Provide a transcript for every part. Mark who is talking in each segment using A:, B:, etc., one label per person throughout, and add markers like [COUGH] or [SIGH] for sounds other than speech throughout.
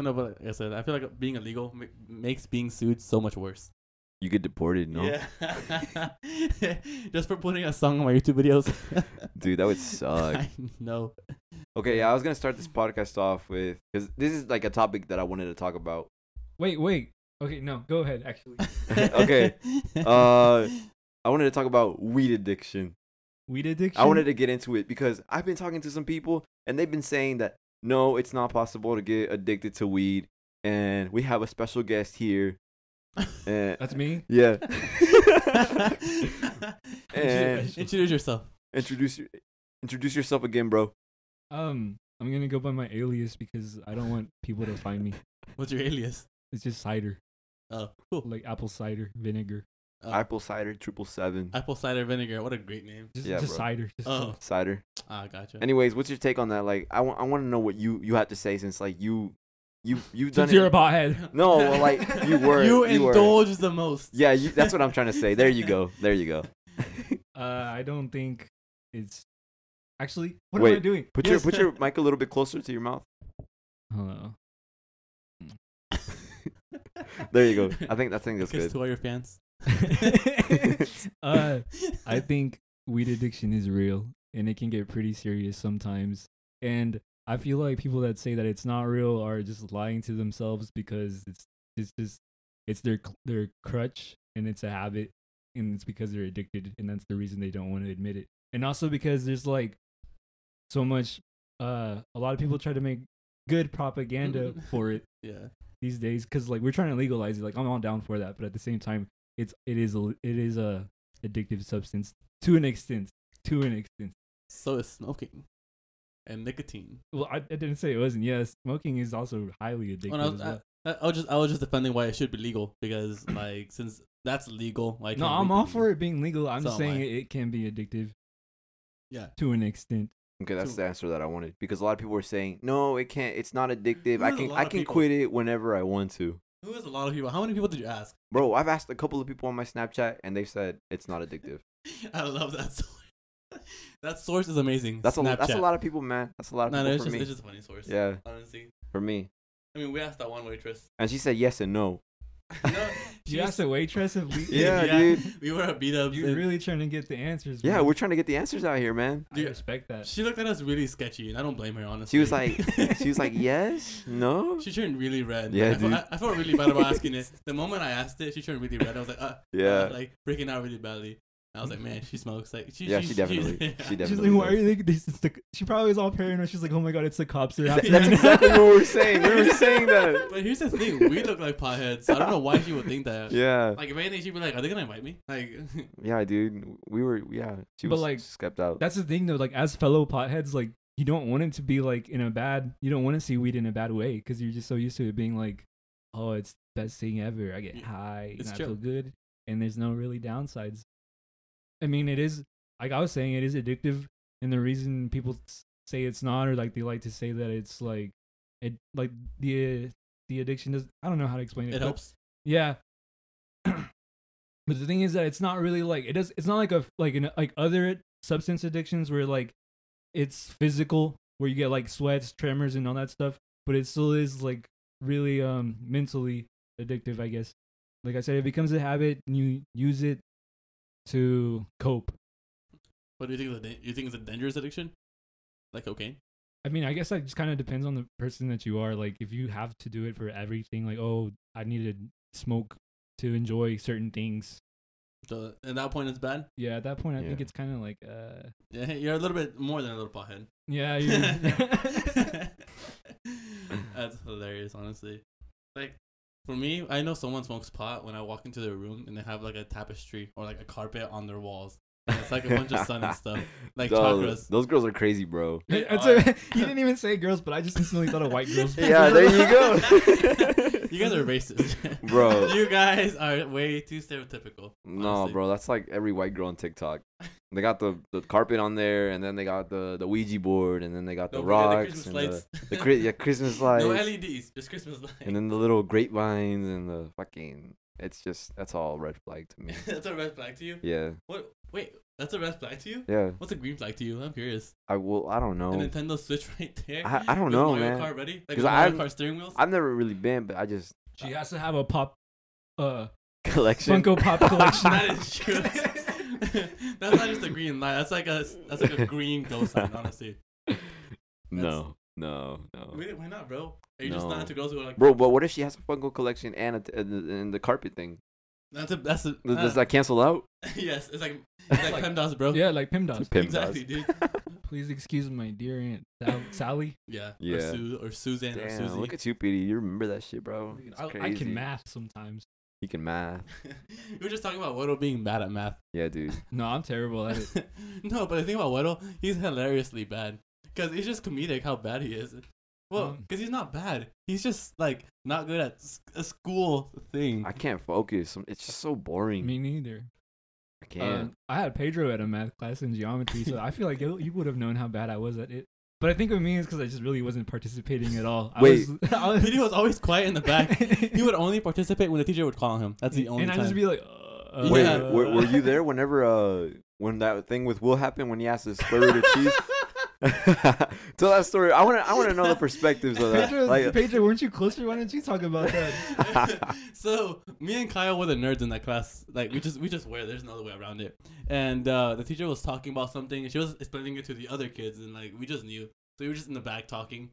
A: No, but like I said, I feel like being illegal ma- makes being sued so much worse.
B: You get deported, no?
A: Yeah. [LAUGHS] Just for putting a song on my YouTube videos.
B: [LAUGHS] Dude, that would
A: [LAUGHS]
B: suck.
A: I
B: [LAUGHS]
A: know.
B: Okay, yeah, I was gonna start this podcast off with because this is like a topic that I wanted to talk about.
C: Wait, wait. Okay, no, go ahead. Actually,
B: Okay, uh, I wanted to talk about weed addiction.
C: weed addiction.
B: I wanted to get into it because I've been talking to some people and they've been saying that no, it's not possible to get addicted to weed. And we have a special guest here. And
C: That's me.
B: yeah,
A: [LAUGHS]
B: And-
A: introduce, introduce yourself.
B: introduce your- introduce yourself again, bro.
C: Um, I'm gonna go by my alias because I don't want people to find me.
A: What's your alias?
C: It's just cider,
A: Oh, cool.
C: like apple cider vinegar.
A: Uh,
B: Apple cider triple seven
A: apple cider vinegar. What a great name.
C: Just,
B: Yeah,
C: just
B: bro.
C: cider. Just
A: Oh,
B: cider.
A: ah, gotcha.
B: Anyways, what's your take on that? Like, I want to know what you you have to say since like you you you've done
C: since
B: it.
C: you're a pothead.
B: No, well, like,
A: [LAUGHS]
B: you were-
A: You,
B: you were-
A: indulge the most.
B: Yeah, you, that's what I'm trying to say. There you go. There
A: [LAUGHS]
B: you go.
C: Uh, I don't think it's actually. What am I
B: Wait.
C: doing?
B: Put your put your mic a little bit closer to your mouth.
C: Hello. [LAUGHS]
B: There
A: [LAUGHS]
B: you go. I think I think that's
A: Kiss
B: good.
A: to all your fans. [LAUGHS]
C: uh, I think weed addiction is real and it can get pretty serious sometimes. And I feel like people that say that it's not real are just lying to themselves because it's it's just it's their cl- their crutch and it's a habit and it's because they're addicted and that's the reason they don't want to admit it. And also because there's like so much uh a lot of people try to make good propaganda for it
A: yeah.
C: these days because like we're trying to legalize it like i'm all down for that but at the same time it's it is a it is a addictive substance to an extent to an extent
A: So is smoking and nicotine.
C: well i, I didn't say it wasn't yes smoking is also highly addictive
A: When I was,
C: as well.
A: I, I was just I was just defending why it should be legal because like since that's legal, like
C: no i'm all for it being legal i'm
A: So
C: just
A: am
C: saying
A: I.
C: it, it can be addictive
A: Yeah.
C: to an extent
B: Okay, that's
A: So-
B: the answer that I wanted because a lot of people were saying, "No, it can't. It's not addictive. I
A: There's a
B: can
A: lot
B: I
A: of
B: can
A: people-
B: quit it whenever I want to."
A: Who is a lot of people? How many people did you ask? [LAUGHS]
B: Bro, I've asked a couple of people on my Snapchat and they've said it's not addictive.
A: I love that source. [LAUGHS] that source is amazing.
B: That's a that's a
A: Snapchat.
B: lot of people, man. That's a lot of
A: No, no,
B: people
A: it's
B: for
A: just
B: me.
A: it's just a funny source.
B: Yeah,
A: Honestly,
B: for me.
A: I mean, we asked that one
C: [LAUGHS]
A: waitress.
B: And she said yes and no.
A: Mm-hmm. No,
C: you
A: [LAUGHS]
C: asked a waitress if
B: [LAUGHS]
C: we
B: Yeah, dude.
A: We were at beat ups.
C: you're really trying to get the answers
B: Yeah,
C: bro.
B: we're trying to get the answers out here, man.
C: i
A: Dude,
C: respect that
A: She looked at us really sketchy, and I don't blame her honestly.
B: She
A: [LAUGHS]
B: was like, she was like, yes, no.
A: She turned really red.
B: Yeah,
A: I, felt-
B: dude.
A: I, I felt really bad about asking it. The moment I asked it, she turned really red. I was like, uh,
B: Yeah.
A: like freaking out really badly. I was like, man, she smokes. Like, she,
B: Yeah,
A: she,
B: she definitely-
A: [LAUGHS] yeah.
B: she
C: She's
B: definitely
C: like, why
B: does.
C: are you like this? It's the, she probably was all paranoid. She's like, oh my god, it's the cops. They're
B: That-
C: after
B: that's
C: me."
B: exactly what we were saying. We
C: [LAUGHS]
B: were saying that.
A: But here's the thing: we look like potheads. So I don't know why she would think that.
B: [LAUGHS] Yeah,
A: Like, if anything, she'd be like, are they gonna invite me? Like, [LAUGHS]
B: yeah, dude. We were, yeah. She
C: But,
B: was like,
C: like,
B: skept out.
C: That's the thing though, like as fellow potheads, like you don't want it to be like in a bad you don't want to see weed in a bad way because you're just so used to it being like, Oh, it's the best thing ever. I get
A: Yeah,
C: high
A: it's
C: and I
A: chill.
C: feel good and there's no really downsides. I mean it is like I was saying, it is addictive and the reason people s- say it's not or like they like to say that it's like it like the uh, the addiction does I don't know how to explain it.
A: it
C: but-
A: helps.
C: yeah. [CLEARS THROAT] but the thing is that it's not really like it does it's not like a like an like other substance addictions where like it's physical where you get like sweats, tremors and all that stuff, but it still is like really um mentally addictive, I guess. Like I said, it becomes a habit and you use it to cope.
A: But do you think it's a, dan- you think it's a dangerous addiction? Like cocaine?
C: I mean, I guess that just kind of depends on the person that you are. Like, if you have to do it for everything, like, oh, I need to smoke to enjoy certain things.
A: So at that point, it's bad. [LAUGHS]
C: Yeah, at that point, I think
B: Yeah.
C: it's kind of like, uh,
A: Yeah, you're a little bit more than a little pothead.
C: Yeah,
A: [LAUGHS]
C: [LAUGHS]
A: That's hilarious, honestly. Like for me, I know someone smokes pot when I walk into their room and they have like a tapestry or like a carpet on their walls. It's like a bunch of sun and
B: [LAUGHS]
C: [LAUGHS]
A: stuff, like
B: Dog,
A: chakras.
B: Those girls are crazy, bro.
A: They
C: That's
A: are.
C: a- [LAUGHS] you didn't even say girls, but I just instantly thought of white
A: [LAUGHS]
C: girls.
B: [LAUGHS] Yeah, there you go.
A: you guys are racist,
B: Bro.
A: [LAUGHS] you guys are way too stereotypical.
B: No,
A: honestly.
B: bro, that's like every white girl
A: [LAUGHS]
B: on TikTok. They got the, the carpet on there, and then they got the, the Ouija board, and then they got the
A: Don't forget
B: rocks,
A: the
B: and
A: Christmas
B: the, the Chri- yeah, Christmas
A: [LAUGHS]
B: lights,
A: no LEDs, just Christmas lights. [LAUGHS]
B: and then the little grapevines,
A: [LAUGHS]
B: and the fucking. It's just that's all red flag to me.
A: That's a red flag to you.
B: Yeah,
A: What? Wait, That's a red flag to you?
B: Yeah,
A: What's a green flag to you? I'm curious.
B: I will. I
A: A
B: don't know.
A: Nintendo Switch [LAUGHS] right there.
B: I, I don't
A: with
B: know,
A: Mario
B: man.
A: Kart ready? Like
B: 'Cause
A: with Mario
B: I'm-
A: Kart steering wheels?
B: I've never really been, but I just
C: [LAUGHS] She has to have a pop, uh,
B: collection.
C: Funko Pop collection.
A: [LAUGHS] [LAUGHS] that is
B: [LAUGHS]
A: true. [LAUGHS] that's not just a green light. That's like a that's like a green go
B: [LAUGHS]
A: sign, honestly.
B: No, no, no.
A: Wait, why not, bro? Are you just
B: Oh. No.
A: not into girls who are like
B: Bro, but what if she has a Funko collection and a t- and, the, and the carpet thing?
A: That's a that's
B: [LAUGHS]
A: a
B: Does, does
A: uh,
B: that cancel out?
A: [LAUGHS] yes. It's
B: [LAUGHS]
A: like it's like
C: Like-
A: PEMDAS, bro.
C: yeah, like PEMDAS.
B: Pimp
A: Oh, exactly,
B: [LAUGHS]
A: dude.
C: Please excuse my dear aunt Sal- Sally.
A: Yeah, or
B: Yeah.
A: Su- or Susan or
B: Damn,
A: Susie.
B: look at you, PD. You remember that shit, bro.
C: Dude,
B: It's
C: I, I
B: crazy.
C: can math sometimes.
B: You can math.
A: [LAUGHS] we were just talking about Weddle being bad at math.
B: Yeah,
C: [LAUGHS]
B: dude.
C: No, I'm terrible
A: [LAUGHS]
C: at it.
A: no, but the thing about Weddle, he's hilariously bad. Because it's just comedic how bad he is. Well,
C: Um.
A: because he's not bad. He's just, like, not good at s- a school thing.
B: I can't focus. I'm- It's just so boring.
C: Me neither.
B: I
C: Uh,
B: can't.
C: I had Pedro at a math class in geometry, so I feel like you you would have known how bad I was at it. But I think with me is because I just really wasn't participating at all. I
B: Wait.
C: was, [LAUGHS] I was-
A: He was always quiet in the
C: [LAUGHS]
A: back. he would only participate when the teacher would call him. That's the only
C: and I
A: time.
C: just be like, uh,
B: Wait,
A: yeah.
B: were, were you
C: [LAUGHS]
B: there whenever uh when that thing with Will happened when he asked us square root of
C: [LAUGHS]
B: cheese? [LAUGHS] Tell that story. I want to. I want to know the perspectives of that.
C: Pedro,
B: Like,
C: Pedro, weren't you closer? Why don't you talk
B: [LAUGHS]
C: about that?
A: [LAUGHS] so me and Kyle were the nerds in that class. Like we just we just were. There's no other way around it. And uh, the teacher was talking about something, and she was explaining it to the other kids, and like we just knew. So we were just in the back talking.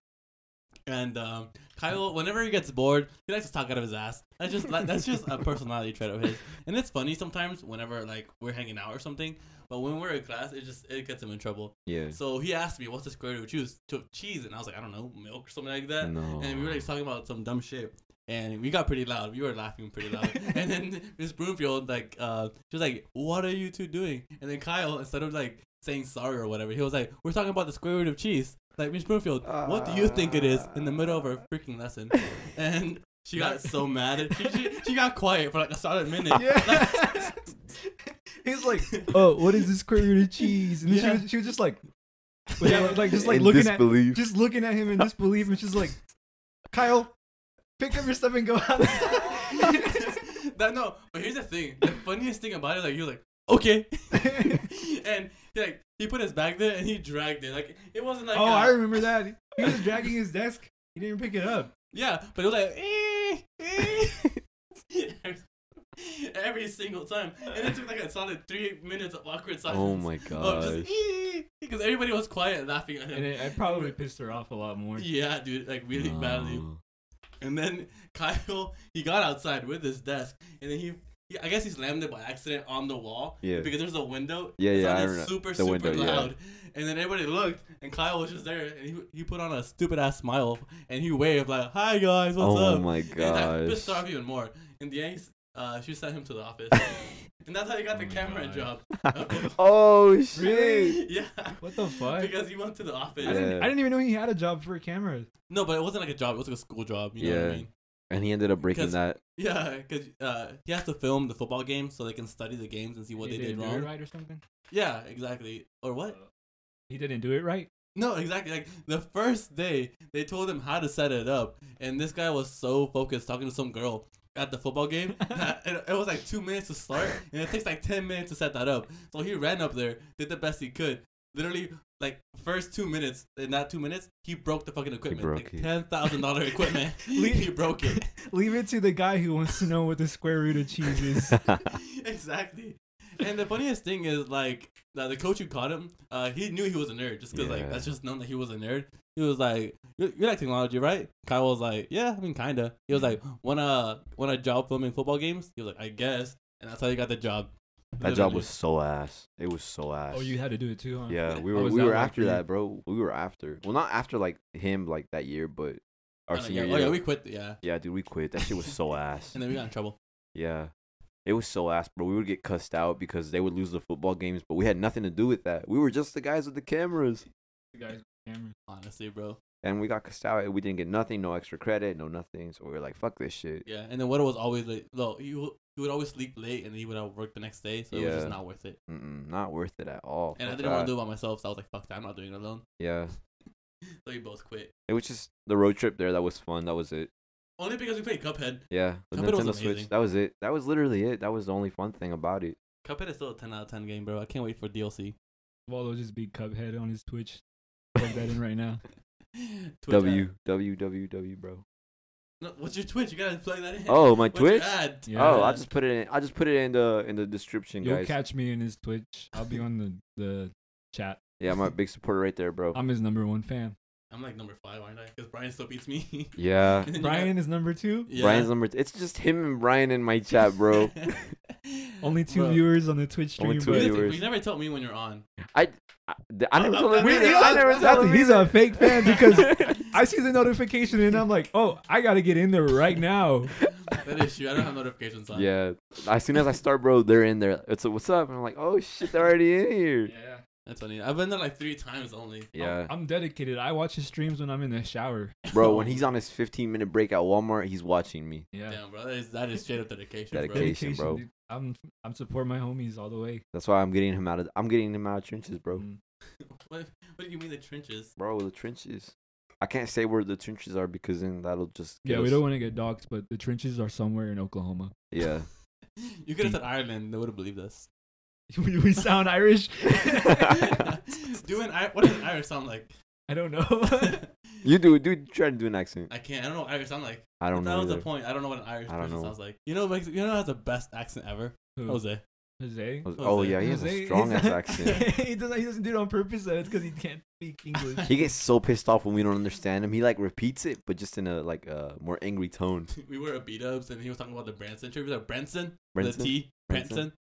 A: And um, Kyle, whenever he gets bored, he likes to talk out of his ass. That's just like, that's just a personality trait of his. And it's funny sometimes whenever like we're hanging out or something. But when we're in class, it just it gets him in trouble.
B: yeah.
A: So he asked me, "What's the square root of cheese?" To- Cheese, and I was like, "I don't know, milk or something like that."
B: No.
A: and we were like talking about some dumb shit. And we got pretty loud. We were laughing pretty loud. and then Miss Broomfield, like, uh, she was like, "What are you two doing?" And then Kyle, instead of like saying sorry or whatever, he was like, "We're talking about the square root of cheese." Like Miss Broomfield, what do you think it is in the middle of our freaking lesson? And she got so mad. She, she, she got quiet for like a solid minute.
C: yeah. He's like, [LAUGHS] oh, what is this square root of cheese? And then
A: Yeah.
C: she, was, she was
B: [LAUGHS]
C: just like,
A: Yeah.
C: like, like, just like
B: In
C: looking
B: disbelief.
C: at, just looking at him in disbelief, and she's like, Kyle, pick up your stuff and
B: [LAUGHS]
C: go out.
A: [LAUGHS]
C: [LAUGHS]
A: that no, but here's the thing. The funniest thing about it, like he was like, okay, [LAUGHS] and like he put his bag there and he dragged it. Like it wasn't like
C: oh,
A: uh,
C: I remember that. He was dragging his desk. He didn't pick it up.
A: yeah, but it was like eh, eh.
C: [LAUGHS]
A: [LAUGHS] every single time, and it took like a solid three minutes of awkward silence.
B: oh my
A: Of
B: gosh.
A: just because everybody was quiet laughing at him.
C: And it, it probably pissed her off a lot
A: [LAUGHS]
C: more.
A: yeah, dude, like really badly.
B: No.
A: And then Kyle, he got outside with his desk, and then he, he I guess he slammed it by accident on the wall.
B: Yeah.
A: Because there's a window.
B: Yeah,
A: it
B: yeah, I
A: sounded
B: remember
A: Super,
B: the
A: super
B: window, yeah.
A: loud. And then everybody looked, and Kyle was just there, and he, he put on a stupid ass smile, and he waved like, "Hi guys, what's
B: oh
A: up?"
B: my
A: And that pissed her
B: gosh.
A: off even more. In the end, uh, she sent him to the
B: [LAUGHS]
A: office, and that's how he got the
C: Oh my
A: camera
C: God.
A: job. [LAUGHS]
B: oh shit.
A: yeah.
C: What the fuck?
A: Because he went to the office.
C: I, didn't,
B: Yeah.
C: I didn't even know he had a job for a camera.
A: No, but it wasn't like a job. It was like a school job. You know what
B: Yeah.
A: I mean?
B: And he ended up breaking
A: Because- [LAUGHS]
B: that. [LAUGHS]
A: Yeah, because uh, he has to film the football game so they can study the games and see what
C: he
A: they did
C: didn't
A: wrong.
C: do it right or something.
A: Yeah, exactly. Or what?
C: He didn't do it right.
A: No, exactly. Like the first day, they told him how to set it up, and this guy was so focused talking to some girl at the football game. that it, it was like two minutes to start, and it takes like ten minutes to set that up. So he ran up there, did the best he could. Literally, like first two minutes, in that two minutes, he broke the fucking equipment.
B: broke
A: like
B: it.
A: ten thousand dollar equipment.
C: Le-
A: he broke it.
C: Leave it to the guy who wants to know what the square root of
B: [LAUGHS]
C: cheese is.
A: [LAUGHS] exactly. And the funniest thing is, like, the, the coach who caught him, uh, he knew he was a nerd just because,
B: Yeah.
A: like, that's just known that he was a nerd. He was like, "You, you like technology, right?" Kyle was like, "Yeah, I mean, kinda." He was like, "Wanna wanna job filming football games?" He was like, "I guess," and that's how he got the job.
B: That job
A: Literally.
B: was so ass. It was so ass.
C: oh, you had to do it too, huh?
B: Yeah, we
C: Oh,
B: were
C: was
B: we
C: that
B: were
C: like
B: after
C: your-
B: that, bro. We were after. Well, not after like him like that year, but
A: Oh,
B: our
A: no,
B: senior
A: yeah. Oh
B: year.
A: yeah, we quit. Yeah,
B: yeah, dude, we quit. That shit
A: [LAUGHS]
B: was so ass.
A: and then we got in trouble.
B: Yeah. It was so ass, bro. We would get cussed out because they would lose the football games, but we had nothing to do with that. We were just the guys with the cameras.
C: You guys with cameras.
A: Honestly, bro.
B: And we got cussed out and we didn't get nothing, no extra credit, no nothing. So we were like, fuck this shit.
A: Yeah, and then Weddle was always like, no, he w- he would always sleep late, and he would have work the next day, so it was
B: Yeah.
A: just not worth it.
B: Mm-mm, not worth it at all.
A: And I
B: Fuck
A: didn't want
B: that.
A: to do it by myself, so I was like, "Fuck that, I'm not doing it alone." [LAUGHS]
B: Yeah.
A: So we both quit.
B: It was just the road trip there. That was fun. That was it.
A: Only because we played Cuphead.
B: Yeah. The
A: Cuphead was
B: Nintendo Switch.
A: amazing.
B: That was it. That was literally it. That was the only fun thing about it.
A: Cuphead is still a ten out of ten game, bro. I can't wait for DLC.
C: Waldo just beat Cuphead on his Twitch.
B: [LAUGHS]
C: Plug that in right now.
A: [LAUGHS] Twitch
B: W
A: ad.
B: W W W, bro.
A: [LAUGHS] No, what's your Twitch? You gotta plug that in.
B: Oh, my
A: What's your
B: Twitch.
A: ad?
C: Yeah.
B: Oh, I just put it. in I just put it in the in the description,
C: You'll
B: guys.
C: catch me in his Twitch. I'll be on the the
B: [LAUGHS]
C: chat.
B: Yeah, I'm a big supporter right
A: [LAUGHS]
B: there, bro.
C: I'm his number one fan.
A: I'm like number five, aren't I? Because Brian still beats me. [LAUGHS]
B: yeah.
A: And then [LAUGHS] you
C: Brian is number two.
A: got- yeah.
B: Brian's number. It's just him and Brian in my
A: [LAUGHS]
B: chat, bro.
C: Only two
A: Bro.
C: viewers on the Twitch stream.
B: Only two
A: You
C: but-
A: never-
B: viewers.
A: you never tell me when you're on.
B: [LAUGHS] I, I, I never
A: I'm
B: told him
A: not-
B: either.
A: we-
B: I never
C: That's-
B: told him
C: he's
B: either.
C: a fake fan because
B: [LAUGHS]
A: [LAUGHS]
C: I see the notification and I'm like, oh, I gotta get in there right now.
A: That is true. I don't have notifications on.
B: Yeah. As soon as I start, bro, they're in there. It's a, what's up? And I'm like, oh shit, they're already in here.
A: Yeah. That's funny. I've been there like three times only.
B: Yeah,
C: I'm dedicated. I watch his streams when I'm in the shower.
B: bro. When he's on his 15 minute break at Walmart, he's watching me.
C: Yeah,
A: Damn, bro. That is, that is straight up dedication,
B: Dedication. bro.
C: dude. I'm I'm support my homies all the way.
B: That's why I'm getting him out of. I'm getting him out of trenches, bro.
C: Mm.
A: bro. What, what do you mean the trenches?
B: Bro, the trenches. I can't say where the trenches are because then that'll just.
C: Yeah,
B: get
C: we
B: us-
C: don't want to get dogs, but the trenches are somewhere in Oklahoma. [LAUGHS]
B: Yeah.
A: You could have said Ireland. They would have believed us.
C: we we sound Irish. [LAUGHS]
B: [LAUGHS]
A: [LAUGHS] do an I- what does Irish sound like?
C: I don't
A: [LAUGHS]
C: know.
B: You do, dude. Try to do an accent.
A: I can't. I don't know what Irish sound like.
B: I don't
A: that
B: know.
A: was
B: either.
A: the point. I don't know what an Irish
B: I don't
A: person
B: know.
A: sounds like. You know, Mex- you know, who has the best accent ever.
C: Who?
A: Jose. [LAUGHS]
C: Jose.
B: Was-
A: What
B: Oh
A: was it?
B: yeah, he has
C: Jose-
B: a strong ass
A: [LAUGHS]
C: he's-
B: accent.
C: [LAUGHS] he doesn't. He doesn't do it on purpose. It's because he can't speak
A: [LAUGHS]
C: English.
B: He gets so pissed off when we don't understand him. He like repeats it, but just in a like uh, more angry tone.
A: we were at B Dubs and he was talking about the Branson trip. He was like Branson,
B: Branson?
A: the T
B: Branson?
A: Branson.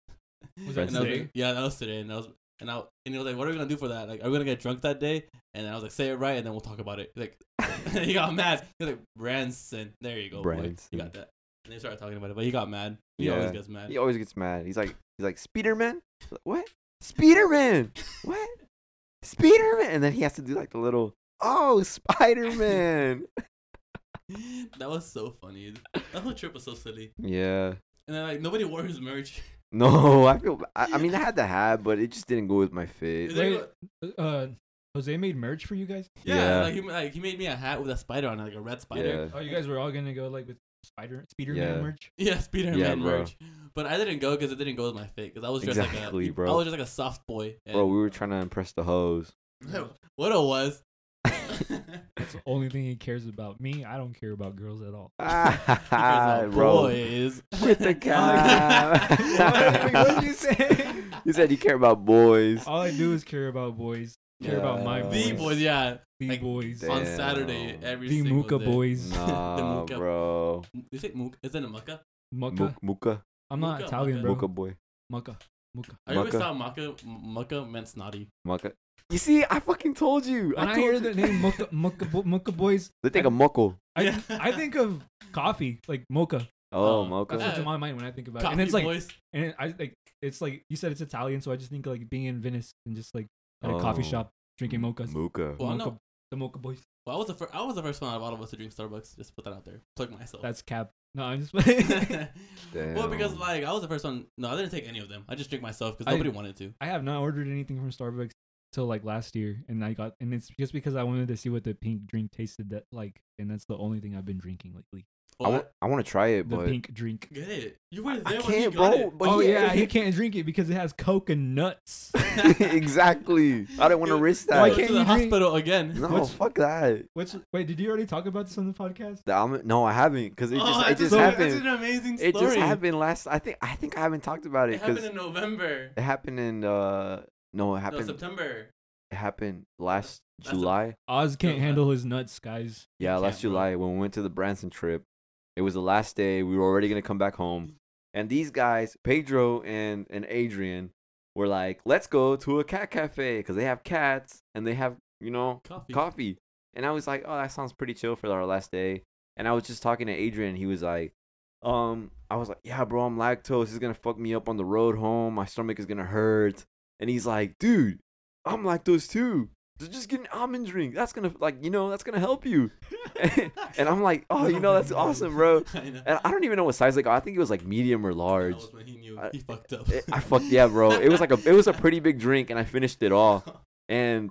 C: Was that
A: And I was
C: today?
A: like- yeah, that was today, and I was and I and he was like, "What are we gonna do for that? Like, are we gonna get drunk that day?" And I was like, "Say it right, and then we'll talk about it." He's like, [LAUGHS] he got mad. He was like, "Branson, there you go, boy,
B: Branson.
A: you got that." And they started talking about it, but he got mad. He always
B: Yeah.
A: gets mad.
B: He always gets mad. He's like, he's like, Speederman? Like, What? Speederman?
A: [LAUGHS]
B: What? Speederman? And then he has to do like the little, oh, Spider Man.
A: [LAUGHS] that was so funny. That whole trip was so silly.
B: yeah.
A: And then like nobody wore his merch. [LAUGHS]
B: No, I feel. I, I mean, I had the hat, but it just didn't go with my fit.
A: Is there-
C: Wait. Uh, Jose made merch for you guys.
A: yeah,
B: Yeah.
A: Like, he, like he made me a hat with a spider on it, like a red spider.
B: Yeah.
C: Oh, you guys were all gonna go like with Spider Spider
B: Yeah.
C: Man merch.
A: [LAUGHS] Yeah, Spider Man
B: Yeah, bro.
A: merch. But I didn't go because it didn't go with my fit. Because I was just
B: Exactly,
A: like a,
B: bro.
A: I was just like a soft boy. and-
B: Bro, we were trying to impress the hoes.
A: [LAUGHS] what it
B: [LAUGHS]
A: was.
C: That's the only thing he cares about. Me, I don't care about girls at
B: [LAUGHS]
C: all. [LAUGHS]
B: Ah, [LAUGHS] bro.
A: boys.
B: Quit
A: [LAUGHS]
B: the
C: Wait, what
B: cap.
C: did you say?
B: You said you care about boys.
C: All I do is care about boys. Care about my
B: Yeah.
A: The boys, yeah.
C: The
A: Like,
C: boys.
B: Damn.
A: On Saturday, every
C: [LAUGHS] The
A: single
C: Mooka
A: day.
C: boys.
B: Nah,
A: Mooka.
B: bro.
A: You say Mook? Is it a Mucka?
C: Mucca.
B: Mu- Muka.
C: I'm not
A: Mooka,
C: Italian,
A: Mooka.
C: bro.
B: Muka boy.
C: Mucca. Mucca.
A: I always
B: Mucka.
A: thought Mucka, Mucka meant snotty.
B: Muka. You see, I fucking told you.
C: When I,
B: told
C: hear
B: you.
C: the [LAUGHS] name
A: [LAUGHS]
C: Mucca, Mucca, Bo- Mucca boys,
B: They think of Moco.
C: I,
A: Yeah.
C: I think of coffee, like mocha.
B: Oh,
A: Um,
B: Mocha.
C: That's
A: Yeah.
C: what's in my mind when I think about it.
A: Coffee
C: And it's like,
A: boys.
C: and I like, it's like you said it's Italian, so I just think like being in Venice and just like at a coffee
B: Oh.
C: shop drinking mochas.
B: Mocha.
A: Well, I
C: Mocha-
A: know-
C: the mocha boys.
A: Well, I was the first. I was the first one out of all of us to drink Starbucks. Just put that out there. Plug myself.
C: That's cap. No, I'm
A: [LAUGHS]
C: just. [LAUGHS]
A: well, because
B: Damn.
A: like I was the first one. No, I didn't take any of them. I just drink myself because
C: I-
A: nobody wanted to.
C: I have not ordered anything from Starbucks till like last year, and I got, and it's just because I wanted to see what the pink drink tasted that like, and that's the only thing I've been drinking lately.
B: I
A: Well,
B: want, I want to try it,
C: The
B: but
C: pink drink.
A: get it. You were
B: I
A: there when he
B: can't,
A: got
B: bro. But
C: oh
B: he-
C: yeah, he can't drink it because it has coke and nuts.
A: it.
B: [LAUGHS]
C: [LAUGHS]
B: exactly. I don't want to
A: You-
B: risk
A: you
B: that.
C: Why
A: go
C: can't
A: to
C: you
A: the
C: drink-
A: hospital again?
B: No,
C: What's-
B: fuck that.
C: What's wait? Did you already talk about this on the podcast?
B: The almond- no, I haven't because it
A: oh,
B: just, it
A: that's,
B: just
A: so- that's an
B: happened.
A: amazing story.
B: It just happened last. I think I think I haven't talked about
A: It
B: it because
A: happened in November.
B: it happened in. uh No,
A: No,
B: it happened.
A: September.
B: it happened last
A: That's a-
B: July.
C: Oz can't
A: No, I-
C: handle his nuts, guys.
B: Yeah,
A: You
B: last
A: can't, bro.
B: July when we went to the Branson trip, it was the last day. We were already gonna come back
A: Mm.
B: home, and these guys, Pedro and and Adrian, were like, "Let's go to a cat cafe because they have cats and they have you know
A: Coffee. [LAUGHS]
B: coffee." And I was like, "Oh, that sounds pretty chill for our last day." And I was just talking to Adrian. And he was like, "Um, I was like, yeah, bro, I'm lactose. It's gonna fuck me up on the road home. My stomach is gonna hurt." And he's like, "Dude, I'm lactose too." So just get an almond drink. That's gonna like you know that's gonna help you. [LAUGHS] and I'm like, oh, you know that's awesome, bro.
A: I know.
B: And I don't even know what size they got. I think it was like medium or large.
A: That was when he knew
B: I-
A: he fucked up.
B: It- I fucked yeah, bro. It was like a it was a pretty big drink, and I finished it all. And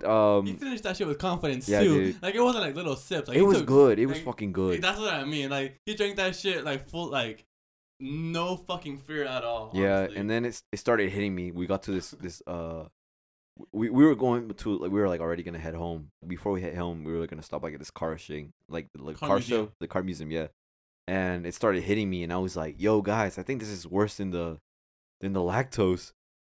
A: [LAUGHS] He
B: um,
A: finished that shit with confidence
B: Yeah,
A: too.
B: dude.
A: Like it wasn't like little sips. Like
B: it
A: he
B: was
A: took,
B: good. It was
A: like,
B: fucking
A: like,
B: good.
A: That's what I mean. Like he drank that shit like full like no fucking fear at all.
B: yeah,
A: honestly.
B: and then it, it started hitting me. We got to this this uh, we we were going to like we were like already gonna head home. Before we hit home, we were gonna stop like at this car thing, like the like,
A: Car
B: car,
A: museum.
B: show, the car museum, yeah. And it started hitting me, and I was like, "Yo, guys, I think this is worse than the than the lactose."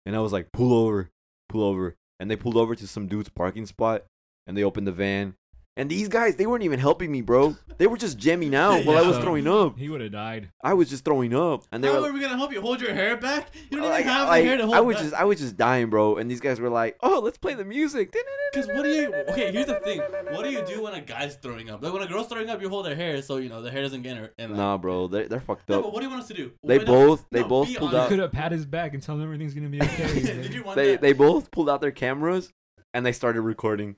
B: And I was like, "Pull over, pull over." And they pulled over to some dude's parking spot, and they opened the van. And these guys, they weren't even helping me, bro. They were just
A: [LAUGHS]
B: jamming out while I was
C: Yeah.
B: throwing up.
C: He would have died.
B: I was just throwing up, and they
A: How
B: were
A: are we gonna help you hold your hair back? You don't
B: like-
A: even have
B: like,
A: the hair to hold.
B: I was
A: back.
B: just I was just dying, bro. And these guys were like, "Oh, let's play the music."
A: Cause what do you? Okay, here's the thing. What do you do when a guy's throwing up? Like when a girl's throwing up, you hold her hair so you know the hair doesn't get in her. And like,
B: Nah, bro, they're they're fucked
A: No,
B: up.
A: but what do you want us to do?
B: They
A: Wait, no,
B: both they
A: no,
B: both
A: be
B: pulled
A: honest. [LAUGHS]
C: Could
B: out
C: have pat his back and tell him everything everything's gonna be okay. man.
A: Did you want
B: they
A: that?
B: they both pulled out their cameras and they started recording.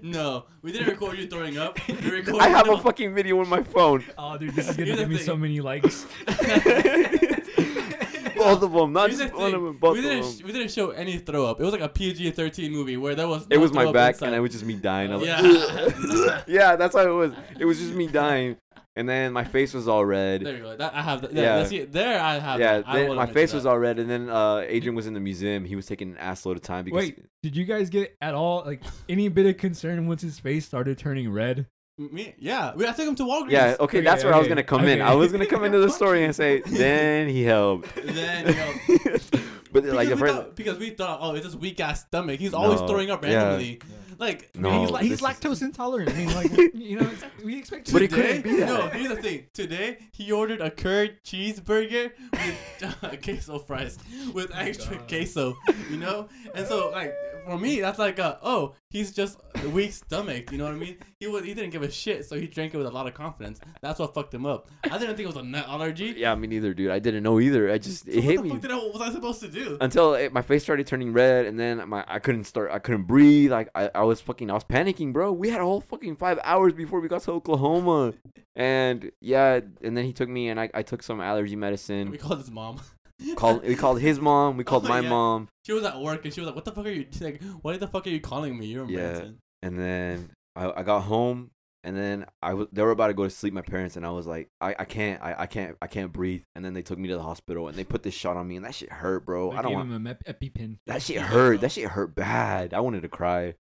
A: No, we didn't record you throwing up.
B: [LAUGHS]
A: We recorded
B: I have a
A: no.
B: fucking video on my phone.
C: oh, dude, this is gonna
A: Here's the
C: give me so
A: thing.
C: many likes.
B: [LAUGHS] Both of them, not
A: Here's the
B: just one of
A: thing.
B: them, both
A: we
B: of
A: didn't.
B: them.
A: sh- We didn't show any throw up. It was like a PG-13 movie where there was.
B: It
A: no
B: was my
A: throw up
B: back,
A: inside.
B: and I was just me dying. I was
A: Yeah.
B: like, yeah, that's how it was. It was just me dying, and then my face was all red.
A: There you go. That, I have that.
B: Yeah.
A: Yeah. See, there I have.
B: yeah,
A: that. I
B: then
A: will
B: my
A: admit to
B: face was
A: that.
B: all red, and then uh, Adrian was in the museum. He was taking an assload of time because
C: Wait, did you guys get at all like any bit of concern once his face started turning red?
A: Me, yeah. We, I took him to Walgreens.
B: yeah, okay,
C: Okay,
B: that's where I was
C: okay,
B: gonna come in.
C: okay.
B: I was gonna come into the story and
A: [LAUGHS]
B: say, then he helped.
A: Then, you know,
B: [LAUGHS] but
A: because,
B: oh, like the
A: we
B: first,
A: thought, because we thought, oh, it's this weak ass stomach. He's always
B: No,
A: throwing up
B: yeah.
A: randomly. Like,
B: No,
C: he's, like,
B: this
C: he's
B: is-
C: lactose intolerant. I mean, like, you know, it's- we expect.
B: But it
C: to-
B: couldn't be that.
A: No, here's the thing. Today he ordered a curd cheeseburger with [LAUGHS] uh, queso fries
B: Oh
A: with extra
C: God.
A: queso. You know, and so like for me that's like a, oh he's just a weak stomach. You know what I mean? He was he didn't give a shit, so he drank it with a lot of confidence. That's what fucked him up. I didn't think it was a nut allergy.
B: yeah, me neither, dude. I didn't know either. I just
A: So
B: it
A: what
B: hit
A: the
B: me
A: fuck did I, what was I supposed to do?
B: until it, my face started turning red, and then my I couldn't start. I couldn't breathe. Like I, I was fucking, I was panicking, bro. We had a whole fucking five hours before we got to Oklahoma, and yeah, and then he took me, and I, I took some allergy medicine.
A: we called his mom. [LAUGHS]
B: called we called his mom, we called
A: Oh,
B: my
A: yeah.
B: mom,
A: She was at work and she was like, "What the fuck are you like? Why the fuck are you calling me? You're a
B: Yeah.
A: Manson."
B: and then I, I got home, and then I was they were about to go to sleep. My parents and I was like, I, I can't, I, I can't, I can't breathe. And then they took me to the hospital and they put this shot on me, and that shit hurt, bro.
C: They
B: I don't
C: gave
B: want
C: him a mep- EpiPen.
B: that shit
A: Yeah,
B: hurt.
A: bro.
B: That shit hurt bad. I wanted to cry,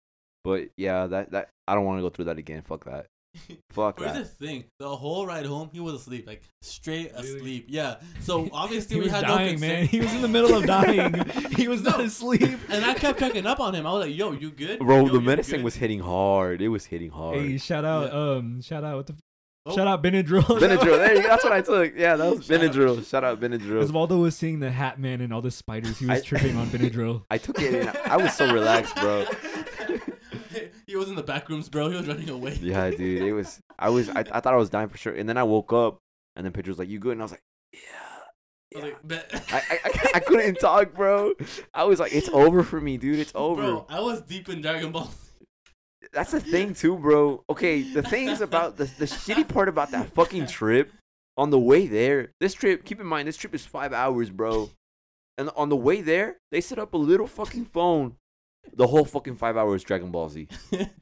B: but yeah, that that I don't want to go through that again. Fuck that. Fuck
A: Here's
B: that.
A: the thing: the whole ride home, he was asleep, like straight
C: Really?
A: asleep. Yeah.
C: [LAUGHS]
A: So obviously
C: he
A: we
C: was
A: had no
C: dying,
A: concern.
C: man. He was in the middle of dying. he was not
A: No.
C: asleep.
A: [LAUGHS] And I kept checking up on him. I was like, "Yo, you good?"
B: Bro,
A: Yo,
B: the
A: you
B: medicine
A: good?"
B: was hitting hard. It was hitting hard.
C: Hey, [LAUGHS] shout out,
A: Yeah.
C: um, shout out, what the, f
A: Oh. [LAUGHS]
C: shout out Benadryl.
B: Benadryl. There you go. That's what I took. Yeah, that was
A: Shout out.
B: Benadryl. Shout out Benadryl.
C: Osvaldo was seeing the Hat Man and all the spiders. He was
B: I-
C: tripping on Benadryl.
B: I took it and I was so relaxed, bro.
A: [LAUGHS] he was in the back rooms, bro. He was running away.
B: Yeah, dude, it was. I was. I, I thought I was dying for sure, and then I woke up, and then Pedro was like, "You good?" And I was like,
A: [LAUGHS] I was like, "Bet."
B: "I, I, I, I couldn't talk, bro. I was like, it's over for me, dude. It's over.
A: Bro, I was deep in Dragon Ball.
B: That's the thing, too, bro. Okay, the thing is about the the shitty part about that
C: [LAUGHS]
B: fucking trip. On the way there, this trip. Keep in mind, this trip is five hours, bro. And on the way there, they set up a little fucking phone. The whole fucking five hours Dragon Ball Z.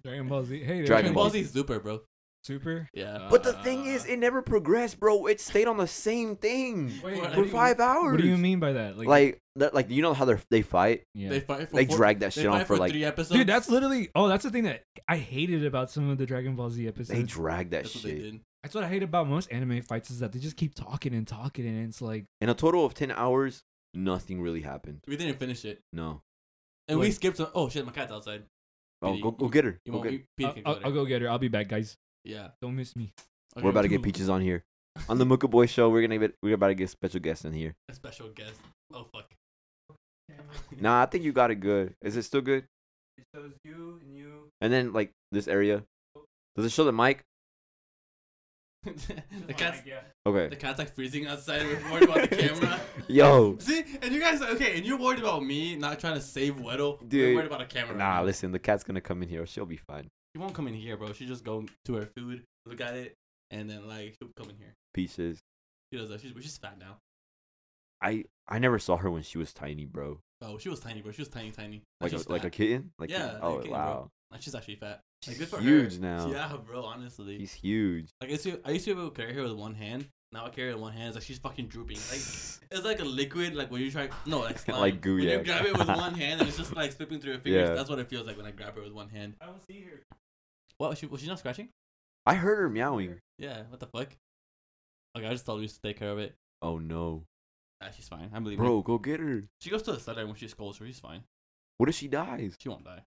C: Dragon Ball Z. Hey,
B: Dragon
A: Dragon
B: Ball
A: Ball Z Super, bro.
C: Super.
A: Yeah.
B: But the thing is, it never progressed, bro. It stayed on the same thing
C: Wait,
A: For
C: what
B: for
C: do you-
B: five hours.
C: What do you mean by that? Like,
B: like that, like you know how they they fight,
C: yeah.
A: they fight for
B: they
A: four,
B: drag that
A: they
B: shit on
A: fight
B: for like
A: three episodes.
C: dude, that's literally. Oh, that's the thing that I hated about some of the Dragon Ball Z episodes.
B: they drag that
A: That's what they
B: shit
A: did.
C: that's what I hate about most anime fights is that they just keep talking and talking, and it's like,
B: in a total of ten hours. Nothing really happened.
A: We didn't finish it,
B: No.
A: and we
C: Like-
A: skipped. Some, oh shit, my cat's outside.
B: Oh,
A: Petey,
B: go go
A: you-
B: get her.
A: You
B: Go
A: won't.
B: get her.
A: you- Petey
C: I'll,
A: can go
C: I'll,
A: there.
C: I'll go get her. I'll be back, guys.
A: Yeah.
C: Don't miss me.
B: We're about to get
A: Peaches.
B: peaches
A: [LAUGHS]
B: on here on the Mooka Boy Show. We're gonna get we're about to get special guests in here.
A: a special guest. Oh fuck.
B: [LAUGHS] Nah, I think you got it good. Is it still good?
A: It shows you and you.
B: And then like this area, does it show the mic?
A: [LAUGHS] the cat's the
B: Okay.
A: cat's like freezing outside. [LAUGHS] We're worried about the camera.
B: [LAUGHS] Yo,
A: See, and you guys okay, and you're worried about me not trying to save Weddle.
B: Dude.
A: You're worried about a camera.
B: nah. Listen, the cat's gonna come in here. She'll be fine.
A: She won't come in here, bro. She just go to her food, look at it, and then like she'll come in here.
B: Peaches.
A: She does that. She's, she's fat now.
B: I I never saw her when she was tiny, bro.
A: Oh, she was tiny, bro. She was tiny, tiny. Now
B: Like a,
A: she's
B: like a
A: fat.
B: kitten. Like
A: Yeah, like a
B: oh
A: kitten, bro.
B: wow,
A: Now she's actually fat. Like,
B: she's
A: good for her.
B: huge now.
A: Yeah, bro. Honestly,
B: He's huge.
A: like I used to, I used to be able to carry her with one hand. Now I carry it in one hand. It's like she's fucking drooping. Like it's like a liquid. Like when you try no
B: [LAUGHS]
A: like slime.
B: Like goo,
A: When
B: yeah.
A: you grab it
B: [LAUGHS]
A: with one hand and it's just like slipping through your fingers.
B: Yeah.
A: That's what it feels like when I grab her with one hand.
C: I don't see her.
A: What was she was she not scratching?
B: I heard her meowing.
A: Yeah. What the fuck? Okay, I just told you to take care of it.
B: Oh no,
A: Ah, she's fine. I believe her.
B: bro, go get her.
A: She goes to the center and when she scolds her, she's fine.
B: What if she dies?
A: She won't die.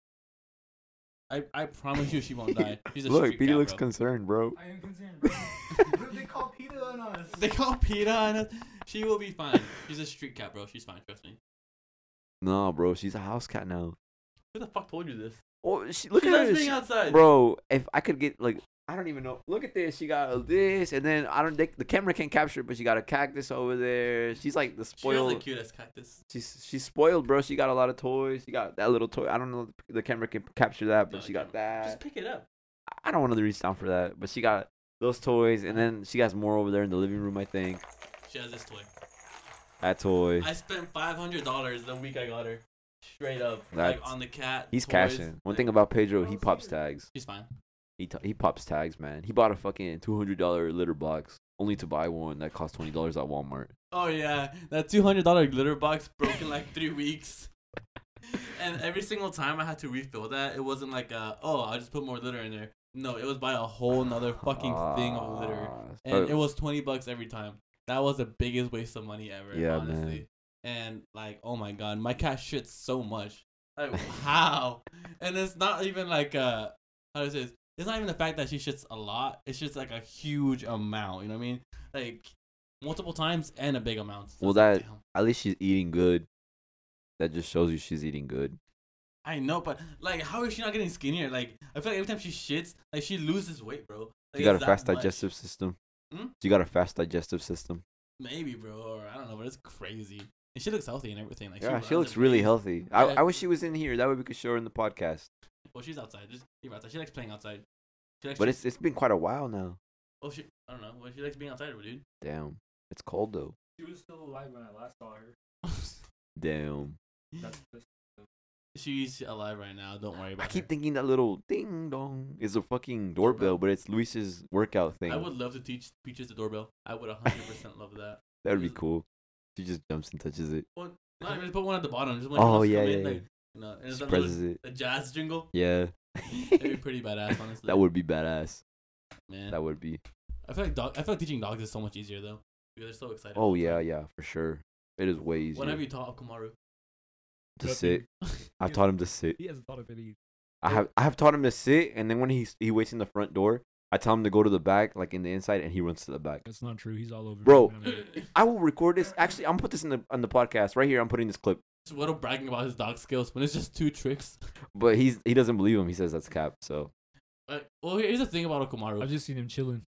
A: I, I promise you she won't die. She's a
B: [LAUGHS] Look,
A: street
B: Petey
A: cat,
B: looks
A: bro.
B: concerned, bro.
C: I am [LAUGHS] concerned, bro.
B: [LAUGHS]
C: Dude, they call Peter on us.
A: [LAUGHS] They call PETA on us. She will be fine. She's a street cat, bro. She's fine. Trust me.
B: No, bro, she's a house cat now.
A: Who the fuck told you this?
B: Oh, she, look
A: She
B: at
A: loves
B: her,
A: being
B: she-
A: outside.
B: bro. If I could get like, I don't even know. Look at this. She got this, and then I don't. They, the camera can't capture it, but she got a cactus over there. She's like the
A: She has
B: spoiled.
A: the cutest cactus.
B: she's she's spoiled, bro. She got a lot of toys. She got that little toy. I don't know. if The camera can capture that, but
A: No,
B: she
A: it
B: got
A: can't.
B: that.
A: Just pick it up.
B: I don't want to reach down for that, but she got those toys, and then she has more over there in the living room. I think
A: She has this toy.
B: that toy.
A: I spent five hundred dollars the week I got her. Straight up,
B: That's-
A: like on the cat.
B: He's
A: toys,
B: cashing. One
A: like-
B: thing about Pedro, he
C: I'll see
B: pops
C: her.
B: tags.
A: She's fine.
B: He t- he pops tags, man. He bought a fucking two hundred dollar litter box only to buy one that cost twenty dollars at Walmart.
A: Oh yeah, that two hundred dollar glitter box broke in like three
B: [LAUGHS]
A: weeks. And every single time I had to refill that, it wasn't like, uh, oh, I'll just put more litter in there. No, it was by a whole nother fucking thing of litter.
B: Ah, so-
A: and it was 20 bucks every time that was the biggest waste of money ever
B: Yeah, man.
A: honestly and like oh my god my cat shits so much like how and it's not even like uh how does this it's not even the fact that she shits a lot it's just like a huge amount you know what i mean like multiple times and a big amount So
B: Well,
A: it's like,
B: that-
A: damn.
B: at least she's eating good. That just shows you she's eating good.
A: i know but like how is she not getting skinnier like i feel like every time she shits like she loses weight bro like,
B: She got a
A: it's that
B: fast
A: much.
B: digestive system.
A: Hmm?
B: She got a fast digestive system.
A: maybe bro or i don't know but it's crazy and she looks healthy and everything like
B: yeah,
A: runs
B: she looks
A: and
B: really
A: plays.
B: healthy. I,
A: Yeah.
B: I wish she was in here. That way we could show her in the podcast.
A: Well, she's outside. Just leave her outside. She likes playing outside. She likes
B: But it's it's been quite a while now.
A: oh she I don't know. Well, she likes being outside, dude.
B: Damn, it's cold though.
C: She was still alive when I last saw her.
B: Damn.
C: That's the
A: [LAUGHS] She's alive right now. Don't worry about
B: I keep
A: her.
B: thinking that little ding dong is a fucking doorbell, but it's Luis's workout thing.
A: I would love to teach Peaches the doorbell. I would 100 percent love that.
B: that would be cool. She just jumps and touches it.
A: One, no, I mean, put one at the bottom. Just when
B: Oh,
A: she wants to
B: yeah,
A: come
B: yeah,
A: in,
B: yeah.
A: like, you know, and it's
B: She
A: that little,
B: presses it.
A: a jazz jingle.
B: [LAUGHS] Yeah. [LAUGHS]
A: That'd be pretty badass, honestly.
B: that would be badass.
A: man.
B: That would be.
A: I feel like dog. I feel like teaching dogs is so much easier though. Because they're so excited.
B: Oh yeah, yeah, for sure. It is way easier
A: Whenever you taught
B: [LAUGHS]
A: Akamaru,
B: to
C: Nothing.
B: sit.
A: [LAUGHS]
B: I've
C: Yeah.
B: taught him to sit.
C: He hasn't thought of it either.
B: I have I have taught him to sit, and then when he he waits in the front door, I tell him to go to the back, like in the inside, and he runs to the back.
C: That's not true. He's all over.
B: Bro.
C: me, man.
A: just
B: I will record this. Actually, I'm gonna put this in the on the podcast right here. I'm putting this clip,
A: what a bragging about his dog skills when it's just two tricks.
B: but he's he doesn't believe him. He says that's cap. So
A: Like, well, here's the thing about Akamaru.
C: I've just seen him chilling.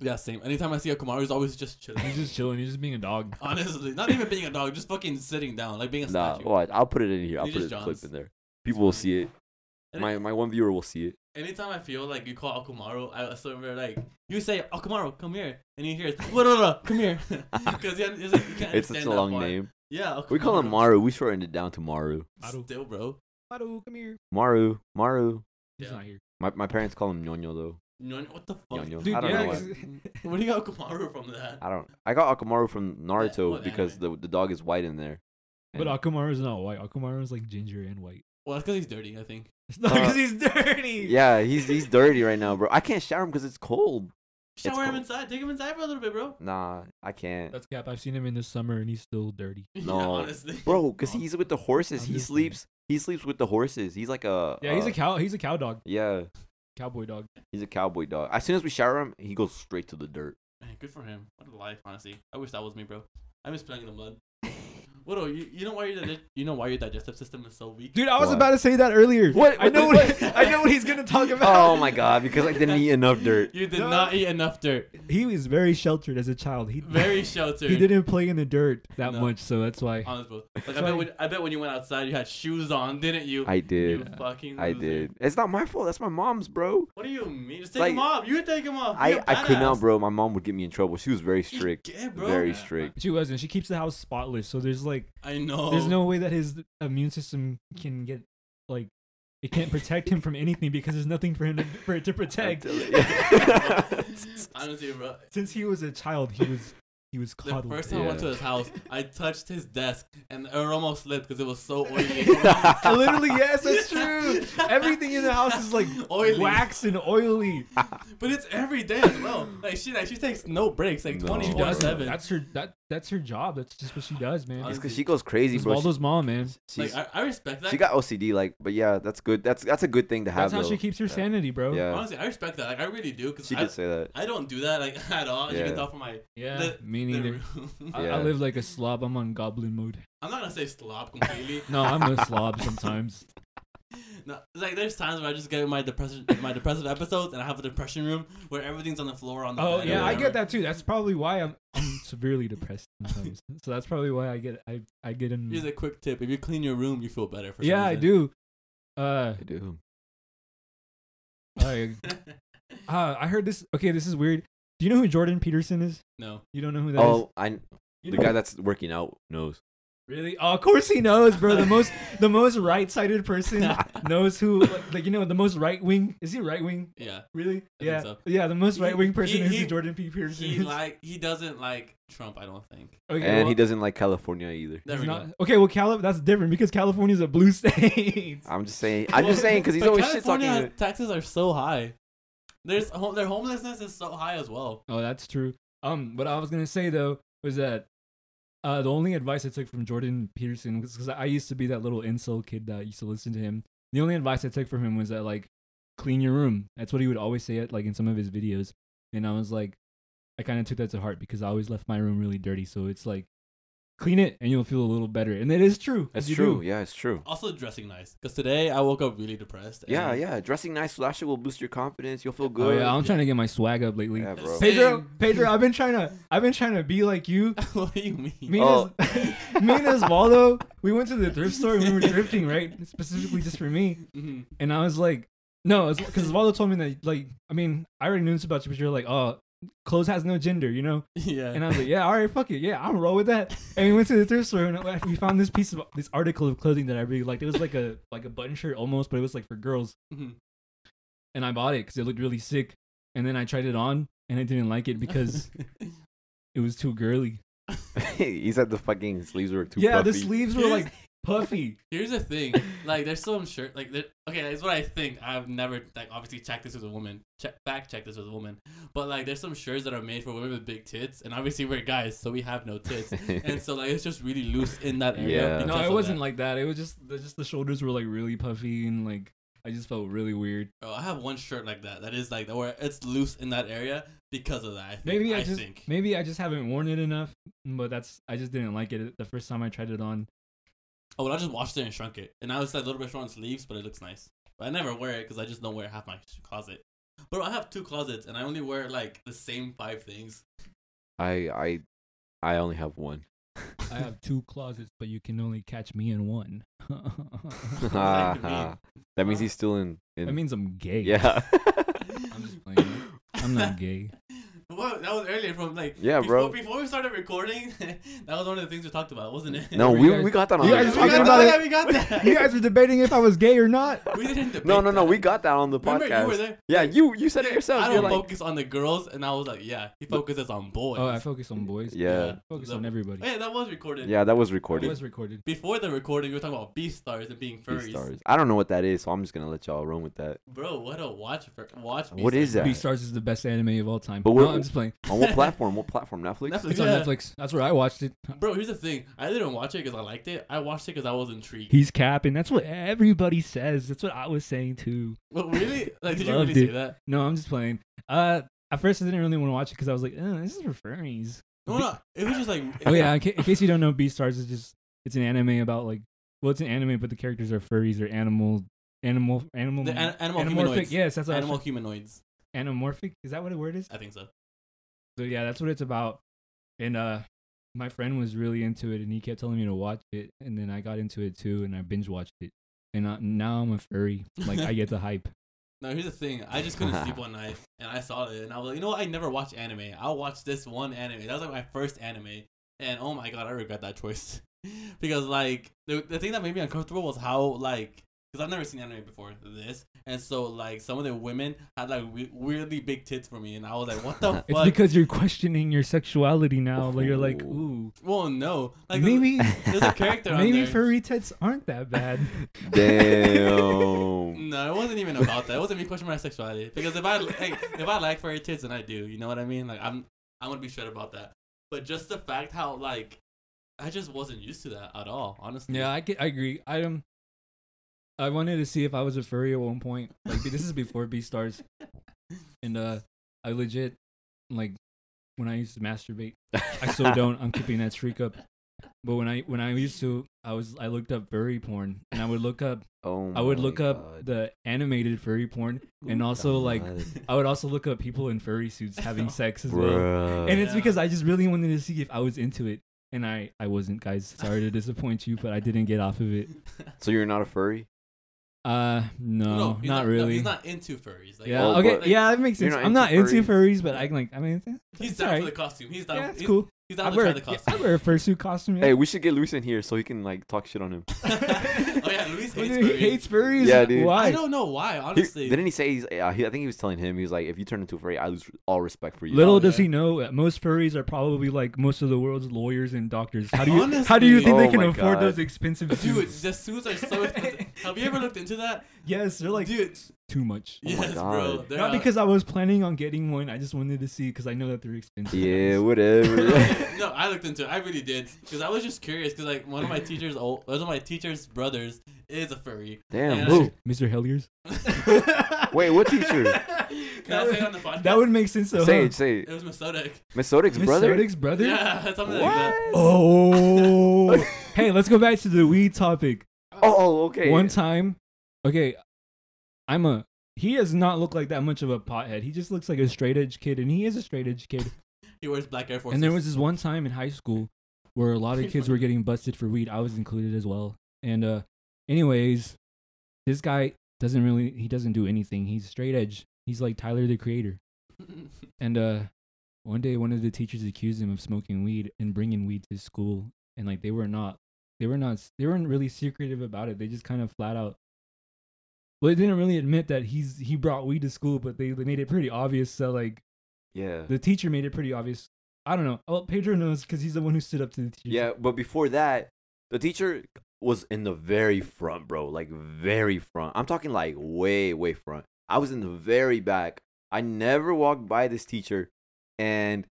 A: Yeah, same. Anytime I see a Kamaru, he's always just chilling.
B: [LAUGHS]
C: He's just chilling. He's just being a dog.
A: Honestly, not even being a dog, just fucking sitting down, like being a
B: nah,
A: statue.
B: watch. I'll put it in here. I'll
A: He's
B: put
A: just
B: it clip
A: John's.
B: in there. People will see it.
A: And
B: My my one viewer will see it.
A: Anytime I feel like you call Akamaru, I so we're like, you say Akamaru, come here, and he hears, what, what, what, come
B: [LAUGHS]
A: here, [LAUGHS] because he, he's like, [LAUGHS] you can't
B: It's such
A: understand
B: a
A: that
B: long
A: far.
B: name.
A: Yeah, Akamaru.
B: We call him Maru. We shortened it down to Maru.
C: Maru.
A: Still, bro.
C: Maru, come here.
B: Maru. Maru.
C: He's
A: Yeah.
C: not here.
B: My my parents call him Nyonyo though.
A: Nyon- What the fuck?
B: Nyonyo.
C: Dude,
B: I don't
C: yeah,
B: know
A: [LAUGHS]
B: why.
C: 'cause-
A: Where do you got Akamaru from that?
B: I don't. I got Akamaru from Naruto
A: what
B: because the the dog is white in there.
C: But
B: And-
C: Akamaru's not white. Akamaru's like ginger and white. [LAUGHS]
A: Well, that's because he's dirty, I think.
C: It's not
B: Uh,
C: because he's dirty.
B: yeah, he's he's dirty right now, bro. I can't shower him because it's cold.
A: Shower him
B: cold.
A: inside. Take him inside for a little bit, bro. [LAUGHS]
B: Nah, I can't,
C: That's cap. I've seen him in the summer and he's still dirty.
A: yeah,
B: No.
A: honestly.
B: bro. Because he's with the horses.
C: I'm
B: He
C: just saying.
B: sleeps. He sleeps with the horses. He's like a
C: Yeah, he's
B: uh,
C: a cow. He's a cow dog.
B: yeah.
C: Cowboy dog.
B: He's a cowboy dog. As soon as we shower him, he goes straight to the
C: [LAUGHS]
B: dirt.
A: Man, good for him. What a life, honestly. I wish that was me, bro. I miss playing in the mud. Widow, you, you know why your dig- you know why your digestive system is so weak?
C: Dude, I was
B: What?
C: about to say that earlier.
B: What-
C: I know
B: what- [LAUGHS]
C: what, [LAUGHS] I know what he's gonna
A: [LAUGHS]
C: talk about.
B: oh my god! Because I didn't eat enough dirt.
A: You did
C: No.
A: not eat enough dirt.
C: He was very sheltered as a child. He
A: Very sheltered.
C: [LAUGHS] he didn't play in the dirt that
A: No.
C: much, so that's why.
A: Honest, bro. Like, I
C: Sorry.
A: bet, when, I bet when you went outside, you had shoes on, didn't you?
B: I
A: you
B: did.
A: fucking
B: I
A: loser.
B: did. It's not my fault. That's my mom's, bro.
A: What do you mean? Just take
B: Like,
A: them off. You take them off. Be
B: I
A: a
B: I could not,
A: badass.
B: bro. My mom would get me in trouble. She was very strict.
A: Yeah, bro.
B: Very strict.
C: She wasn't. She keeps the house spotless, so there's like
B: [LAUGHS]
C: [LAUGHS]
A: I know.
C: there's no way that his immune system can get like It can't protect him from anything because there's nothing for him to, for it to protect.
A: Honestly, bro.
C: Since he was a child, he was he was
A: The
C: coddled.
A: first time I went to his house,
B: [LAUGHS]
A: I touched his desk and it almost slipped because it was so
B: [LAUGHS]
A: oily.
C: [LAUGHS] Literally, yes, that's true. Everything in the house is like
A: [LAUGHS] Oily.
C: wax and oily.
A: But it's every day as well. Like she, like she takes no breaks, like
B: No.
A: twenty
C: She
A: four
C: does.
A: Oh, seven.
C: That's her. That that's her job. That's just what she does, man.
A: Honestly,
B: It's because she goes crazy,
C: It's
B: bro. She,
C: Waldo's mom, man.
A: Like
B: she's-
A: I, I respect that.
B: she got OCD, like, but yeah, that's good. That's that's a good thing to have.
C: That's how
B: though.
C: she keeps her sanity, bro.
B: Yeah,
A: Honestly, I respect that. Like I really do because
B: uh, she
A: I,
B: did say that.
A: I don't do that like [LAUGHS] at all. As you
B: Yeah.
A: can tell from my
C: Yeah,
A: The-
C: me
A: the
C: neither.
A: room. [LAUGHS]
C: I,
B: Yeah.
C: I live like a slob. I'm on goblin mode.
A: I'm not gonna say slob completely.
C: No, I'm a slob sometimes.
A: [LAUGHS] No, like there's times where I just get in my depression, my depressive episodes, and I have a depression room where everything's on the floor on the.
C: Oh
A: bed
C: yeah,
A: or
C: [LAUGHS] I get
A: whatever.
C: that too. That's probably why I'm, I'm severely depressed [LAUGHS] sometimes. So that's probably why I get I I get in.
A: Here's a quick tip: if you clean your room, you feel better. For some
C: yeah, I
A: reason.
C: do. Uh,
B: I do.
C: I, uh, I heard this. Okay, this is weird. Do you know who Jordan Peterson is?
A: [LAUGHS] no,
C: You don't know who that is?
B: Oh, I
C: You
B: the
C: know-
B: guy that's working out knows.
C: Really? Oh, of course he knows, bro.
A: [LAUGHS]
C: The most the most right-sided person knows who like, like, you know the most right wing. Is he right wing?
A: yeah,
C: Really?
A: I think
C: yeah.
A: so.
C: Yeah, the most
A: He-
C: right wing person
A: he-
C: is
A: he-
C: who Jordan P. Peterson.
A: he
C: is.
A: like he doesn't like Trump. I don't think.
C: okay,
B: and
C: well,
B: he doesn't like California either.
A: There
C: he's
A: we
C: not-
A: go.
C: Okay, well Cali- that's different because California's a blue [LAUGHS] state.
B: I'm
C: [LAUGHS]
B: just saying. I'm just saying because he's
A: But
B: always shit
A: California
B: talking.
A: Taxes are so high. There's ho- their homelessness is so high as well.
C: Oh, that's true. Um, what I was gonna say though was that uh, the only advice I took from Jordan Peterson was because I used to be that little incel kid that used to listen to him. The only advice I took from him was that like clean your room. That's what he would always say at like in some of his videos, and I was like, I kind of took that to heart because I always left my room really dirty. So it's like clean it and you'll feel a little better, and it is true. 'cause
B: That's
C: you
B: true.
C: do.
B: Yeah, it's true.
A: Also dressing nice. Cause today I woke up really depressed. and-
B: Yeah, yeah. Dressing nice, so that shit will boost your confidence. You'll feel
C: Oh
B: good.
C: yeah, I'm trying to get my swag up lately.
B: Yeah,
C: [LAUGHS]
B: bro.
C: Pedro,
A: Same.
C: Pedro, I've been trying to, I've been trying to be like you,
A: [LAUGHS] what do you mean?
C: Me and, his, [LAUGHS] me and Osvaldo, we went to the thrift store and we were thrifting, right? Specifically just for me.
B: Oh.
A: Mhm.
C: And I was like, no, because Osvaldo told me that, like, I mean, I already knew this about you, but you're like, oh, clothes has no gender, you know?
A: Yeah.
C: And I was like, yeah, all right, fuck it. Yeah, I'm roll with that. And we went to the thrift store and I- we found this piece of, this article of clothing that I really liked. It was like a, like a button shirt almost, but it was like for girls.
A: Mhm.
C: And I bought it because it looked really sick. And then I tried it on and I didn't like
A: [LAUGHS]
C: it because it was too girly.
B: [LAUGHS] he said the fucking sleeves were too
C: yeah,
B: puffy.
C: the sleeves were like puffy.
A: Here's the thing, like there's some shirt, like there, okay, that's what I think. I've never like obviously checked this with a woman, check fact check this with a woman, but like there's some shirts that are made for women with big tits, and obviously we're guys, so we have no tits, and so like it's just really loose in that area.
B: Yeah.
C: No,
A: because
C: it
A: of
C: wasn't
A: that.
C: like that. It was just the, just the shoulders were like really puffy and like I just felt really weird.
A: Bro, I have one shirt like that. That is like where it's loose in that area because of that. I think.
C: Maybe I,
A: I,
C: just
A: think.
C: maybe I just haven't worn it enough, but that's I just didn't like it the first time I tried it on.
A: Oh, well, I just washed it and shrunk it, and now it's like a little bit short on sleeves, but it looks nice. But I never wear it because I just don't wear half my sh- closet. But I have two closets, and I only wear like the same five things.
B: I I I only have
C: [LAUGHS]
B: one.
C: I have two closets, but you can only catch me in one. [LAUGHS]
B: [LAUGHS]
C: that
A: that mean?
B: Ah, that
C: Uh,
B: means he's still in. in
C: means I'm
B: [LAUGHS]
C: gay.
B: yeah.
C: I'm just playing. I'm not gay.
A: [LAUGHS] Well, that was earlier from like
B: Yeah,
A: before,
B: bro.
A: Before we started recording, [LAUGHS] that was one of the things we talked about, wasn't it? [LAUGHS]
B: [LAUGHS] no,
C: Were
B: we
C: you guys-
B: we got that
C: You
B: on.
A: yeah,
C: guys
A: we
B: the-
C: talking
A: got
C: about
A: that, [LAUGHS]
C: it?
A: We got that.
C: You guys were debating if I was gay or not. [LAUGHS]
A: we didn't. Debate
B: No, no, no.
A: that. [LAUGHS]
B: We got that on the
A: Remember,
B: podcast.
A: you were there.
B: Yeah, you you said it yourself.
A: I
B: You're
A: don't
B: like,
A: focus on the girls, and I was like, yeah, he focuses on boys.
C: Oh, I focus on boys.
B: yeah,
C: Focus
A: The-
C: on everybody.
A: Hey, that was recorded.
B: yeah, that was
C: It
B: recorded.
C: was recorded.
A: Before the recording, we were talking about B stars and being
B: These
A: furries.
B: stars. I don't know what that is, so I'm just gonna let y'all run with that.
A: Bro, what a watch for watch. B-stars.
B: What is that?
C: Beastars is the best anime of all time.
B: But
C: no,
B: we're-
C: I'm just playing.
B: on
C: [LAUGHS]
B: what platform? What platform? Netflix.
A: Netflix.
C: It's
A: Yeah.
C: on Netflix. That's where I watched it.
A: Bro, here's the thing. I didn't watch it because I liked it. I watched it because I was intrigued.
C: He's capping. That's what everybody says. That's what I was saying too.
A: But really, like, did you
C: Loved
A: really
C: it.
A: say that?
C: No, I'm just playing. Uh, at first I didn't really want to watch it because I was like, eh, this is for furries.
A: No, no, it was just like.
C: Oh yeah, in, ca- in case you don't know, Beastars is just it's an anime about like well, it's an anime, but the characters are furries or animal, animal, animal,
A: The an- animal
C: animorphic.
A: humanoids.
C: Yes, that's what I was
A: Animal humanoids.
C: trying- anamorphic. Is that what a word is?
A: I think so.
C: So yeah, that's what it's about. And uh, my friend was really into it, and he kept telling me to watch it, and then I got into it too, and I binge watched it. And uh, now I'm a furry. Like I
A: [LAUGHS]
C: get the hype.
A: No, here's the thing. I just couldn't [LAUGHS] sleep one night, and I saw it, and I was like, you know what? I never watch anime. I'll watch this one anime. That was like my first anime, and [LAUGHS] oh my god, I regret that choice because like the the thing that made me uncomfortable was how like because I've never seen anime before this, and so like some of the women had like we- weirdly big tits for me, and I was like, what the [LAUGHS] fuck?
C: It's because you're questioning your sexuality now. Like you're like, ooh,
B: Ooh.
A: well, no, like
C: [LAUGHS] maybe
B: [LAUGHS]
A: there's a character on
C: maybe
A: there.
C: furry tits aren't that bad.
B: Damn.
A: No, it wasn't even about that. It wasn't me questioning my sexuality because if I like, if I like furry tits, then I do. You know what I mean? Like I'm I'm gonna be straight about that. But just the fact how like I just wasn't used to that at all. Honestly.
C: Yeah, I get, I agree. I um, I wanted to see if I was a furry at one point. Like this is before B stars, and uh, I legit like when I used to masturbate. I
B: [LAUGHS]
C: still don't. I'm keeping that streak up. But when I when I used to, I was I looked up furry porn, and I would look up
B: Oh
C: I would
B: my
C: look up
B: God.
C: the animated furry porn, and
B: [LAUGHS]
C: also like
B: God.
C: I would also look up people in furry
B: [LAUGHS]
C: suits having sex as well
B: Bruh.
C: and it's
A: Yeah.
C: because I just really wanted to see if I was into it, and I I wasn't, guys. Sorry to disappoint you, but I didn't get off
A: [LAUGHS]
C: of it.
B: so you're not a furry?
C: Uh, no,
A: he's
C: not really.
A: he's not into furries. Like,
C: yeah,
B: Oh,
C: okay,
B: but-
C: yeah, that makes
B: You're
C: sense.
B: not
C: I'm not
B: into
C: into furries, but I can like, I mean, it's-
A: He's
C: it's
A: down
C: alright.
A: for the costume. He's down.
C: yeah, it's
A: he's,
C: cool.
A: He's
C: I
A: down to
C: wear,
A: try the
C: yeah,
A: costume.
C: I wear a fursuit costume. Yeah.
B: Hey, we should get Luis in here so he can like talk shit on him.
A: [LAUGHS] oh yeah,
C: [LAUGHS]
A: Luis
C: He
A: hates furries.
C: hates furries.
B: Yeah, dude.
C: Why?
A: I don't know why.
B: He-
A: Honestly,
B: didn't he say he's? Uh, he, I think he was telling him he was like, if you turn into a furry, I lose all respect for you.
C: Little
A: Oh,
C: does
A: yeah.
C: he know, uh, most furries are probably like most of the world's lawyers and doctors. How do you how do you
A: Honestly.
C: think they
B: Oh
C: can
B: my
C: afford
B: God.
C: those expensive
A: dude,
C: suits?
A: the suits are
C: [LAUGHS]
A: so expensive. Have you ever looked into that?
C: Yes, they're like
A: dude,
C: too much.
B: Oh my
A: yes, bro.
B: God.
A: They're
C: Not
A: out-
C: because I was planning on getting one. I just wanted to see because I know that they're expensive.
B: [LAUGHS] Yeah,
C: [LAUGHS]
B: whatever.
A: no, I looked into it. I really did because I was just curious. Because like one of my teachers, old, one of my teacher's brothers is a furry.
B: [LAUGHS]
A: [LAUGHS]
B: Damn.
A: Yeah.
B: Who?
C: Mr. Helliers. [LAUGHS]
B: Wait, what teacher?
A: Can I say it on the podcast?
C: That would make sense though.
B: Say it.
C: huh?
B: Say
A: It
B: it.
A: was Masodic.
B: Mesodic's
C: Miss
B: brother.
C: Sardick's brother?
A: Yeah, [LAUGHS] something like that.
B: What? [LAUGHS]
C: Oh. hey, let's go back to the weed topic.
B: Oh, okay.
C: One time, okay, I'm a. He does not look like that much of a pothead. He just looks like a straight edge kid, and he is a straight edge kid.
A: He wears black Air Force.
C: And there was this one time in high school where a lot of kids were getting busted for weed. I was included as well. And uh anyways, this guy doesn't really he doesn't do anything. He's straight edge. He's like Tyler the creator. And uh one day one of the teachers accused him of smoking weed and bringing weed to school and like they were not they were not they weren't really secretive about it. They just kind of flat out well, they didn't really admit that he's he brought weed to school, but they, they made it pretty obvious that like
B: Yeah.
C: the teacher made it pretty obvious. I don't know. Well, Pedro knows because he's the one who stood up to the teacher.
B: Yeah, but before that, the teacher was in the very front, bro. Like very front. I'm talking like way, way front. I was in the very back. I never walked by this teacher, and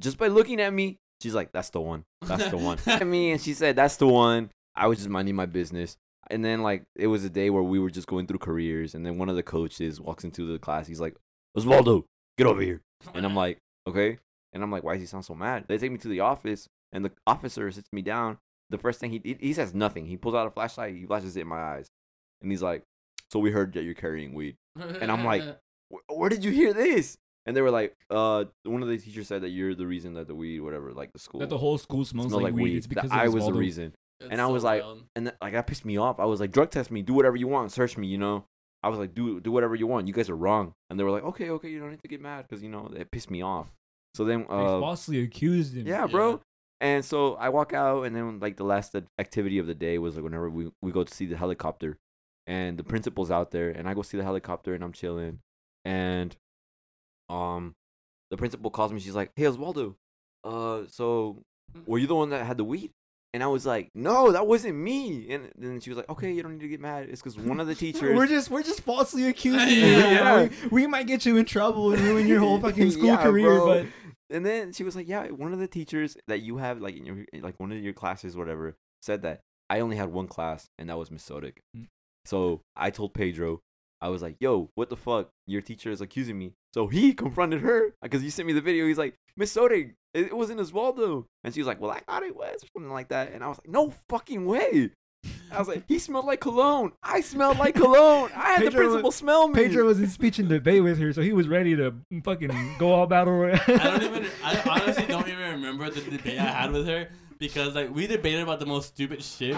B: just by looking at me, she's like, "That's the one. That's the one." at me, and she said, "That's the one." I was just minding my business, and then like it was a day where we were just going through careers, and then one of the coaches walks into the class. He's like, "Osvaldo, get over here." [LAUGHS] And I'm like, okay. And I'm like, why does he sound so mad? They take me to the office, and the officer sits me down. The first thing he he, he says nothing. He pulls out a flashlight. He flashes it in my eyes, and he's like, "So we heard that you're carrying weed. and I'm like, Where, where did you hear this?" And they were like, "Uh, one of the teachers said that you're the reason that the weed, whatever, like the school
C: that the whole school smells,
B: smelled
C: like, weed. It's
B: that
C: because of
B: I was the
C: Osvaldo.
B: reason."
A: That's
B: and I was like-
A: wild.
B: And that, like that pissed me off. I was like, "Drug test me. Do whatever you want. Search me. You know." I was like, "Do do whatever you want. You guys are wrong." And they were like, "Okay, okay. You don't need to get mad because you know it pissed me off." So then,
C: They
B: uh,
C: falsely accused him.
B: Yeah,
A: Yeah.
B: bro. And so I walk out, and then like the last ac- activity of the day was like whenever we, we go to see the helicopter, and the principal's out there, and I go see the helicopter, and I'm chilling, and um, the principal calls me. She's like, "Hey, Oswaldo, uh, so were you the one that had the weed?" And I was like, "No, that wasn't me." And then she was like, "Okay, you don't need to get mad. It's because one of the teachers."
C: [LAUGHS] We're just we're just falsely accusing
B: [LAUGHS]
C: you.
A: Yeah.
C: Yeah. We, we might get you in trouble and ruin your whole fucking school
B: Yeah,
C: career,
B: bro. [LAUGHS]
C: but
B: And then she was like, "Yeah, one of the teachers that you have, like in your like one of your classes, whatever, said that I only had one class, and that was Mesodic.
C: Mm.
B: So I told Pedro, I was like, "Yo, what the fuck? Your teacher is accusing me." So he [LAUGHS] confronted her because you sent me the video. He's like, "Mesodic, it, it wasn't Oswaldo," and she was like, "Well, I thought it was," or something like that. And I was like, "No fucking way." I was like, he smelled like cologne. I smelled like cologne. I had the
C: Pedro was-
B: principal smell me.
C: Pedro was in speech and debate with her, so he was ready to fucking go all battle royale.
B: [LAUGHS]
A: I don't even. I honestly don't even remember the debate I had with her because like we debated about the most stupid shit.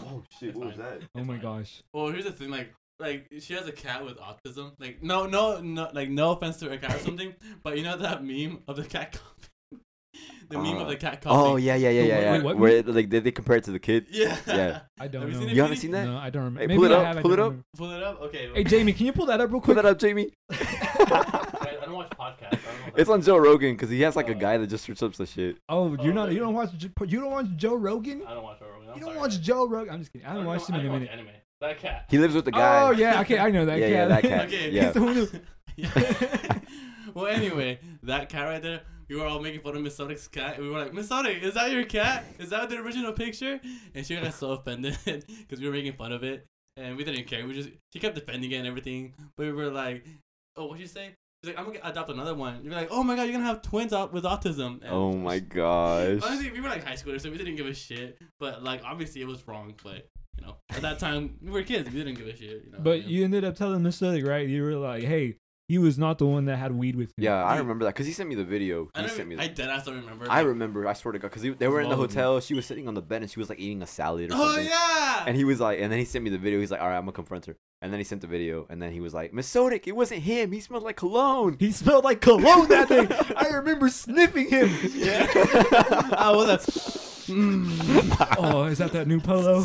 B: Oh shit! What was that?
C: [LAUGHS] Oh my gosh.
A: Well, here's the thing, like. Like she has a cat with autism. Like
C: [LAUGHS]
A: no, no, no. Like no offense to her cat or something, but you know that meme of the cat. the meme
B: Uh,
A: of the cat coughing.
B: Oh yeah, yeah, yeah,
C: Wait,
B: yeah. yeah.
C: what
B: Where it, like did they compare it to the kid?
A: [LAUGHS] yeah,
B: yeah.
C: I don't
A: Have you
C: know.
A: seen
B: You haven't seen that?
C: No, I don't remember.
B: Hey,
C: Maybe
B: pull it
C: I
B: up,
C: have, I
B: pull
C: don't
B: it up.
C: remember.
A: Pull it up. Okay.
C: Hey Jamie, can you pull that up real
B: Put
C: quick?
B: that
A: [LAUGHS]
B: up, Jamie.
A: Guys, I don't watch podcasts. I don't know
B: it's on Joe Rogan because he has like a guy that just searches up the shit.
C: Oh,
A: Oh,
C: you're not. You
A: yeah.
C: don't watch. J- You don't watch Joe Rogan.
A: I don't watch Orwell. I'm
C: You don't
A: sorry.
C: watch Joe Rogan. I'm just kidding. I
B: Oh,
C: haven't
A: don't
C: watched
A: know-
C: him in
A: I
C: a
A: don't
C: minute.
A: watch anime. That cat.
B: He lives with the guy.
C: Oh yeah, okay, I know
B: [LAUGHS]
C: that
B: Yeah,
C: cat.
B: yeah, that cat.
A: Okay.
B: Yeah.
C: [LAUGHS] He's the one who.
A: Yeah. [LAUGHS] well, anyway, that cat right there, we were all making fun of Miss Sonic's cat. We were like, Miss Sonic, is that your cat? Is that the original picture? And she got so offended [LAUGHS] because we were making fun of it. And we didn't care. We just, she kept defending it and everything. But we were like, oh, what'd you say? She's like, I'm going to adopt another one. You're like, oh my God, you're going to have twins out with autism. And
B: Oh my gosh.
A: Honestly, we were like high schoolers, so we didn't give a shit. But like, obviously, it was wrong. But you know, at that time, we were kids. We didn't give a shit. You know.
C: But
A: yeah.
C: you ended up telling Miss Selig, right? You were like, "Hey, he was not the one that had weed with him."
B: Yeah, I
A: Dude.
B: remember that because he sent me the video.
A: I
B: He
A: don't.
B: sent me.
A: even-
B: The,
A: I
B: I,
A: dead ass don't remember.
B: remember. I swear to God, because they were in the
A: Love.
B: hotel. She was sitting on the bed and she was like eating a salad or
A: Oh
B: something.
A: yeah.
B: And he was like, and then he sent me the video. He's like, all right, I'm gonna confront her. And then he sent the video, and then he was like, Miss Sonic, it wasn't him. He smelled like cologne.
C: He smelled like cologne
B: [LAUGHS]
C: that day. I remember sniffing him.
A: [LAUGHS] yeah. oh well, that's. [LAUGHS] Mm.
B: [LAUGHS]
C: Oh, is that that new polo?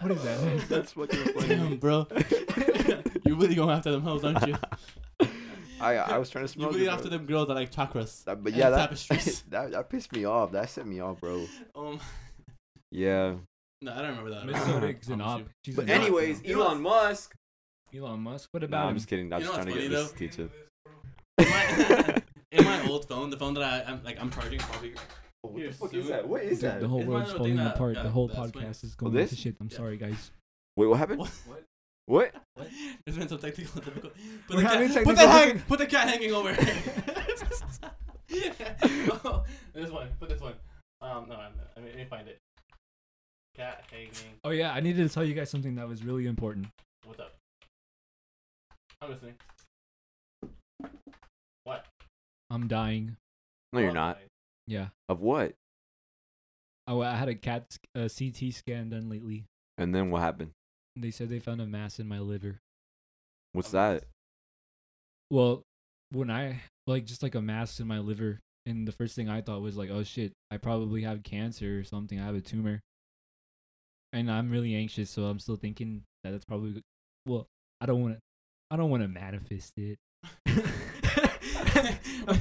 C: What is that?
B: [LAUGHS]
A: [LAUGHS]
B: That's fucking
A: Damn,
B: [LAUGHS]
A: bro. you really going after them hoes, aren't you?
B: [LAUGHS] I I was trying to
A: You
B: smell.
A: really
B: good,
A: after
B: bro.
A: them girls that like chakras.
B: That- Uh, but
A: and
B: yeah, [LAUGHS] that,
A: tapestries.
B: that that pissed me off. That set me off, bro.
A: [LAUGHS] Um,
B: Yeah.
A: no, I don't remember that.
C: Miss
A: I
C: Sodig's an
A: promise
C: op.
A: you.
C: She's
B: But
C: an op.
B: anyways,
A: You know
B: Elon Musk.
C: Elon Musk. What
B: Nah,
C: about
B: I'm
C: him?
B: just kidding. I'm
A: You
B: just
A: know
B: trying to
A: what's
B: get
A: funny,
B: this
A: [LAUGHS]
B: teacher.
A: My- In my old phone, the phone that I, I'm like, I'm charging probably.
B: What
A: Here,
B: the fuck
A: so-
B: is that? What is
C: Dude,
B: that?
C: the whole
A: It's my
C: world's
A: little
C: falling
A: thing that-
C: apart. the
A: yeah,
C: whole
A: that's fine.
C: podcast is going
B: this?
C: to shit. I'm
A: Yeah.
C: sorry, guys.
B: Wait, what happened?
A: What?
B: What?
A: [LAUGHS] There's been some technical difficulty. Put
C: We're
A: the cat,
C: having
A: put
C: technical
A: the hang,
C: difficult-
A: put the cat hanging over.
B: [LAUGHS]
A: [LAUGHS] oh, this one, put this one. Um, no, I'm, I mean, let me find it. Cat hanging.
C: Oh yeah, I needed to tell you guys something that was really important.
A: What's up? I'm listening. What?
C: I'm dying.
B: No, you're not.
C: Yeah.
B: Of what?
C: Oh, I had a cat sc- a CT scan done lately.
B: And then what happened?
C: They said they found a mass in my liver.
B: What's that?
C: Well, when I like just like a mass in my liver, and the first thing I thought was like, oh shit, I probably have cancer or something. I have a tumor, and I'm really anxious, so I'm still thinking that that's probably. g- Well, I don't want to, I don't want to manifest it, [LAUGHS] but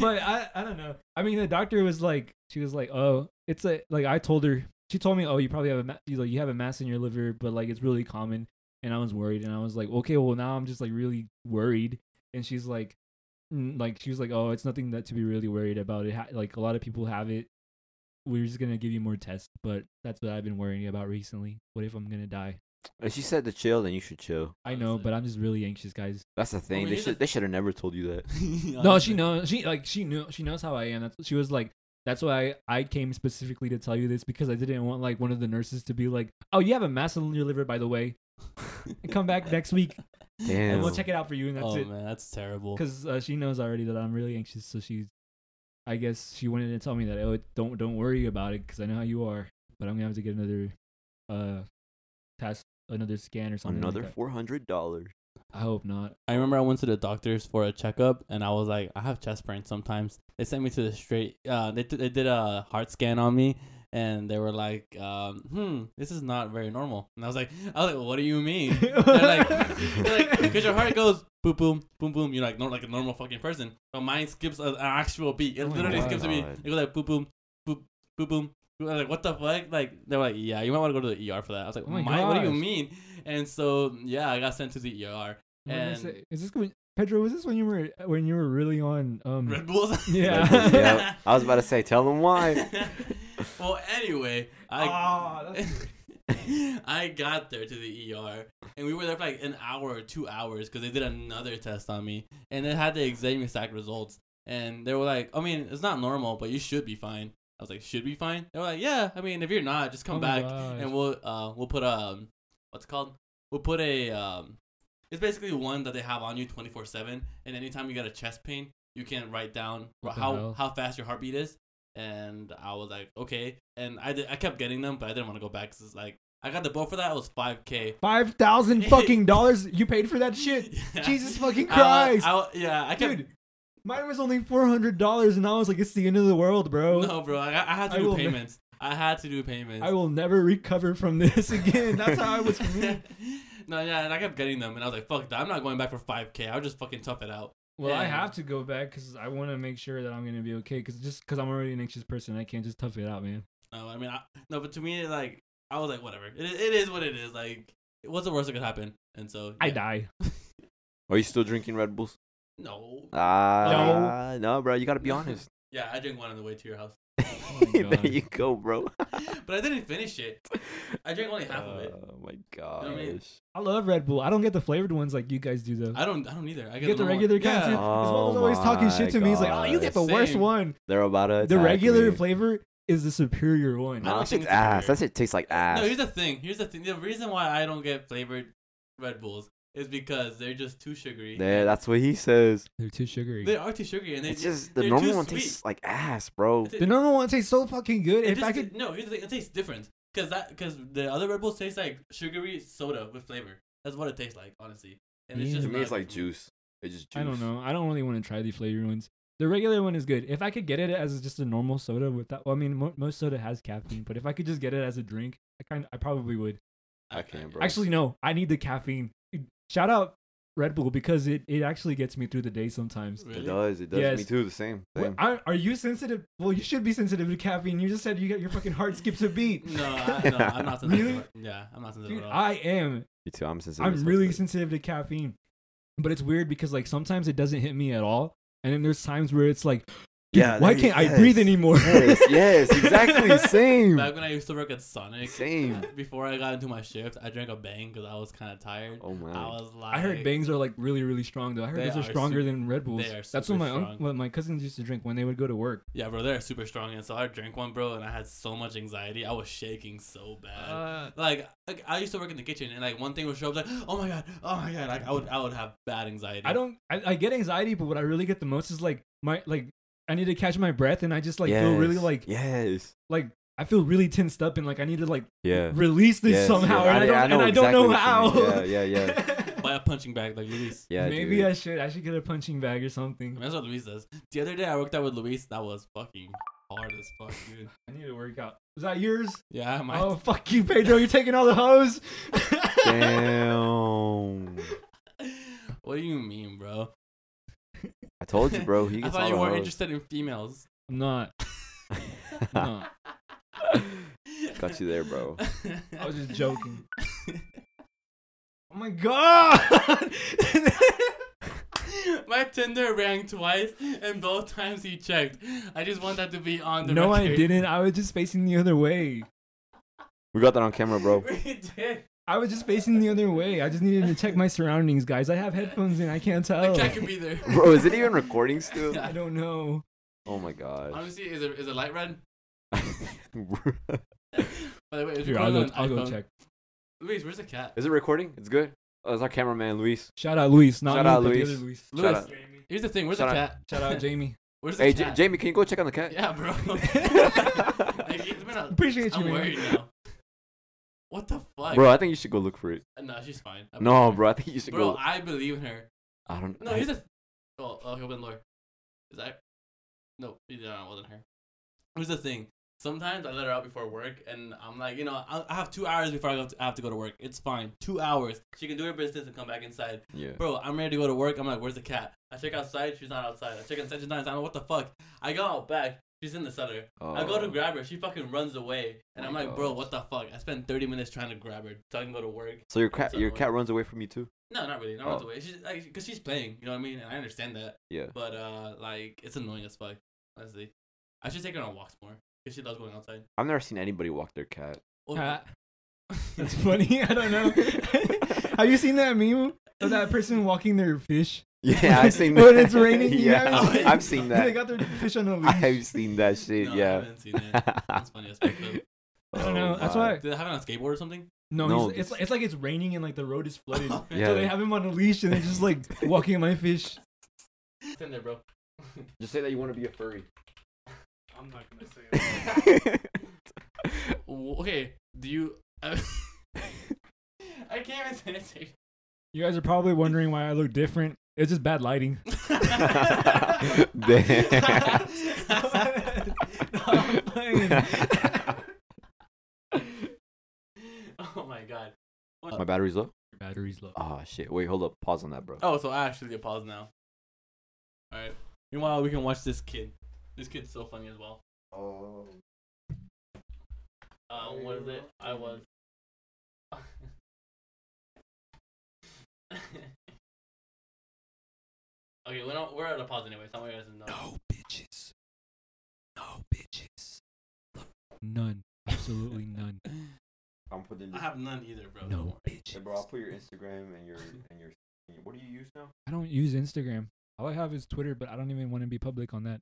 C: I
A: [LAUGHS]
C: I don't know. I mean, the doctor was like, she was like, oh, it's a like I told her. She told me, oh, you probably have a ma- you like you have a mass in your liver, but like it's really common. And I was worried, and I was like, okay, well now I'm just like really worried. And she's like, mm, like she was like, "Oh, it's nothing that to be really worried about. It ha- like a lot of people have it. We're just gonna give you more tests, but that's what I've been worrying about recently. What if I'm gonna die?
B: And she said to chill, then you should chill.
C: I know,
A: Honestly.
C: but I'm just really anxious, guys.
B: That's the thing.
A: mean,
B: they
A: he's
B: should
A: a-
B: they should have never told you that.
A: Um,
C: No, she knows. She like she knew. She knows how I am. That's she was like. That's why I came specifically to tell you this because I didn't want like one of the nurses to be like, "Oh, you have a mass in your liver, by the way. Come back next week and
B: [LAUGHS]
C: we'll
B: Damn.
C: check it out for you." And that's
A: oh
C: it.
A: man, that's terrible.
C: because uh, she knows already that I'm really anxious. So she's, I guess she wanted to tell me that oh don't don't worry about it because I know how you are. But I'm gonna have to get another, uh, test another scan or something. like
B: Another
C: that.
B: four hundred dollars.
C: I hope not.
A: I remember I went to the doctors for a checkup, and I was like, I have chest pain sometimes. They sent me to the straight. Uh, they t- they did a heart scan on me, and they were like, um, "Hmm, this is not very normal." And I was like, "I was like, what do you mean?" [LAUGHS] they're
C: [LAUGHS]
A: like, they're like, "Because your heart goes boom, boom, boom, boom. You're like, no, like a normal fucking person, but mine skips a, an actual beat. It
C: Oh my
A: literally
C: God.
A: skips a beat.
B: God.
A: It goes like boom, boom, boom, boom, boom." I was like, what the fuck? Like, they were like, yeah, you might want to go to the ER for that. I was like,
C: Oh my
A: "Mine? what do you
C: gosh.
A: mean? And so, yeah, I got sent to the ER.
C: What did I
A: And-
C: say? is this when, Pedro? Was this when you were when you were really on um?
A: Red Bulls.
C: Yeah.
B: Red Bulls,
C: [LAUGHS]
B: yeah. I was about to say, tell them why.
A: [LAUGHS] well, anyway,
C: Ah,
A: I [LAUGHS] I got there to the ER, and we were there for like an hour or two hours because they did another test on me, and they had the exact exact results, and they were like, I mean, it's not normal, but you should be fine. I was like, should be fine. They were like, yeah, I mean, if you're not, just come
C: Oh my
A: back,
C: gosh.
A: and we'll uh we'll put um what's it called we'll put a um it's basically one that they have on you 24 7 and anytime you got a chest pain you can write down
C: What the
A: how
C: hell?
A: how fast your heartbeat is and i was like okay and i did, i kept getting them but i didn't want to go back 'cause it's like i got the bill for that it was 5k
C: Five
A: [LAUGHS]
C: thousand fucking dollars you paid for that shit.
A: Yeah.
C: Jesus fucking
A: I wa-
C: Christ,
A: I wa- [LAUGHS] yeah i kept
C: dude. Mine was only four hundred dollars, and I was like, "It's the end of the world, bro.
A: No, bro. I, I had to
C: I
A: do
C: will ne-
A: payments. I had to do payments.
C: I will never recover
A: [LAUGHS]
C: from this again." That's how I was.
A: no, yeah, and I kept getting them, and I was like, "Fuck that! I'm not going back for 5k. I'll just fucking tough it out."
C: Well, I
A: Yeah.
C: have to go back because I want to make sure that I'm gonna be okay. Because just because I'm already an anxious person, I can't just tough it out, man.
A: No, I mean, I, no, but to me, like, I was like, whatever. It, it is what it is. Like, what's the worst that could happen? And so
C: I
A: yeah. [LAUGHS]
C: die.
B: Are you still drinking Red
C: [LAUGHS]
B: Bulls?
A: No.
B: Ah, no, bro. You gotta be honest.
A: Yeah, I drank one on the way to your house,
C: Oh my
B: [LAUGHS] there
C: Oh [LAUGHS] God.
B: you go,
C: [LAUGHS]
B: bro.
A: but I didn't finish it. I drank only half of it.
C: Uh,
B: Oh my
A: know what I mean?
B: gosh.
C: I love Red Bull. I don't get the flavored ones like you guys do though.
A: I don't. I don't either. I
C: you
A: get,
C: get the
A: normal-
C: regular kind
A: Yeah.
C: too. This one was
B: Oh
C: always talking
B: my
C: shit to me. He's like, "Oh, you get the worst
A: Same.
C: one.
B: They're about to
C: The
B: attack
C: regular
B: me.
C: flavor is the superior one."
A: I
B: Nah,
A: don't
B: that
A: think
B: shit's
A: it's superior.
B: ass. That shit tastes like ass.
A: No, here's the thing. Here's the thing. The reason why I don't get flavored Red Bulls is because they're just too sugary.
B: there, that's what he says.
C: They're too sugary.
A: They are too sugary, and they
B: It's just the
A: they're
B: normal
A: too
B: one
A: sweet.
B: tastes like ass, bro.
A: It's-
C: The normal one tastes so fucking good.
A: It
C: If I
A: just-
C: could,
A: no, here's the thing. It tastes different because that because the other Red Bulls taste like sugary soda with flavor. That's what it tastes like, honestly. And it's
C: Yeah.
A: just
C: To
B: To me, it's
A: not
B: like
A: good for
B: juice. It's just juice.
C: I don't know. I don't really want to try the flavored ones. The regular one is good. If I could get it as just a normal soda without, well, I mean, mo- most soda has caffeine, but if I could just get it as a drink, I kind, I probably would.
B: I can't, bro.
C: Actually, no, I need the caffeine. Shout out Red Bull because it, it actually gets me through the day sometimes.
A: Really?
B: It does. It does. Me
C: Yes.
B: too. The same.
C: What,
B: same.
C: I, are you sensitive? Well, you should be sensitive to caffeine. You just said you got your fucking heart skips a
A: [LAUGHS]
C: beat.
A: No, I, no, I'm
B: [LAUGHS]
A: not sensitive.
C: Really?
A: at- Yeah, I'm not sensitive
C: [LAUGHS] Dude,
A: at all.
C: I am.
B: Me too. I'm sensitive. as
C: I'm
B: fuck,
C: really
B: bro.
C: sensitive to caffeine, but it's weird because like sometimes it doesn't hit me at all, and then there's times where it's like, dude,
B: Yeah,
C: why
B: there-
C: can't I
B: yes.
C: breathe anymore?
B: yes. Yes.
C: [LAUGHS]
B: Exactly. Same.
A: Back when I used to work at Sonic,
B: Same.
A: [LAUGHS] before I got into my shift, I drank a Bang because I was kind of tired.
B: Oh my.
A: I was like,
C: I heard bangs are like really really strong though. I heard
A: They
C: those are,
A: are
C: stronger
A: sup-
C: than Red Bulls.
A: they are
C: That's what
A: super
C: my un-
A: strong.
C: what my cousins used to drink when they would go to work.
A: Yeah, bro, they're super strong. And so I drank one, bro, and I had so much anxiety. I was shaking so bad. like, like I used to work in the kitchen, and like one thing would show up, like, oh my god, oh my god, like I would, I would have bad anxiety.
C: I don't. I, I get anxiety, but what I really get the most is like my like I need to catch my breath, and I just like feel really
B: Yes,
C: like
B: Yes.
C: like I feel really tensed up, and like I need to like
B: Yeah.
C: release this
B: yes,
C: somehow,
B: yeah.
C: and I, don't and I don't know
B: exactly what
C: how.
B: you mean. Yeah. Yeah.
C: [LAUGHS]
B: Yeah.
A: buy a punching bag like Luis.
B: Yeah.
C: Maybe
B: dude.
C: I should. I should get a punching bag or something.
A: That's what Luis does. The other day I worked out with Luis. That was fucking hard as fuck, dude.
C: I need to work out. Was that yours?
A: Yeah, my
C: Oh fuck you, Pedro! You're taking all the hoes.
B: Damn.
A: [LAUGHS] what do you mean, bro?
B: I told you, bro.
A: [LAUGHS]
B: He
A: I
B: gets
A: thought
B: all
A: you
B: the
A: weren't
B: hoes.
A: interested in females.
C: I'm not.
B: [LAUGHS]
A: [LAUGHS]
C: I'm not.
B: Got you there, bro.
C: I was just joking. Oh my god!
A: My Tinder rang twice, and both times he checked. I just want that to be on the
C: no,
A: [LAUGHS]
C: I
A: record.
C: didn't. I was just facing the other way.
B: We got that on camera, bro.
A: We did.
C: I was just facing the other way. I just needed to check my surroundings, guys. I have headphones in. I can't
A: The
C: tell.
A: cat could be there.
B: Oh. Bro, is it even recording still?
C: [LAUGHS] I don't know.
B: Oh my gosh.
A: Honestly, is it is it light
C: [LAUGHS]
A: red?
B: [LAUGHS] is
A: By the way, it's
C: Here, I'll go.
A: recorded on
C: I'll go
A: iPhone.
C: check.
A: Luis, where's the cat?
B: it recording? It's good. Oh, it's our cameraman, Luis.
C: Shout out Luis, not
B: Shout
C: me,
B: out
C: but
B: Luis.
C: the other Luis.
A: Luis,
B: out.
A: here's the thing. Where's
B: Shout
A: the
B: out.
A: cat?
C: Shout
A: [LAUGHS]
C: out Jamie.
A: Where's the
B: Hey, J-
A: cat?
B: Jamie, can you go check on the cat?
A: Yeah,
C: [LAUGHS]
A: bro. like, it's been a,
C: Appreciate you,
A: I'm worried
C: man.
A: now. What the fuck?
B: Bro, I think you should go look for it.
A: No, she's fine. I
B: No,
A: believe
B: bro, I think you
A: her.
B: should
A: Bro,
B: go.
A: I believe in her.
B: I don't
A: No,
B: I-
A: here's the. [LAUGHS] Oh, oh, he opened the door. Is that? No, he- no, it wasn't her. Here's the thing. Sometimes I let her out before work, and I'm like, you know, I I have two hours before I, go to, I have to go to work. It's fine. Two hours. She can do her business and come back inside.
B: Yeah.
A: Bro, I'm ready to go to work. I'm like, where's the cat? I check outside. She's not outside. I check inside. She's not inside. I'm like, what the fuck? I go out back. She's in the cellar. I go to
B: Oh.
A: grab her. She fucking runs away. And
B: My
A: I'm like, bro,
B: gosh.
A: what the fuck? I spent 30 minutes trying to grab her so I can go to work.
B: So your cat
A: So-
B: your cat runs away from you too?
A: No, not really. Not
B: Oh.
A: runs away. She's like, cause she's playing. You know what I mean? And I understand that.
B: Yeah.
A: But uh, like it's annoying as fuck. Honestly, I should take her on walks more because she loves going outside.
B: I've never seen anybody walk their cat.
A: Oh,
C: Cat. [LAUGHS]
A: [LAUGHS]
C: That's funny. I
B: [LAUGHS]
C: don't know. Have you seen that meme of that person walking their fish? [LAUGHS]
B: Yeah, I've seen
C: When it's raining,
B: [LAUGHS]
C: you
B: yeah,
A: haven't seen-
B: I've
C: [LAUGHS]
B: seen
C: They
B: that.
C: got their
B: [LAUGHS]
C: fish on a leash. I,
B: I've [LAUGHS]
A: [LAUGHS]
B: seen that shit.
A: No, I
B: yeah.
A: haven't seen that.
B: [LAUGHS]
C: [LAUGHS]
A: That's funny as fuck. though.
C: don't
B: Oh
C: know. That's
B: my.
C: why.
A: Did they have it on a skateboard or
C: [LAUGHS]
A: something?
C: No,
B: No,
C: he's- it's,
B: this-
C: like- it's like it's raining and like the road is [LAUGHS] flooded.
A: [LAUGHS]
B: Yeah.
C: So they have him on a leash and they're just like walking my fish.
A: It's in there, bro. [LAUGHS]
B: Just say that you want to be a [LAUGHS]
C: [LAUGHS]
B: furry.
A: I'm not gonna [LAUGHS] say okay, do you? [LAUGHS] I, can't even say it.
C: You guys are probably wondering why I look different. It's just bad lighting.
B: [LAUGHS]
A: [LAUGHS]
C: [LAUGHS]
B: Damn.
A: No, I'm
B: [LAUGHS]
A: playing. [LAUGHS] oh my god.
B: My battery's low.
C: Batteries low.
B: Oh shit. Wait, hold up. Pause on that, bro.
A: Oh, so I actually get paused now. All right. Meanwhile, we can watch this kid. This kid's so funny as well.
B: Oh.
A: Uh, what is it? I was. [LAUGHS] okay, we're not, we're at a pause anyway. So I'm gonna guys know.
C: No bitches. No bitches. None. Absolutely none.
B: I'm
A: [LAUGHS]
B: putting.
A: I have none either, bro. Don't
C: [LAUGHS] No
A: worry.
C: bitches.
B: put your Instagram and your and your. [LAUGHS] What do you use now,
C: I don't use Instagram. All I have is Twitter, but I don't even want to be public on that.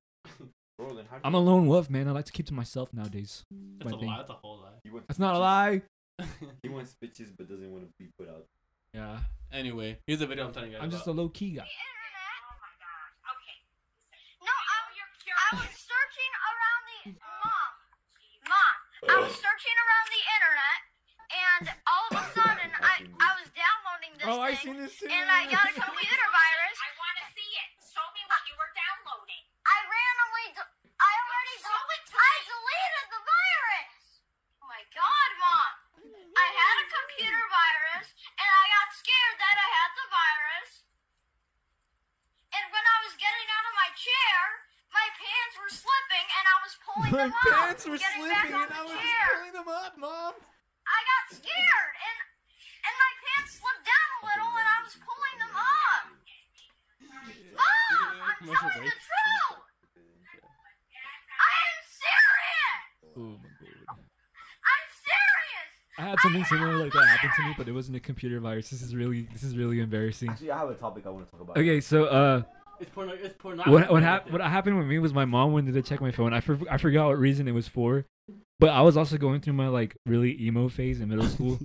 B: bro? Then how
C: I'm a lone wolf, man. I like to keep to myf nowadays.
A: That's a
C: my thing.
A: lie. That's a whole lie. [LAUGHS]
B: you want
C: That's not a lie.
B: He wants bitches but doesn't want to be put out.
C: Yeah.
A: anyway, here's a video I'm telling you guys
C: I'm just a
A: about.
C: low key guy.
D: internet. Oh my gosh. Okay. No, I, I was searching around the mom. Mom. I was searching around the internet and all of a sudden I, I was downloading
C: Oh,
D: this thing
C: this
D: and I got a
C: [LAUGHS]
D: computer virus.
E: I want to see it. Show me what you were downloading.
D: I randomly d I already
E: So
D: del- I deleted the virus. Oh my god, mom. I had a computer virus and I got scared that I had the virus. And when I was getting out of my chair, my pants were slipping and I was pulling them up. getting back on the chair.
C: them up, mom.
D: I got scared and and my pants slipped down a little and I was pulling them up. Mom,
A: We're
D: Ah, I'm
A: gonna have a commercial
D: telling the
A: break.
D: truth. I am serious.
C: Oh my god.
D: [LAUGHS] I'm serious.
C: I had something similar like that happen to me, but it wasn't a computer virus. This is really, this is really embarrassing.
B: Actually, I have a topic I want to talk about.
C: Okay, so uh,
A: It's porno. It's pornography.
C: what what,
A: right
C: hap-
A: there.
C: what happened with me was my mom wanted to check my phone. I for- I forgot what reason it was for, but I was also going through my like really emo phase in middle school,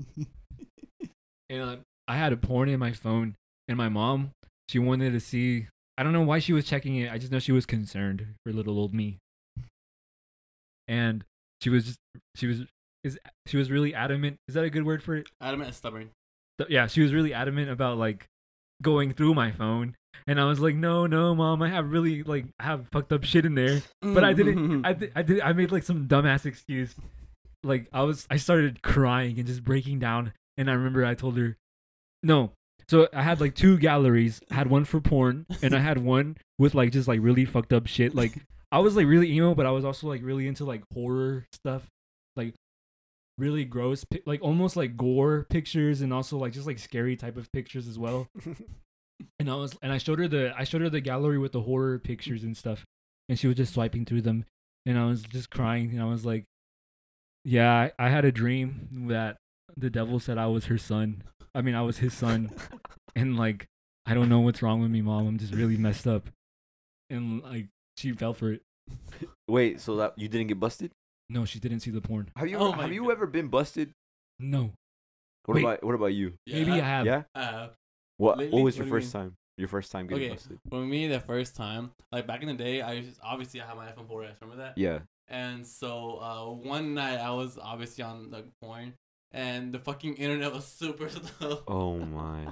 C: and uh, I had a porn in my phone, and my mom she wanted to see. I don't know why she was checking it. I just know she was concerned for little old me, and she was just she was is she was really adamant. Is that a good word for it?
A: Adamant is stubborn.
C: th- yeah, she was really adamant about like going through my phone, and I was like, no, no, mom, I have really like I have fucked up shit in there, but
A: [LAUGHS]
C: I
A: Mm-hmm.
C: didn't. I th- I did. I made like some dumbass excuse. Like I was, I started crying and just breaking down, and I remember I told her, no. So I had like two galleries. I had one for porn, and I had one with like just like really fucked up shit. Like I was like really emo, but I was also like really into like horror stuff, like really gross, pi- like almost like gore pictures, and also like just like scary type of pictures as well.
B: [LAUGHS]
C: and I was and I showed her the I showed her the gallery with the horror pictures and stuff, and she was just swiping through them, and I was just crying, and I was like, "Yeah, I, I had a dream that the devil said I was her son. I mean, I was his
B: [LAUGHS]
C: son, and like I don't know what's wrong with me, mom. I'm just really messed up." And like she fell for it.
B: Wait, so that you didn't get busted?
C: No, she didn't see the porn.
B: Have you
A: Oh my
B: have you
A: God.
B: ever been busted?
C: No.
B: What
C: Wait.
B: about what about you?
C: Maybe I have.
B: yeah.
A: Uh,
B: What
A: Lately?
B: what was your
A: What do you
B: first time? Your first time getting
A: Okay.
B: busted?
A: for me, the first time, like back in the day, I used, obviously I had my iPhone 4S. Remember that?
B: Yeah.
A: And so uh, one night I was obviously on the porn, and the fucking internet was super [LAUGHS] slow.
B: Oh my.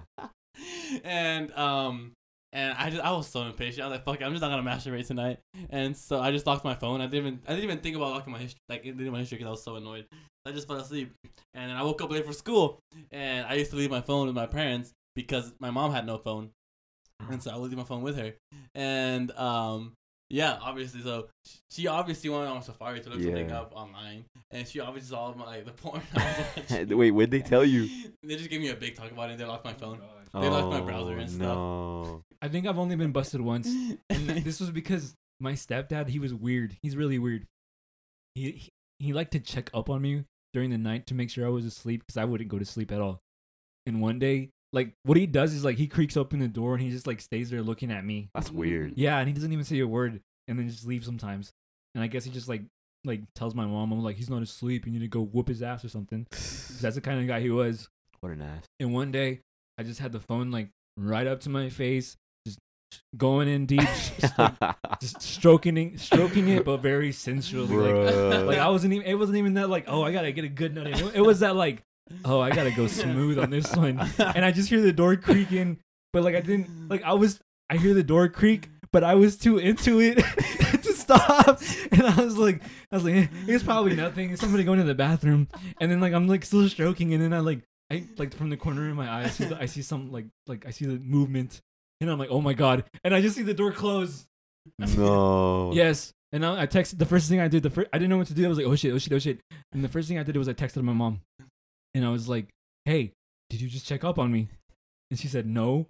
A: and um and I just I was so impatient. I was like, "Fuck, it, I'm just not gonna masturbate tonight." And so I just locked my phone. I didn't even I didn't even think about locking my history, like it didn't my history because I was so annoyed. I just fell asleep, and then I woke up late for school. And I used to leave my phone with my parents because my mom had no phone, and so I would leave my phone with her. And um yeah, obviously, so sh- she obviously went on Safari to look something
B: Yeah.
A: up online, and she obviously saw my like the porn. [LAUGHS] I was watching.
B: [LAUGHS] Wait, what did they tell you?
A: They just gave me a big talk about it. and They locked my phone. They locked my browser
B: Oh,
A: and stuff.
B: no.
C: I think I've only been busted once.
A: [LAUGHS]
C: And th- this was because my stepdad, he was weird. He's really weird. He, he he liked to check up on me during the night to make sure I was asleep because I wouldn't go to sleep at all. And one day, like what he does is like he creaks open the door and he just like stays there looking at me.
B: That's weird.
C: Yeah, and he doesn't even say a word and then just leaves sometimes. And I guess he just like like tells my mom, I'm like, he's not asleep. You need to go whoop his ass or something.
A: [LAUGHS]
C: 'Cause that's the kind of guy he was.
B: What an ass.
C: And one day, I just had the phone like right up to my face, just going in deep,
B: [LAUGHS]
C: just, like, just stroking it, stroking it, but very sensually. Like,
A: [LAUGHS]
B: Bruh.
C: like I wasn't even. It wasn't even that like. Oh, I gotta get a good nut in. It was that like. Oh, I gotta go smooth on this one. And I just hear the door creaking, but like I didn't. Like I was I hear the door creak, but I was too into it [LAUGHS] to stop. And I was like, I was like, "Eh, it's probably nothing. It's somebody going to the bathroom. And then like I'm like still stroking, and then I like I like from the corner of my eye, I see, the, I see some like like I see the movement, and I'm like, oh my god! And I just see the door close.
B: No. [LAUGHS]
C: Yes. And I, I texted. The first thing I did, the first I didn't know what to do. I was like, oh shit, oh shit, oh shit. And the first thing I did was I texted my mom, and I was like, hey, did you just check up on me? And she said no.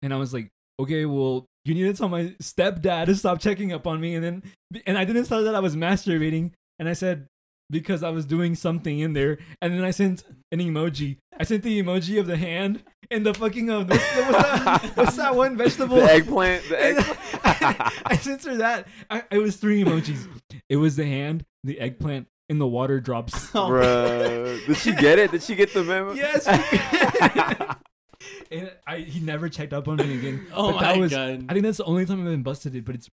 C: And I was like, okay, well, you need to tell my stepdad to stop checking up on me. And then, and I didn't tell that I was masturbating. And I said, because I was doing something in there. And then I sent an emoji. I sent the emoji of the hand and the fucking, uh,
B: [LAUGHS]
C: what's, that, what's that [LAUGHS] one vegetable?
B: The eggplant. The [LAUGHS]
C: And
B: eggplant.
C: [LAUGHS] I censored that. I, it was three emojis. It was the hand, the eggplant, and the
B: [LAUGHS]
C: water drops.
A: Oh
B: Bro, did she get it? Did she get the memo?
C: Yes. [LAUGHS] she- and I, he never checked up on
B: [LAUGHS]
C: me again.
A: [LAUGHS] Oh
C: but
A: my
C: that was,
A: god.
C: I think that's the only time I've been busted it, but it's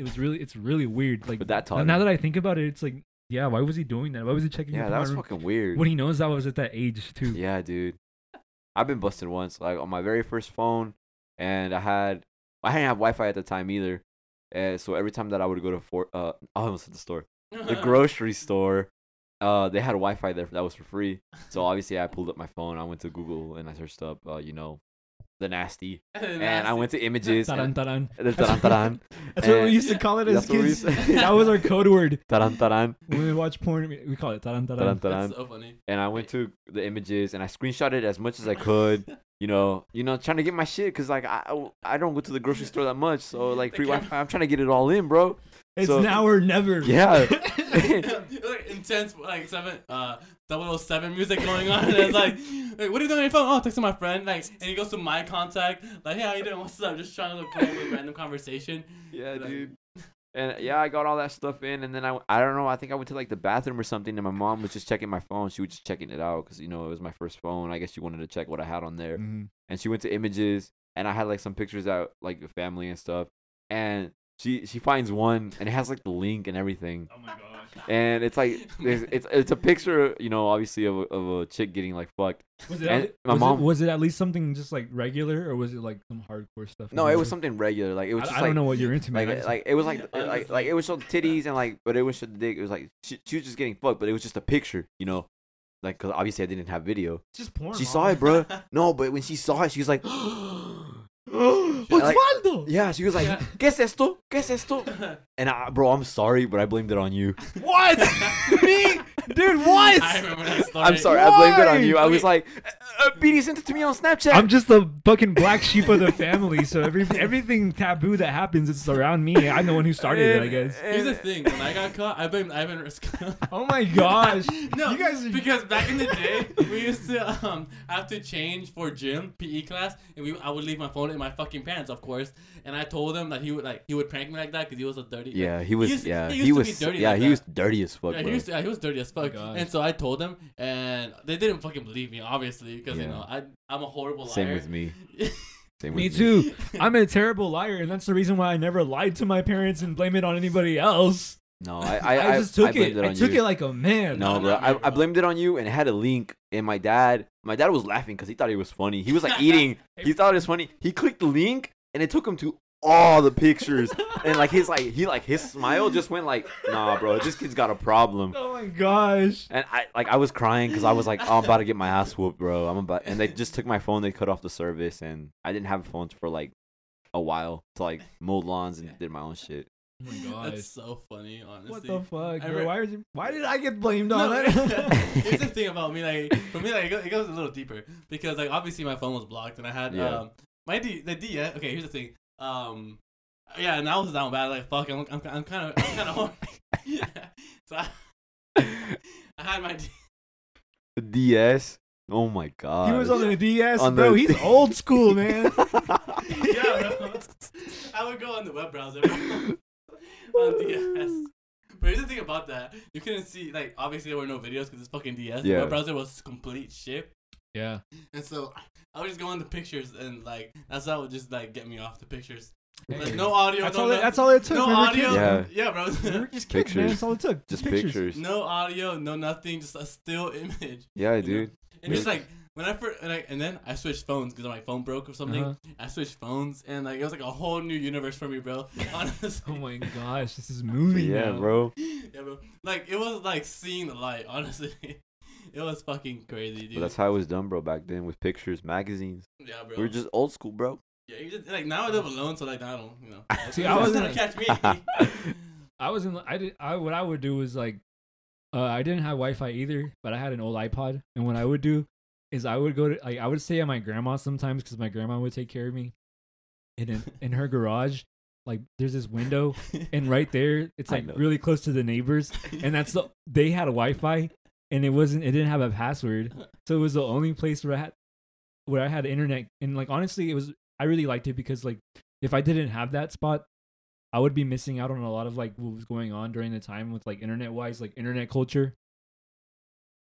C: it was really it's really weird.
B: [LAUGHS]
C: Like
B: But that
C: now,
B: taught
C: now
B: him.
C: that I think about it, it's like yeah, why was he doing that? Why was he checking?
B: yeah,
C: up
B: that
C: on
B: was
C: my-
B: fucking weird.
C: When he knows I was at that age too.
B: Yeah, dude. I've been busted once, like on my very first phone, and I had I didn't have Wi-Fi at the time either, and so every time that I would go to for uh, [LAUGHS] I almost said the store,
A: [LAUGHS]
B: the grocery store, uh, they had Wi-Fi there that was for free. So obviously, I pulled up my phone, I went to Google, and I searched up, uh, you know, the nasty, and I went to images.
C: Taran, [LAUGHS]
B: and- [LAUGHS]
C: taran.
B: the taran taran,
C: That's what we
B: And-
C: used to call it
B: Eh, That's
C: as
B: what we
C: kids.
B: used
C: [LAUGHS]
A: to-
C: that was
B: [LAUGHS]
C: our code word
B: taran taran,
C: when we watch porn. We we call it taran taran.
B: taran taran.
A: That's so funny.
B: and I went to the images and I screenshotted as much as I could. You know, you know, trying to get my shit because like I I I don't go to the grocery store that much, so like
A: The
B: free
A: camera-
B: Wi-Fi. I'm trying to get it all in, bro.
C: It's
B: So-
C: now or never.
B: [LAUGHS] Yeah.
A: [LAUGHS] It was, like intense, like seven, uh, 007 music going on, and it's
C: [LAUGHS]
A: like, "Hey, what are you doing on your phone? Oh, texting my friend. Like, and he goes to my contact, like, hey, how you doing? What's up? Just trying to play with random conversation.
B: yeah,
A: Like-
B: dude. And yeah, I got all that stuff in, and then I I don't know. I think I went to like the bathroom or something, and my mom was just checking my phone. She was just checking it out because you know it was my first phone. I guess she wanted to check what I had on there.
C: Mhm.
B: and she went to images and I had like some pictures out like the family and stuff. And she she finds one and it has like the link and everything.
A: Oh my gosh.
B: And it's
C: [LAUGHS]
B: like there's- it's it's a picture, you know, obviously of a, of a chick getting like fucked.
C: Was it,
B: And
C: at,
B: my
C: was,
B: mom-
C: it, was it at least something just like regular, or was it like some hardcore stuff?
B: No, it was something regular. Like it
C: I,
B: was just
C: I
B: like
C: don't know what you're into, man.
B: like
C: I
B: it-
C: just-
B: like it was like
A: I
B: like, like
A: just-
B: it was showing titties and like but it was showing the dick. It was like she, she was just getting fucked, but it was just a picture, you know. Like, cause obviously I didn't have video.
C: It's just porn.
B: She saw it,
C: [GASPS] [LAUGHS]
B: bro. No, but when she saw it, she was like, [GASPS] like-
C: Osvaldo.
B: yeah, she was like,
A: Yeah.
B: ¿Qué es esto? ¿Qué es esto? And I, bro, I'm sorry, but I blamed it on you. [LAUGHS]
C: What? [LAUGHS] Me, dude. What?
A: I remember that story.
B: I'm sorry, I blamed it on you. I was
A: Why?
B: like, uh, uh, BD sent it to me on Snapchat.
C: I'm just the fucking black sheep of the family, so [LAUGHS] every everything taboo that happens, it's around me. I'm the one who started it, I
A: [LAUGHS]
C: guess.
A: Here's the thing: when I got caught, I've been, I've been.
C: [LAUGHS] Oh
B: [LAUGHS]
C: my gosh!
A: [LAUGHS] No,
C: you guys are
A: because back in the day, we used to um have to change for gym PE class, and we I would leave my phone in my fucking pants, of course. And I told him that he would like he would prank me like that because he was a dirty.
B: Yeah, he
A: He
B: was.
A: used-
B: yeah,
A: he
B: he,
A: used to
B: was.
A: be dirty
B: yeah,
A: like
B: he
A: that.
B: was dirty as fuck,
A: Yeah,
B: bro.
A: he was, yeah, he was dirty as fuck.
C: God.
A: and so I told him, and they didn't fucking believe me, obviously, because you
B: Yeah.
A: know I I'm a horrible liar.
B: Same
A: [LAUGHS]
B: with me. Same
C: [LAUGHS] Me
B: with [LAUGHS]
C: too. I'm a terrible liar, and that's the reason why I never lied to my parents and blame it on anybody else.
B: No,
C: [LAUGHS]
B: I.
C: I,
B: I, I
C: just took
B: blamed
C: it. I
B: on
C: took
B: you.
C: it like a man.
B: No,
A: No,
B: bro,
A: not me,
B: I, I
A: bro.
B: blamed it on you, and it had a link. And my dad, my dad was laughing because he thought it was funny. He was
C: [LAUGHS]
B: like eating. he thought it was funny. He clicked the link, and it took him to all the pictures. and like his like he like his smile just went like, nah, bro, this kid's got a problem.
C: Oh my gosh.
B: And I like I was crying because I was like, oh, I'm about to get my ass whooped, bro. I'm about. And they just took my phone. They cut off the service, and I didn't have phones for like a while to like mowed lawns and did my own shit. [LAUGHS]
C: Oh my gosh.
A: That's so funny, honestly.
C: what the fuck,
A: I
C: bro?
A: re-
C: why, is it, why did I get blamed
A: No,
C: on that?
A: [LAUGHS]
C: [LAUGHS]
A: here's
B: [LAUGHS]
A: the thing about me. Like for me, like it goes, it goes a little deeper because like obviously my phone was blocked and I had
B: Yeah.
A: um my D the D. yeah, Okay, here's the thing. Um, yeah, and I was down bad. Like fuck, I'm I'm, I'm kind of I'm kind of [LAUGHS] horny. so I, I had my D. [LAUGHS]
B: The DS. Oh my god.
C: he was on the DS,
B: On
C: bro.
B: the-
C: he's old
B: [LAUGHS]
C: school, man.
A: Yeah, bro. I would go on the web browser. bro. [LAUGHS] on DS. But here's the thing about that. You couldn't see, like, obviously there were no videos because it's fucking DS. The
B: Yeah.
A: web browser was complete shit.
C: yeah.
A: And so I would just go on the pictures and like that's how it would just like get me off the pictures. Like no audio.
C: That's
A: no
C: all. It,
A: nothing.
C: that's all it took.
A: No
C: we were
A: audio.
C: kids.
A: Yeah,
B: Yeah.
A: [LAUGHS]
C: We
A: bro.
C: were just kids, man.
B: Pictures.
C: That's all it took.
B: just pictures.
A: no audio, no nothing, just a still image.
B: Yeah,
A: you know?
B: dude.
A: And just
B: Yeah.
A: like when I first and, I, and then I switched phones because my phone broke or something.
C: Uh-huh.
A: I switched phones and like it was like a whole new universe for me,
C: [LAUGHS]
A: bro. Honestly,
C: Oh my gosh, this is
B: But
C: moving.
B: yeah,
C: now.
B: bro.
A: yeah, bro. Like it was like seeing the light. Honestly, [LAUGHS] it was fucking crazy,
B: But
A: dude.
B: that's how it was done, bro. Back then with pictures, magazines.
A: yeah, bro.
B: We were just old school, bro.
A: yeah, you just, like now I live alone, so like I don't, you know.
C: See, [LAUGHS] I was
A: gonna
C: in-
A: catch me.
C: I was in. I did. I what I would do was like, uh, I didn't have Wi-Fi either, but I had an old iPod, and what I would do is I would go to like I would stay at my grandma's sometimes because my grandma would take care of me, and
B: [LAUGHS]
C: in, in her garage, like there's this window, [LAUGHS] and right there it's
B: I
C: like
B: know.
C: really close to the neighbors,
A: [LAUGHS]
C: and that's the they had a Wi-Fi, and it wasn't it didn't have a password, so it was the only place where I had where I had internet, and like honestly, it was I really liked it because like if I didn't have that spot, I would be missing out on a lot of like what was going on during the time with like internet wise, like internet culture.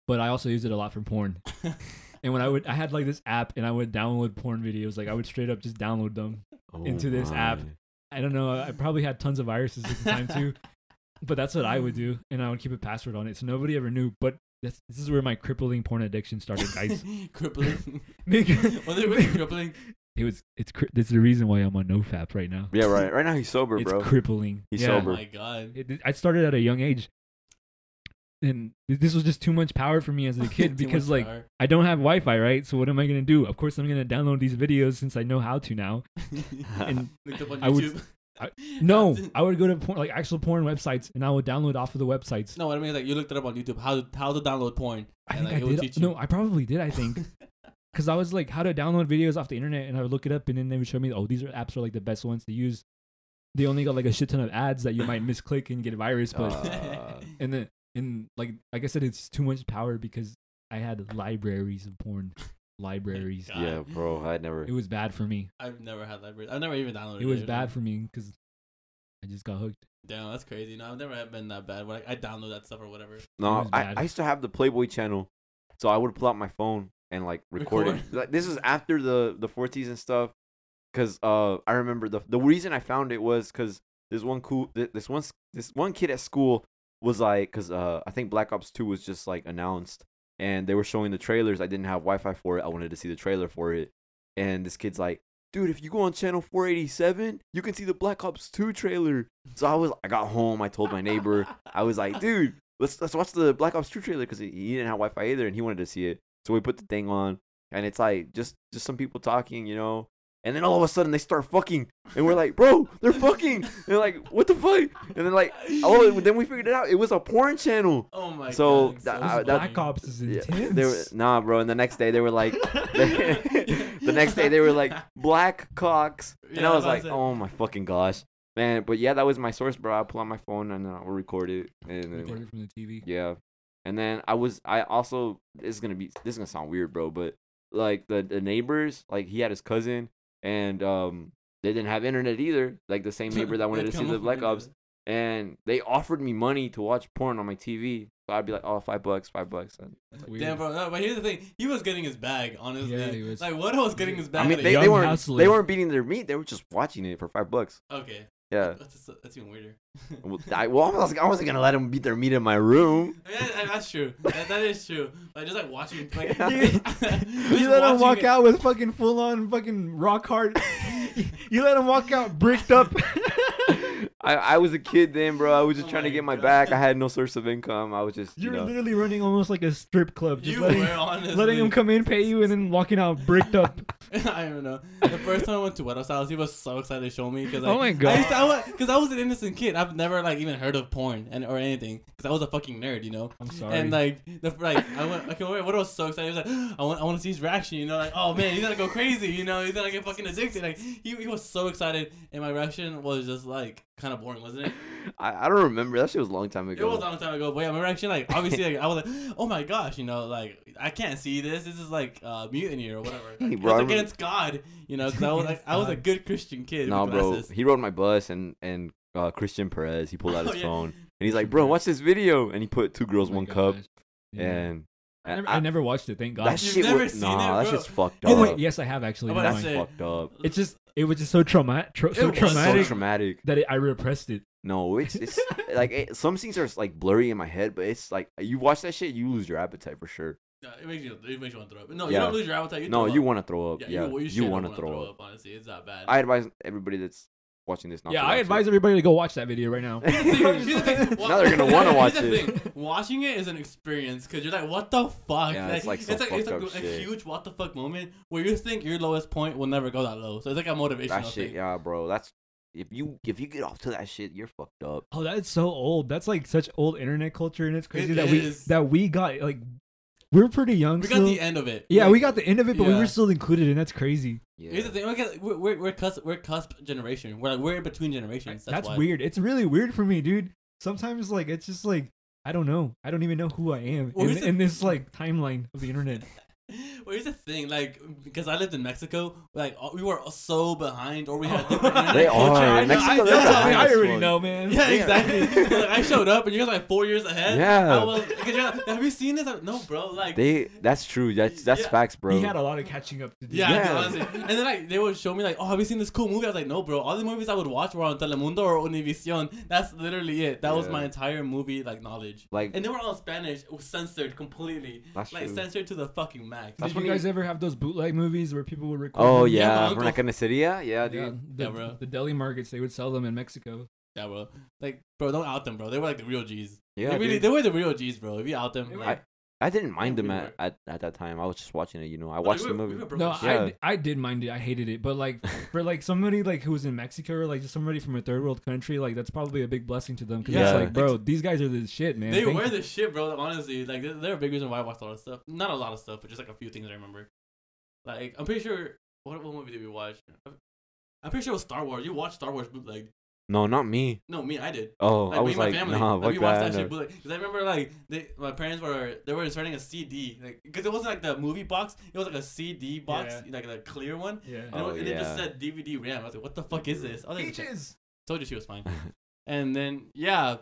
C: But I also used it a lot for porn. And when I would, I had like this app, and I would download porn videos. Like I would straight up just download them.
B: Oh
C: Into this app.
B: my.
C: I don't know. I probably had tons of viruses at the time
A: [LAUGHS]
C: too, but that's what I would do, and I would keep a password on it, so nobody ever knew. But that's, this is where my crippling porn addiction started,
A: [LAUGHS]
C: guys. [LAUGHS]
A: crippling.
C: Nigga.
A: was
C: [LAUGHS]
A: it really crippling?
C: it was. It's. cri- This is the reason why I'm on NoFap right now.
B: Yeah, right. Right now he's sober, [LAUGHS]
C: It's
B: bro.
C: crippling.
B: He's
A: Oh
B: sober.
A: my god.
C: it, it- I started at a young age, and th- this was just too much power for me
A: [LAUGHS]
C: as a kid
A: Too
C: because
A: much
C: like
A: power.
C: I don't have Wi-Fi, right? So what am I gonna do? Of course, I'm gonna download these videos since I know how to now.
B: [LAUGHS]
C: And
A: Looked up on
C: I would-
A: YouTube. [LAUGHS]
C: I- no, I would go to porn, like actual porn websites, and I would download off of the websites.
A: No, what I mean is like you looked it up on YouTube how to, how to download porn.
C: I
A: and,
C: think
A: like, it
C: I
A: would
C: did.
A: teach you.
C: No, I probably did.
A: [LAUGHS]
C: I think because I was like, how to download videos off the internet, and I would look it up, and then they would show me, oh, these are apps are like the best ones to use. They only got like a shit ton of ads that you might misclick and get a virus, but
B: Uh,
C: [LAUGHS] and then and like like I said, it's too much power because I had libraries of porn, libraries.
A: God.
B: yeah, bro. I never.
C: It was bad for me.
A: I've never had libraries. I've never even downloaded.
C: It was bad for me because I just got hooked.
A: Damn, that's crazy. No, I've never had been that bad. Like I download that stuff or whatever.
B: No,
C: was
B: I,
C: bad.
B: I used to have the Playboy channel, so I would pull out my phone and like record,
A: Record.
B: it. Like, this is after the the forties and stuff, because uh I remember the the reason I found it was because this one cool th- this one s- this one kid at school was like because uh I think Black Ops Two was just like announced and they were showing the trailers. I didn't have Wi Fi for it. I wanted to see the trailer for it, and this kid's like. Dude, if you go on channel 487, you can see the Black Ops 2 trailer. So I was, I got home. I told
A: [LAUGHS]
B: my neighbor. I was like, dude, let's let's watch the Black Ops 2 trailer because he, he didn't have Wi-Fi either, and he wanted to see it. So we put the thing on, and it's like just just some people talking, you know. And then all of a sudden they start fucking, and we're like, bro, they're fucking. And they're like, what the fuck? And then like, oh, and then we figured it out. It was a porn channel.
A: Oh my
B: So,
A: god.
B: that-
C: Those
B: I-
C: Black Ops is
B: Yeah,
C: intense.
B: they [LAUGHS] were, nah, bro. And the next day they were like, [LAUGHS] the next day they
A: [LAUGHS]
B: were like black cocks, and
A: Yeah,
B: I
A: I
B: was
A: was
B: like,
A: about to say-
B: oh my fucking gosh, man. But yeah, that was my source, bro. I pull out my phone and I will record it, and then
C: Recorded from the TV.
B: yeah. And then I was I also this is gonna be this is gonna sound weird, bro, but like the, the neighbors, like he had his cousin and um they didn't have internet either. Like the same
A: [LAUGHS]
B: neighbor that wanted to see the Black Ops. And they offered me money to watch porn on my TV. So I'd be like, Oh, five bucks, five bucks. And
C: It's
A: Damn,
C: weird.
A: bro. No, but here's the thing. He was getting his bag, honestly.
C: Yeah, he was.
A: Like, what was getting his bag?
B: I
A: at
B: mean they,
A: a
B: they
A: young-
C: Young
B: weren't
C: hustler.
B: they weren't beating their meat, they were just watching it for five bucks.
A: Okay.
B: Yeah.
A: That's, just- that's even weirder. [LAUGHS]
B: Well, I, well, I was like, I wasn't gonna let them beat their meat in my
A: [LAUGHS]
B: room.
A: I mean, that- that's true. That, that is true. But just like
C: [LAUGHS]
A: watching, like,
B: Yeah.
A: [LAUGHS] just
C: You let him
A: watching
C: walk
A: it-
C: out with fucking full on fucking rock hard. you let him walk out bricked
A: [LAUGHS]
C: up.
B: I, I was a kid then, bro. I was just
A: Oh
B: trying to
A: my
B: get my
A: God.
B: back. I had no source of income. I was just you
C: You're
B: know.
C: literally running almost like a strip club. Just
A: [LAUGHS] You
C: letting,
A: were honestly.
C: [LAUGHS] letting him come in, pay you, and then walking out bricked up.
A: [LAUGHS] I don't know. The first time I went to Weddell's house, he was so excited to show me because
C: Oh my
A: I
C: God.
A: used to, I was, cause I was an innocent kid. I've never like even heard of porn and or anything because I was a fucking nerd, you know.
C: [LAUGHS] I'm sorry.
A: And like the like I went okay, what was so excited? He was like, I want I want to see his reaction, you know, like oh man, he's gonna go crazy, you know, he's gonna get fucking addicted. Like he, he was so excited, and my reaction was just like kind of boring, wasn't it?
B: I, I don't remember. That shit was a long time
A: It
B: ago.
A: was a long time ago, but yeah, my reaction like obviously like I was like, oh my gosh, you know, like I can't see this. This is like uh, mutiny or
B: [LAUGHS]
A: whatever. Like,
B: bro, I
A: it's
B: remember-
A: against God, you know, because I was like I
B: [LAUGHS]
A: was a
C: Against
A: good Christian kid.
B: no,
A: with
B: bro.
A: glasses.
B: He rode my bus, and and uh, Christian Perez, he pulled out
A: [LAUGHS] Oh,
B: his
A: yeah.
B: phone, and he's like, "Bro, watch this video." And he put two girls,
C: Oh my
B: one cup,
C: gosh. Yeah.
B: and,
C: I
B: and
C: never, I, never watched it. Thank God.
B: that
A: You've
B: shit
A: never
B: was
A: seen
B: nah.
A: it,
B: that
A: bro.
B: shit's fucked up.
C: oh wait, yes, I have actually.
A: Oh,
C: Never
A: that's
B: That's
C: mind.
A: it.
B: fucked up.
C: It's just it was just so traumatic,
A: It
C: uh, so
A: was
B: So
C: traumatic
B: traumatic.
C: that it, I repressed it.
B: No, it's it's like it, some scenes are like blurry in my head, but it's like you watch that shit, you lose your appetite for sure.
A: Yeah, it makes you it makes you want to throw up. No, you
B: Yeah.
A: don't lose your appetite. You
B: no,
A: throw
B: you
A: up.
B: want to throw up. Yeah, you,
A: straight up
B: want to
A: wanna
B: throw, up.
A: Honestly, it's that bad.
B: I advise everybody that's watching this not.
C: yeah,
B: to
C: I
B: watch
C: advise
B: It.
C: everybody to go watch that video
B: [LAUGHS]
C: right now.
A: Wa-
B: Now they're gonna wanna watch
A: Here's the
B: it.
A: thing, Watching it is an experience because you're like, what the fuck?
B: Yeah, it's like some
A: it's like it's
B: fucked
A: like
B: up
A: a
B: shit.
A: huge what the fuck moment where you think your lowest point will never go that low. So it's like a motivational
B: that shit.
A: thing.
B: Yeah, bro. That's if you if you get off to that shit, you're fucked up.
C: Oh, that's so old. That's like such old internet culture, and it's crazy
A: It
C: that
A: is.
C: we that we got like we're pretty young.
A: We got
C: still.
A: the end of it.
C: yeah,
A: Like,
C: we got the end of it, but we
A: Yeah.
C: were still included, and that's crazy.
B: Yeah.
A: Here's the thing. Look at, we're we're we're cusp, we're cusp generation. We're like we're in between generations.
C: That's,
A: That's, why.
C: weird. It's really weird for me, dude. Sometimes like it's just like I don't know. I don't even know who I am
A: Well,
C: in,
A: here's the-
C: in this like timeline of
A: [LAUGHS]
C: the internet.
A: [LAUGHS] Well, here's the thing, like because I lived in Mexico, like all- we were so behind, or we
B: [LAUGHS]
C: [LAUGHS]
A: had different internet
B: They
A: culture.
B: are.
C: I, know-
B: Mexico,
C: I,
B: they're
C: that's-
B: behind
C: I
B: us,
C: already
B: like-
C: know,
A: [LAUGHS]
C: man.
A: Yeah,
B: Yeah.
A: exactly. like, I showed up, and you guys were like four years ahead.
B: Yeah.
A: I was, because you're like, have you seen this? I'm, no, bro. Like,
B: They that's true. That's that's
A: Yeah.
B: facts, bro.
C: He had a lot of catching up to do.
A: yeah,
B: Yeah.
A: honestly. And then like they would show me like, oh, have you seen this cool movie? I was like, no, bro. All the movies I would watch were on Telemundo or Univision. That's literally it. That was
B: Yeah.
A: my entire movie like knowledge.
B: like
A: And they were all Spanish, it was censored completely,
B: that's
A: like
B: true.
A: censored to the fucking max.
B: That's
C: Did
B: when
C: you
B: he-
C: guys ever have those bootleg movies where people would record?
B: Oh
C: them?
A: Yeah, my
B: yeah,
A: uncle-
B: Vernacaneceria. Yeah, dude.
C: Yeah, the,
A: Yeah, bro.
C: the deli markets they would sell them in Mexico.
A: Yeah, bro. Like, bro, don't out them, bro. They were like the real G's.
B: Yeah,
A: they really,
B: dude.
A: they were the real G's, bro. If you out them,
C: They were-
A: like,
B: I didn't mind
A: Yeah,
B: them
A: we
B: at, at, at that time. I was just watching it, you know. I watched
A: we
B: the
A: were-
B: movie.
A: we were broke
C: No,
A: as shit.
B: Yeah.
C: I, I did mind it. I hated it, but
B: [LAUGHS]
C: like for like somebody like who was in Mexico or like just somebody from a third world country, like that's probably a big blessing to them because
B: Yeah.
C: it's like, bro, these guys are the shit, man.
A: They
C: Thank
A: were
C: you.
A: the shit, bro. Honestly, like they- they're a big reason why I watched a lot of stuff. Not a lot of stuff, but just like a few things I remember. Like I'm pretty sure what what movie did we watch? I'm pretty sure it was Star Wars. You watched Star Wars bootleg?
B: no, not me.
A: No, me, I did.
B: Oh,
A: Like,
B: I
A: me
B: was
A: and my
B: like,
A: family,
B: nah,
A: like,
B: fuck
A: we watched
B: that.
A: that
B: no.
A: shit bootleg. Cause I remember like they, my parents were they were inserting a CD, like because it wasn't like the movie box, it was like a CD box, like the clear one. And,
C: yeah.
A: it,
B: Oh,
A: was- and it just
B: yeah.
A: said DVD RAM. I was like, what the fuck is this? I was like,
C: Peaches.
A: told you she was
B: [LAUGHS]
A: fine. And then yeah.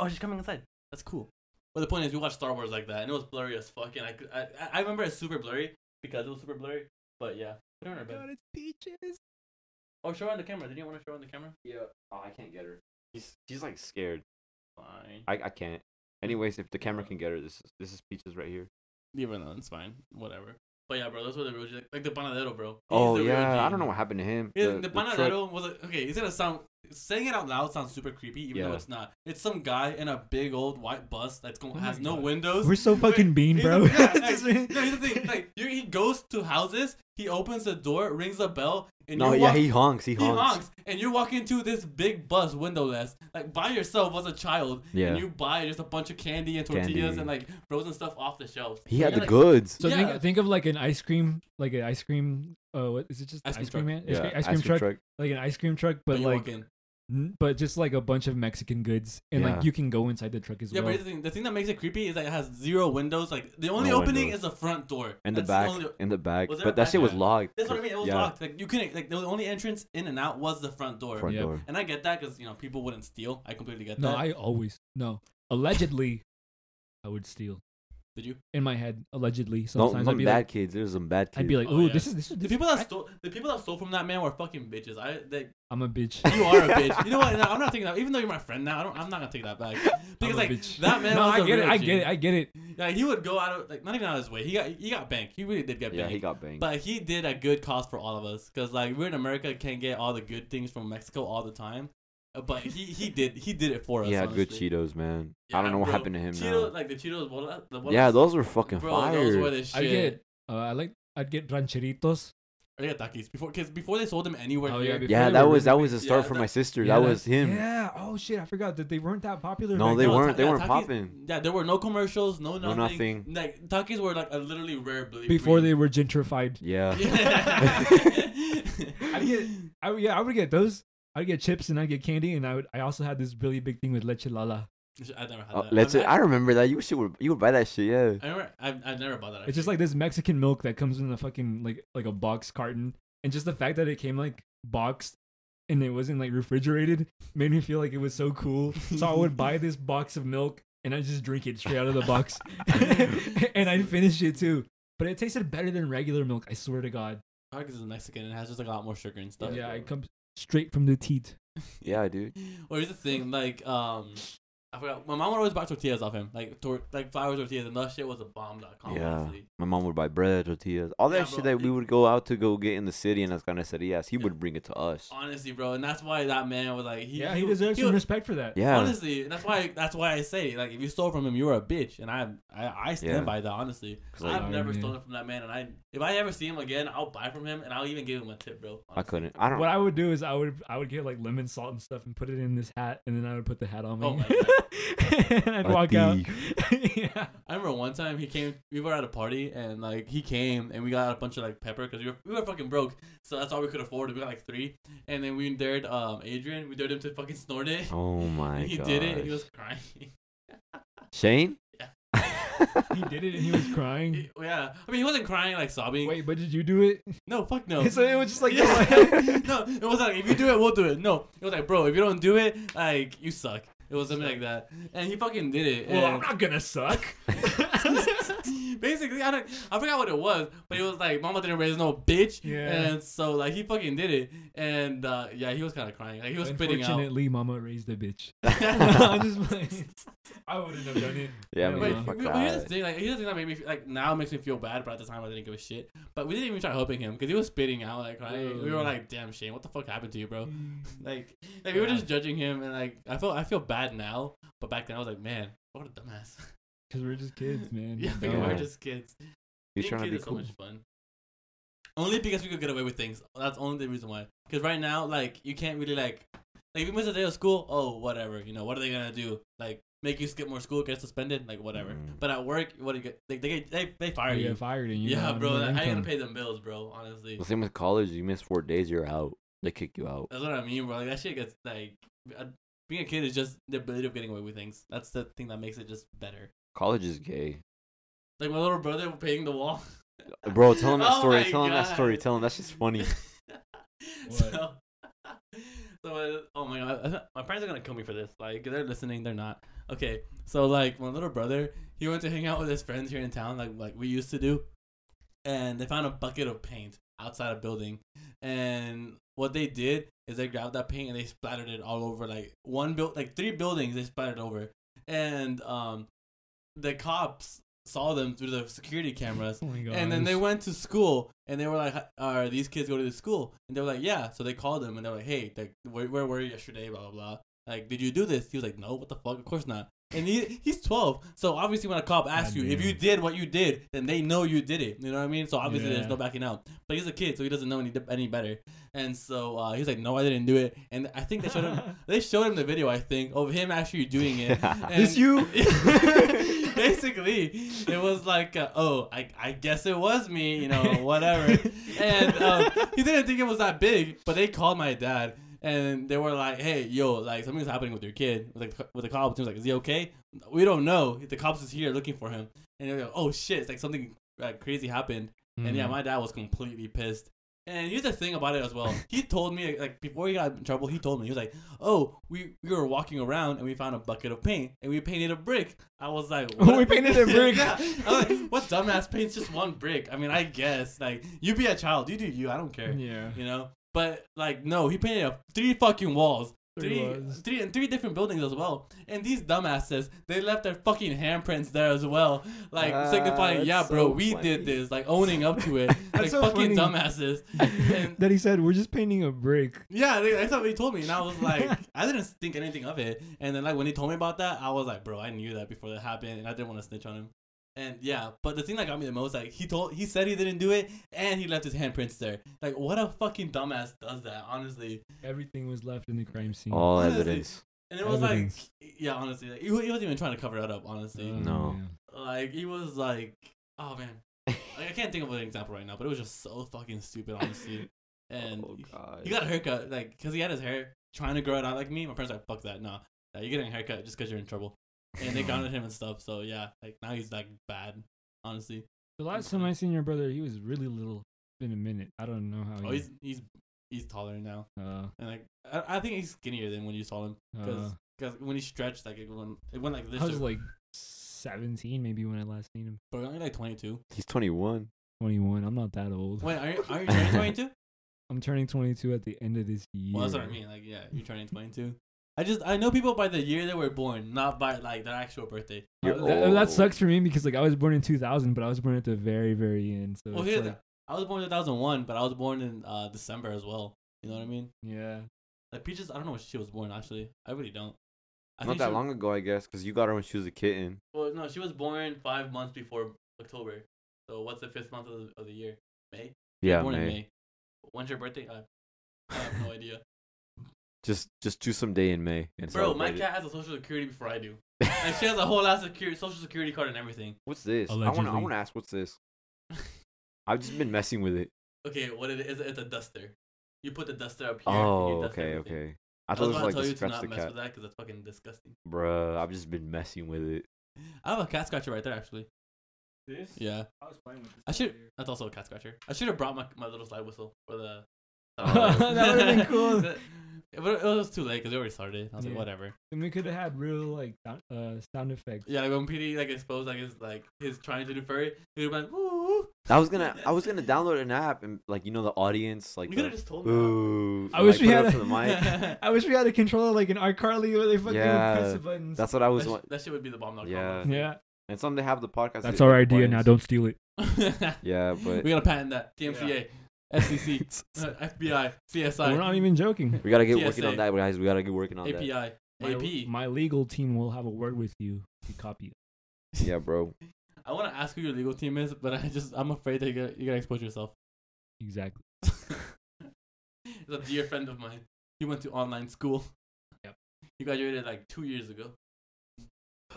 A: Oh, she's coming inside. That's cool. But the point is, we watched Star Wars like that, and it was blurry as fuck. And I, could- I, I- I remember it's super blurry because it was super blurry. But yeah, put her in her bed.
C: God, it's peaches.
A: Oh, show her on the camera. Didn't you want to show her on the camera?
B: Yeah. Oh, I can't get her. She's she's like scared.
A: Fine.
B: I, I can't. Anyways, if the camera can get her, this is this is peaches right here.
A: Leave her alone. It's fine. Whatever. But yeah, bro, those were the real G. Like, like the panadero, bro. He's
B: oh
A: the real G.
B: yeah, I don't know what happened to him.
A: Yeah,
B: the,
A: the,
B: the truck-
A: panadero was like, okay. It's gonna sound saying it out loud sounds super creepy, even though
B: Yeah.
A: it's not. It's some guy in a big old white bus that's going
C: Oh my
A: has no
C: God.
A: windows.
C: We're so fucking bean,
A: He's
C: bro. [LAUGHS]
A: a- [LAUGHS] yeah,
C: Just
A: like,
C: me.
A: no, here's the thing. Like, you, he goes to houses, he opens the door, rings the bell, and
B: No,
A: you
B: yeah,
A: walk,
B: he honks. He
A: he
B: honks.
A: honks, and you walk into this big bus, windowless, like by yourself as a child,
B: Yeah.
A: and you buy just a bunch of candy and tortillas
B: Candy.
A: and like frozen stuff off the shelves.
B: He
A: And
B: had
A: you're
B: the
A: like,
B: goods.
C: So
A: Yeah.
C: think, think of like an ice cream, like an ice cream. Oh, what is it? Just
A: Ice
C: ice
A: cream
C: cream, man? Ice,
B: yeah,
C: cream, ice cream truck, like an ice cream truck, but
A: you walk
C: like,
A: in.
C: n- but just like a bunch of Mexican goods, and
B: Yeah.
C: like you can go inside the truck as
A: Yeah, but
C: well.
A: here's the thing. The thing that makes it creepy is that it has zero windows. Like the only
B: No
A: opening
B: windows.
A: is the front door.
B: In the
A: That's
B: back,
A: only-
B: in the back,
A: Was there a
B: but that
A: back
B: shit was
A: door?
B: locked.
A: that's what I mean. It was
B: yeah,
A: locked. Like you couldn't. Like the only entrance in and out was the front door.
B: Front
C: Yeah.
B: door.
A: And I get that because you know people wouldn't steal. I completely get
C: no,
A: that.
C: I always no. Allegedly, I would steal.
A: Did you?
C: in my head, allegedly.
B: No,
C: Sometimes
B: some
C: I'd be
B: bad
C: like,
B: kids. There's some bad kids.
C: I'd be like,
A: Oh,
C: oh,
A: yeah.
C: this is this is
A: The
C: this
A: people
C: I-
A: that stole the people that stole from that man were fucking bitches. I they,
C: I'm
A: [LAUGHS]
C: a bitch.
A: you are a bitch. You know what? No, I'm not taking that. Even though you're my friend now, I don't. I'm not gonna take that back
C: [LAUGHS] I'm
A: because
C: a
A: like
C: bitch.
A: that man
C: No,
A: was
C: I
A: a
C: get it.
A: real
C: I
A: G.
C: get it. I get it.
A: Like he would go out of like not even out of his way. He got he got banked. He really did get
B: yeah,
A: banked.
B: he got banged.
A: but he did a good cost for all of us because like we're in America can't get all the good things from Mexico all the time. Uh, But he he did he did it for us.
B: He had good
A: honestly.
B: Cheetos, man.
A: Yeah,
B: I don't know what
A: bro.
B: happened to him
A: Cheetos,
B: now.
A: like the Cheetos, bola- the bolas,
B: yeah, those were fucking
A: bro,
B: fire.
A: those were the shit.
C: I get. Uh, I like. I'd get rancheritos.
A: I got Takis before because before they sold them anywhere.
C: Oh,
A: here,
C: yeah, before
B: yeah,
A: [LAUGHS]
C: they
B: that
C: were
B: was
C: really
B: that was a start
A: Yeah,
B: for
A: that-
B: my sister.
C: Yeah,
B: that
C: that-
B: was him.
C: Yeah. Oh shit! I forgot that they weren't that popular.
B: No,
C: back
B: they
C: then.
A: No,
B: weren't.
A: Ta-
B: They
A: yeah,
B: weren't
A: Takis-
B: popping.
A: Yeah, there were no commercials, no
B: No
A: nothing.
B: nothing.
A: Like Takis were like a literally rare ble- breed. [LAUGHS]
C: Before
B: [LAUGHS]
C: they were gentrified. [LAUGHS]
B: Yeah.
A: Yeah.
C: I get- I, would- yeah, I would get those. I'd get chips and I'd get candy and I would. I also had this really big thing with leche lala.
A: I never had
B: Uh,
A: that.
B: let's.
A: I've-
B: I remember that. You should. You would buy that shit. Yeah.
A: I remember. I've, I've never bought that.
C: It's just like this Mexican milk that comes in a fucking like like a box carton, and just the fact that it came like boxed and it wasn't like refrigerated made me feel like it was so cool. So I would buy this box of milk and I just drink it straight out of the box, [LAUGHS] and I'd finish it too. But it tasted better than regular milk. I swear to God.
A: Probably 'cause it's Mexican and it has just like a lot more sugar and stuff.
C: Yeah, it comes straight from the teat.
A: [LAUGHS]
B: Yeah, dude.
A: Or here's the thing, like um, I I forgot. My mom would always buy tortillas off him, like tor- like flour tortillas, and that shit was a bomb.com.
B: Yeah.
A: honestly.
B: My mom would buy bread, tortillas, all that
A: Yeah,
B: shit
A: bro,
B: that we
A: it-
B: would go out to go get in the city in Las Carnicerías. He
A: Yeah.
B: would bring it to us.
A: honestly, bro, and that's why that man was like, he,
C: yeah, he deserves
A: he
C: some
A: was-
C: respect for that.
B: Yeah.
A: Honestly, and that's why that's why I say like if you stole from him, you were a bitch, and I I, I stand
B: Yeah.
A: by that honestly.
B: 'Cause, like,
A: I've never
C: Yeah.
A: stolen from that man, and I if I ever see him again, I'll buy from him, and I'll even give him a tip, bro.
B: I couldn't. I don't.
C: What I would do is I would I would get like lemon salt and stuff and put it in this hat and then I would put the hat on me. [LAUGHS]
A: Oh my
C: and I'd
B: A
C: walk out. [LAUGHS] yeah.
A: [LAUGHS] I remember one time he came. We were at a party and like he came and we got a bunch of like pepper because we were, we were fucking broke, so that's all we could afford. We got like three, and then we dared um Adrian. We dared him to fucking snort it.
B: Oh my
A: and [LAUGHS] he
B: god.
A: did it and he was crying. [LAUGHS]
B: Shane.
A: Yeah.
C: He
A: [LAUGHS]
B: [LAUGHS]
C: did it and he was crying.
A: He- yeah, I mean he wasn't crying like sobbing.
C: Wait, but did you do it?
A: No, fuck no.
C: [LAUGHS] So it was just like
A: Oh. [LAUGHS] Yeah. no, it was like if you do it, we'll do it. No, it was like bro, if you don't do it, like you suck. It was something like that, and he fucking did it.
C: Well, I'm
A: and-
C: not gonna suck. [LAUGHS]
A: [LAUGHS] Basically, I don't, I forgot what it was, but it was like Mama didn't raise no bitch,
C: Yeah.
A: and so like he fucking did it, and uh, yeah, he was kind of crying, like he was spitting out.
C: Unfortunately, Mama raised a bitch.
B: yeah,
C: I'm just playing. I wouldn't have done it. Yeah,
B: man,
A: But
C: Yeah.
B: fuck
A: we- we- here's the
B: that.
A: thing, like here's the thing that made me feel- like now it makes me feel bad, but at the time I didn't give a shit. But we didn't even try helping him because he was spitting out like crying. We were
C: Ugh.
A: like, damn Shane, what the fuck happened to you, bro? Like, like we were
C: Yeah.
A: just judging him, and like I felt I feel bad now, but back then I was like, man, what a dumbass.
C: Because we're just kids,
A: [LAUGHS]
C: man.
A: yeah, we
B: Yeah.
A: were just kids.
B: He's
A: Being
B: trying to
A: kid
B: be
A: is
B: cool.
A: so much fun. Only because we could get away with things. That's only the reason why. Because right now, like, you can't really like, like, if you miss a day of school, oh, whatever. You know, what are they gonna do? Like, make you skip more school, get suspended, like, whatever.
B: Mm.
A: But at work, what do you get? They they get- they, they
C: Are
A: fire
C: you
A: you.
C: get fired and you
A: Oh, yeah,
C: don't
A: bro.
C: have
A: Like, I
C: no
A: gotta
C: income.
A: pay them bills, bro. Honestly,
B: The same with college. You miss four days, you're out. They kick you out.
A: that's what I mean, bro. Like that shit gets like, uh, being a kid is just the ability of getting away with things. That's the thing that makes it just better.
B: College
A: [LAUGHS]
B: is gay,
A: Like my little brother paying the wall.
B: bro. Tell him that
A: Oh
B: story.
A: my
B: Tell him that
A: God.
B: story. Tell him that's just
A: [LAUGHS]
B: funny.
A: so, [LAUGHS] so uh, oh my god, [LAUGHS] I th- my parents are gonna kill me for this. Like they're listening, they're not. Okay, so like my little brother, he went to hang out with his friends here in town, like like we used to do, and they found a bucket of paint outside a building, and what they did is they grabbed that paint and they splattered it all over like one build, like three buildings they splattered over, and um, the cops saw them through the security cameras
C: Oh my god.
A: and then they went to school, and they were like, "Are these kids go to the school?" And they were like, "Yeah." So they called him, and they were like, "Hey, like, where, where were you yesterday?" Blah blah blah. Like, did you do this? He was like, "No, what the fuck? Of course not." And he he's twelve, so obviously when a cop asks you if you
C: Goddamn.
A: did what you did, then they know you did it. You know what I mean? So obviously
C: Yeah.
A: there's no backing out. But he's a kid, so he doesn't know any any better. And so uh, he's like, "No, I didn't do it." And I think they showed
C: [LAUGHS]
A: him they showed him the video, I think, of him actually doing it. And- [LAUGHS]
C: This you? [LAUGHS]
A: basically, it was like, uh, oh, I, I guess it was me, you know, whatever. and um, he didn't think it was that big, but they called my dad and they were like, hey, yo, like something's happening with your kid, with the, with the cops. He was like, is he okay? We don't know. The cops is here looking for him. And they're like, oh shit, it's like something like crazy happened. And
C: Hmm. Mm-hmm.
A: yeah, my dad was completely pissed. And here's the thing about it as well. He told me like before he got in trouble, he told me he was like, "Oh, we, we were walking around and we found a bucket of paint and we painted a brick." I was like,
C: Oh, [LAUGHS] we painted a
A: [LAUGHS]
C: brick.
A: yeah. I was like, "What dumbass paints just one brick?" I mean, I guess like you be a child, you do you. I don't care,
C: Yeah.
A: you know. But like, no, he painted up three fucking walls.
C: Three
A: Three,
C: walls.
A: three, and three different buildings as well. And these dumbasses, they left their fucking handprints there as well, like
B: Ah,
A: signifying,
B: that's
A: "Yeah, bro,
B: so
A: we
B: funny.
A: did this," like owning up
B: [LAUGHS]
A: to it,
C: That's
A: like
C: so
A: fucking
C: funny.
A: dumbasses. [LAUGHS] And
C: that he said, we're just painting a brick.
A: yeah, they, that's what they told me, and I was
B: [LAUGHS]
A: like, I didn't think anything of it. And then like when he told me about that, I was like, bro, I knew that before that happened, and I didn't want to snitch on him. And yeah, but the thing that got me the most, like he told, he said he didn't do it, and he left his handprints there. Like, what a fucking dumbass does that, honestly.
C: Everything was left in the crime scene.
B: All
A: Honestly.
B: evidence.
A: And it was
C: Evidence.
A: like, yeah, honestly, like, he, wa- he wasn't even trying to cover it up, honestly.
C: Oh,
B: No.
C: man.
A: Like he was like, oh man,
B: [LAUGHS]
A: like, I can't think of an example right now, but it was just so fucking stupid, honestly. And
B: [LAUGHS] oh god.
A: He got a haircut, like, because he had his hair trying to grow it out like me. My parents were like, fuck that. Nah, Nah, you're getting a haircut just because you're in trouble. And they grounded him and stuff. So, yeah, like, now he's, like, bad, honestly.
C: The last time I seen your brother, he was really little. Been a minute. I don't know how.
A: Oh,
C: he-
A: he's he's he's taller now.
C: Uh,
A: And, like, I, I think he's skinnier than when you saw him.
C: uh,
A: Because when he stretched, like, it went, it went like this.
C: I was
A: Or,
C: like 17 maybe when I last seen him.
A: bro, aren't you, like,
B: [LAUGHS]
A: 22?
B: He's 21.
C: 21. I'm not that old.
A: Wait, are you, are you turning 22?
C: I'm turning 22 at the end of this year.
A: Well, that's what I mean. Like, yeah, you're turning 22. I just I know people by the year they were born, not by like their actual birthday.
B: You're
A: I was,
B: old.
C: That,
B: Oh.
C: that sucks for me because like I was born in 2000, but I was born at the very, very end. So
A: Well,
C: it's
A: here's
C: like,
A: the- I was born in 2001, but I was born in uh, December as well. You know what I mean?
C: yeah,
A: Like Peaches, I don't know when she was born actually. I really don't. I
B: Not
A: think
B: that
A: she-
B: long ago, I guess, because you got her when she was a kitten.
A: Well, no, she was born five months before October. So what's the fifth month of the, of the year? May.
B: Yeah,
A: born
B: May.
A: in May. When's your birthday? I, I have no
B: [LAUGHS]
A: idea.
B: Just just do some day in May and
A: Bro, my
B: celebrate it.
A: cat has a social security before
B: [LAUGHS]
A: I do, and she has a whole ass security, social security card and everything. [LAUGHS]
B: What's this? I want to I
C: Allegedly.
B: want to ask what's this. I've just been messing with it.
A: Okay, what it is? It's a duster. You put the duster up here. and you
B: Oh,
A: dust
B: okay,
A: everything.
B: okay.
A: I,
B: I thought
A: was
B: it was
A: about
B: like
A: to tell
B: to
A: you to
B: scratch
A: not
B: the
A: mess
B: cat.
A: with that because it's fucking disgusting.
B: Bruh, I've just been messing with it.
A: I have a cat scratcher right there, actually.
C: this
A: Yeah,
C: I was playing with. This
A: I should. That's also a cat scratcher. I should have brought my my little slide whistle for
B: [LAUGHS]
A: the.
B: Oh.
C: That
A: [LAUGHS]
C: would've been cool.
A: but it was too late because it already started. I was
C: Yeah.
A: like, whatever.
C: And we could have had real like sound- uh sound effects.
A: Yeah, like when PD like exposed like his like his trying to do furry, he would like, ooh.
B: I was gonna I
A: [LAUGHS]
B: was gonna download an app and like you know the audience
A: You
B: like the-
A: could have just told me. that.
B: ooh.
C: I
B: and, like,
C: wish we
B: put it
C: had
B: up to
C: a-
A: [LAUGHS]
B: the
C: [LAUGHS]
B: mic.
C: I wish we had a controller like in iCarly where they fucking would
B: Yeah,
C: press the buttons.
B: That's what I was.
A: That,
B: want-
A: sh- that shit would be the bomb. dot com,
B: Yeah.
A: honestly.
C: yeah,
B: And some they have the podcast.
C: that's
B: they-
C: our
B: the
C: idea now.
B: buttons.
C: Don't steal it.
B: [LAUGHS]
A: [LAUGHS]
B: Yeah, but-
A: we gotta patent that. DMCA,
C: E
A: SEC,
C: [LAUGHS]
A: uh, FBI, CSI,
C: We're not even
A: [LAUGHS]
C: joking.
B: [LAUGHS] We gotta get working
A: TSA.
B: on that, guys. We gotta get working on
A: API,
B: that.
C: My,
A: AP.
C: my legal team will have a word with you to copy.
B: Yeah, bro.
A: [LAUGHS] I want to ask who your legal team is, but I just I'm afraid that you're gonna, you're gonna expose yourself. [LAUGHS]
C: Exactly.
A: It's a dear friend of mine. He went to online school.
C: Yep.
A: He graduated like two years
B: [SIGHS]
A: ago.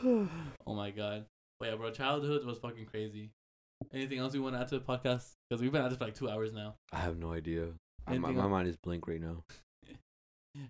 A: oh my god. But yeah, bro, childhood was fucking crazy. Anything else you want to add to the podcast? Because we've been at this for like two hours now.
B: I have no idea. I- My,
A: Anything
B: my
A: else?
B: mind is blank right now.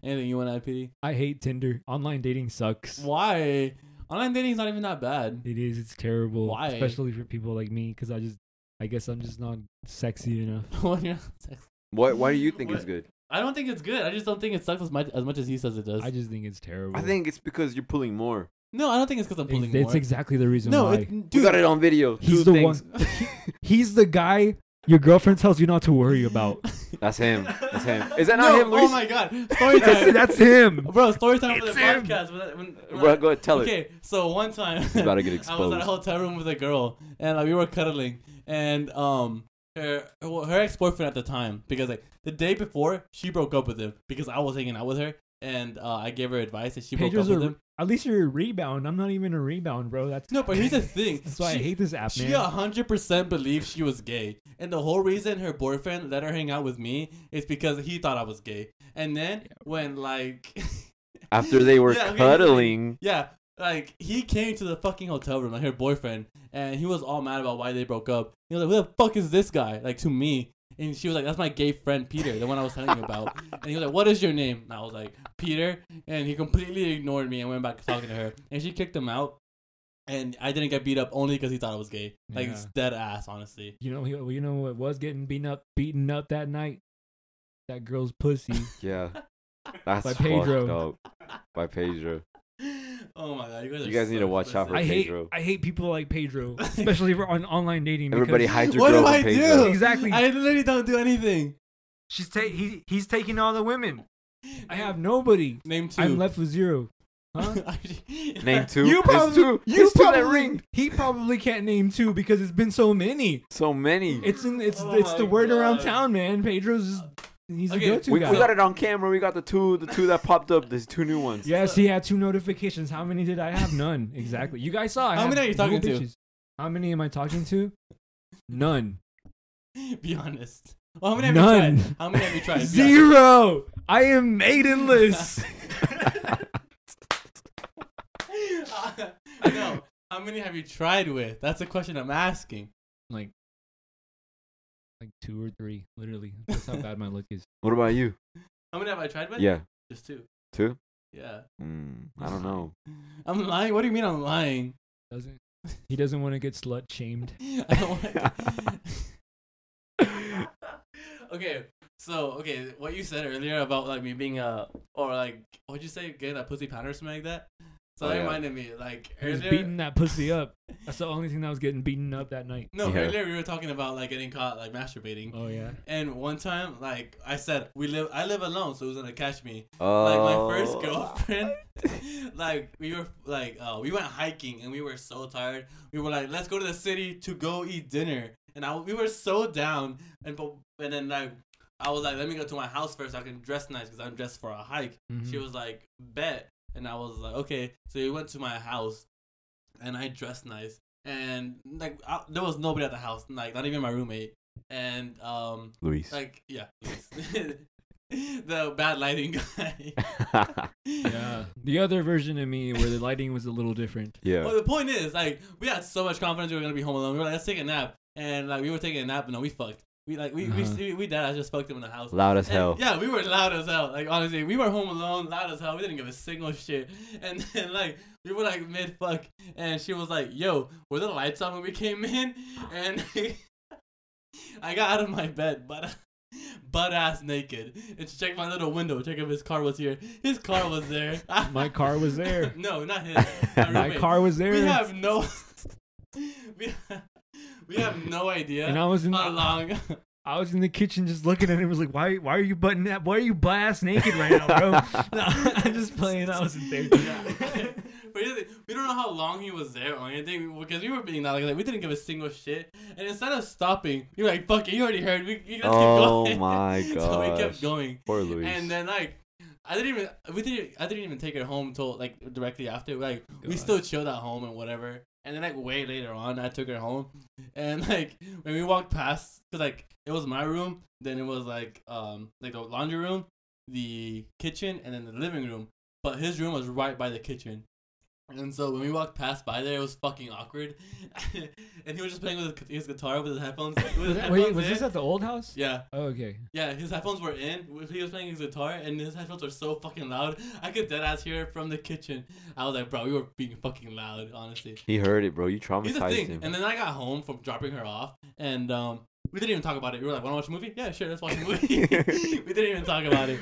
A: Anything you want to add, PD?
C: I hate Tinder. Online dating sucks.
A: Why? Online dating's not even that bad. [LAUGHS]
C: It is. It's terrible.
A: Why?
C: Especially for people like me, because I just, I guess I'm just not sexy enough.
A: When you're on sex-
B: Why? Why do you think it's
A: What?
B: good?
A: I don't think it's good. I just don't think it sucks as much as much as he says it does.
C: I just think it's terrible.
B: I think it's because you're pulling more.
A: no, I don't think it's because I'm
C: it's,
A: pulling
C: that's
A: more.
C: exactly the reason
A: no,
C: why.
A: it, dude,
B: we got it on video.
C: He's
B: Two
C: the one- [LAUGHS]
B: things.
C: He's the guy your girlfriend tells you not to worry about.
B: That's him. That's him.
A: [LAUGHS]
B: Is that not him, Luis?
A: Oh my god, story
C: that's,
A: time.
C: that's him.
A: Bro, story time for the
C: It's him.
A: podcast. When, I- when, when
B: Bro,
A: I-
B: go ahead, tell it.
A: okay, so one time
B: He's about to get
A: [LAUGHS] I was
B: exposed.
A: at a hotel room with a girl, and like, we were cuddling, and um, her well, her ex boyfriend at the time, because like the day before she broke up with him because I was hanging out with her, and uh, I gave her advice, and she broke
C: Pedro's
A: up with
C: a,
A: him.
C: at least you're a rebound. I'm not even a rebound, bro. That's
A: No, but
C: [LAUGHS]
A: here's the thing.
C: That's why
A: she,
C: I hate this app,
A: She
C: man.
A: 100% believed she was gay. And the whole reason her boyfriend let her hang out with me is because he thought I was gay. And then when, like, [LAUGHS]
B: After they were
A: Yeah, okay.
B: cuddling,
A: yeah, like, he came to the fucking hotel room, like, her boyfriend, and he was all mad about why they broke up. He was like, who the fuck is this guy? Like, to me. And she was like, that's my gay friend, Peter, the one I was telling you
C: [LAUGHS]
A: about. And he was like, what is your name? And I was like, Peter. And he completely ignored me and went back to talking to her. And she kicked him out. And I didn't get beat up only because he thought I was gay. Like,
C: Yeah.
A: it's dead ass, honestly.
C: You know, he- you know what was getting beaten up, beaten up that night. That girl's pussy.
B: [LAUGHS] yeah,
A: [LAUGHS]
B: that's
C: By
B: fucked
C: Pedro.
B: up. By Pedro.
A: Oh my god, you guys,
B: You
A: are
B: guys need
A: so
B: to watch out
A: explicit.
B: for
C: I hate,
B: Pedro.
C: I hate people
B: [LAUGHS]
C: like Pedro, especially for on online dating. because-
B: Everybody hide your
A: What
B: girl
A: do
B: from
A: I
B: Pedro.
A: do?
C: Exactly.
A: I literally don't do anything.
C: She's ta- he, he's taking all the women. I have nobody.
A: Name 2 [LAUGHS]
C: I'm left with zero.
B: [LAUGHS]
C: Huh? [LAUGHS]
B: Name two.
C: You
B: There's
C: probably,
B: two.
C: you
B: There's two that
C: probably,
B: ring.
C: he probably can't name two because it's been so many.
B: So many.
C: It's in, it's,
A: Oh
C: it's the
A: my
C: word around
A: God.
C: town, man. Pedro's just, he's
A: Okay,
C: a go-to
B: we,
C: guy.
B: we got it on camera. We got the two, the two that popped up. There's two new
A: [LAUGHS]
B: ones.
C: Yes, he had two notifications. How many did I have? None. Exactly. You guys saw. I
A: How
C: had
A: many are you
C: no
A: talking to?
C: bitches. How many am I talking to? None.
A: [LAUGHS] Be honest. Well, how many have
C: None.
A: you tried? How many have you tried? Be
C: [LAUGHS] Zero. I am
A: [LAUGHS]
C: maidenless.
A: honest. Uh, no. How many have you tried with? That's the question I'm asking.
C: like, like two or three. Literally, that's how bad my look is.
B: What about you?
A: How many have I tried with?
B: Yeah,
A: Just two.
B: two.
A: Yeah.
B: Mm, I
A: [LAUGHS]
B: don't know.
A: I'm lying. What do you mean I'm lying? [LAUGHS]
C: Doesn't he doesn't want to get slut shamed?
A: I don't want- [LAUGHS] okay, so okay, what you said earlier about like me being a or like what'd you say getting a pussy pounder or something like that? So
B: Oh,
A: that
B: yeah.
A: reminded me, like
C: He was
A: earlier-
C: beating that pussy up. That's the only thing that was getting beaten up that night.
A: No,
B: Yeah.
A: earlier we were talking about like getting caught like masturbating.
C: Oh yeah.
A: And one time, like I said, we live. I live alone, so who's gonna catch me?
B: Oh,
A: Like my first
B: [LAUGHS]
A: girlfriend, [LAUGHS] like we were like uh, we went hiking and we were so tired. We were like, let's go to the city to go eat dinner. And I we were so down. And but and then like I was like, let me go to my house first. so I can dress nice because I'm dressed for a hike. She was like, bet. And I was like, okay. So we went to my house and I dressed nice. And like, I, there was nobody at the house, like, not even my roommate. And, um,
B: Luis.
A: like, yeah, Luis. [LAUGHS] the bad lighting guy.
C: Yeah. The other version of me where the lighting was a little different.
B: [LAUGHS]
A: [LAUGHS]
B: yeah.
A: Well, the point is, like, we had so much confidence we were gonna be home alone. We were like, let's take a nap. And, like, we were taking a nap, and no, we fucked. We, like, we,
C: Uh-huh.
A: we, we, we dad, I just fucked him in the house.
B: Loud as
A: And,
B: hell.
A: Yeah, we were loud as hell. Like honestly, we were home alone, loud as hell. We didn't give a single shit. [LAUGHS] And then like we were like mid fuck, and she was like, "Yo, were the lights on when we came in?" And [LAUGHS] I got out of my bed, but [LAUGHS] butt ass naked, and she checked my little window, check if his car was here. His car was there. [LAUGHS]
C: My car was there.
A: no, not his. My,
C: My
A: roommate.
C: car was there.
A: We have no. [LAUGHS] we, we have no idea.
C: and I was in
A: how long?
C: I was in the kitchen just looking at him. Was like, why? Why are you button that? Why are you butt ass naked right now,
A: [LAUGHS]
C: bro? [LAUGHS] no, I'm just playing. I wasn't there.
A: Yeah. [LAUGHS] But here's the thing, we don't know how long he was there or anything because we were being loud like that. We didn't give a single shit. And instead of stopping, we were like, fuck it, you already heard. We, we, let's
B: Oh
A: keep going. [LAUGHS]
B: my
A: so we
B: gosh.
A: kept going.
B: Poor Luis.
A: And then, like, I didn't even, we didn't, I didn't even take her home till like directly after. Like, we
C: God.
A: still chilled at home and whatever. And then, like, way later on, I took her home. And, [LAUGHS] like, when we walked past, because, like, it was my room, then it was, like, um, like the laundry room, the kitchen, and then the living room. But his room was right by the kitchen. And so when we walked past by there, it was fucking awkward. [LAUGHS] and he was just playing with his, his guitar with his headphones. With his
C: Wait,
A: headphones
C: was
A: in.
C: this at the old house?
A: yeah.
C: Oh, okay.
A: Yeah, his headphones were in. He was playing his guitar, and his headphones were so fucking loud. I could dead ass hear it from the kitchen. I was like, bro, we were being fucking loud, honestly.
B: he heard it, bro. You
A: Here's the
B: traumatized
A: thing.
B: him.
A: And then I got home from dropping her off, and um, we didn't even talk about it. We were like, wanna watch a movie? Yeah, sure, let's watch a
B: [LAUGHS]
A: movie. [LAUGHS] we didn't even talk about it.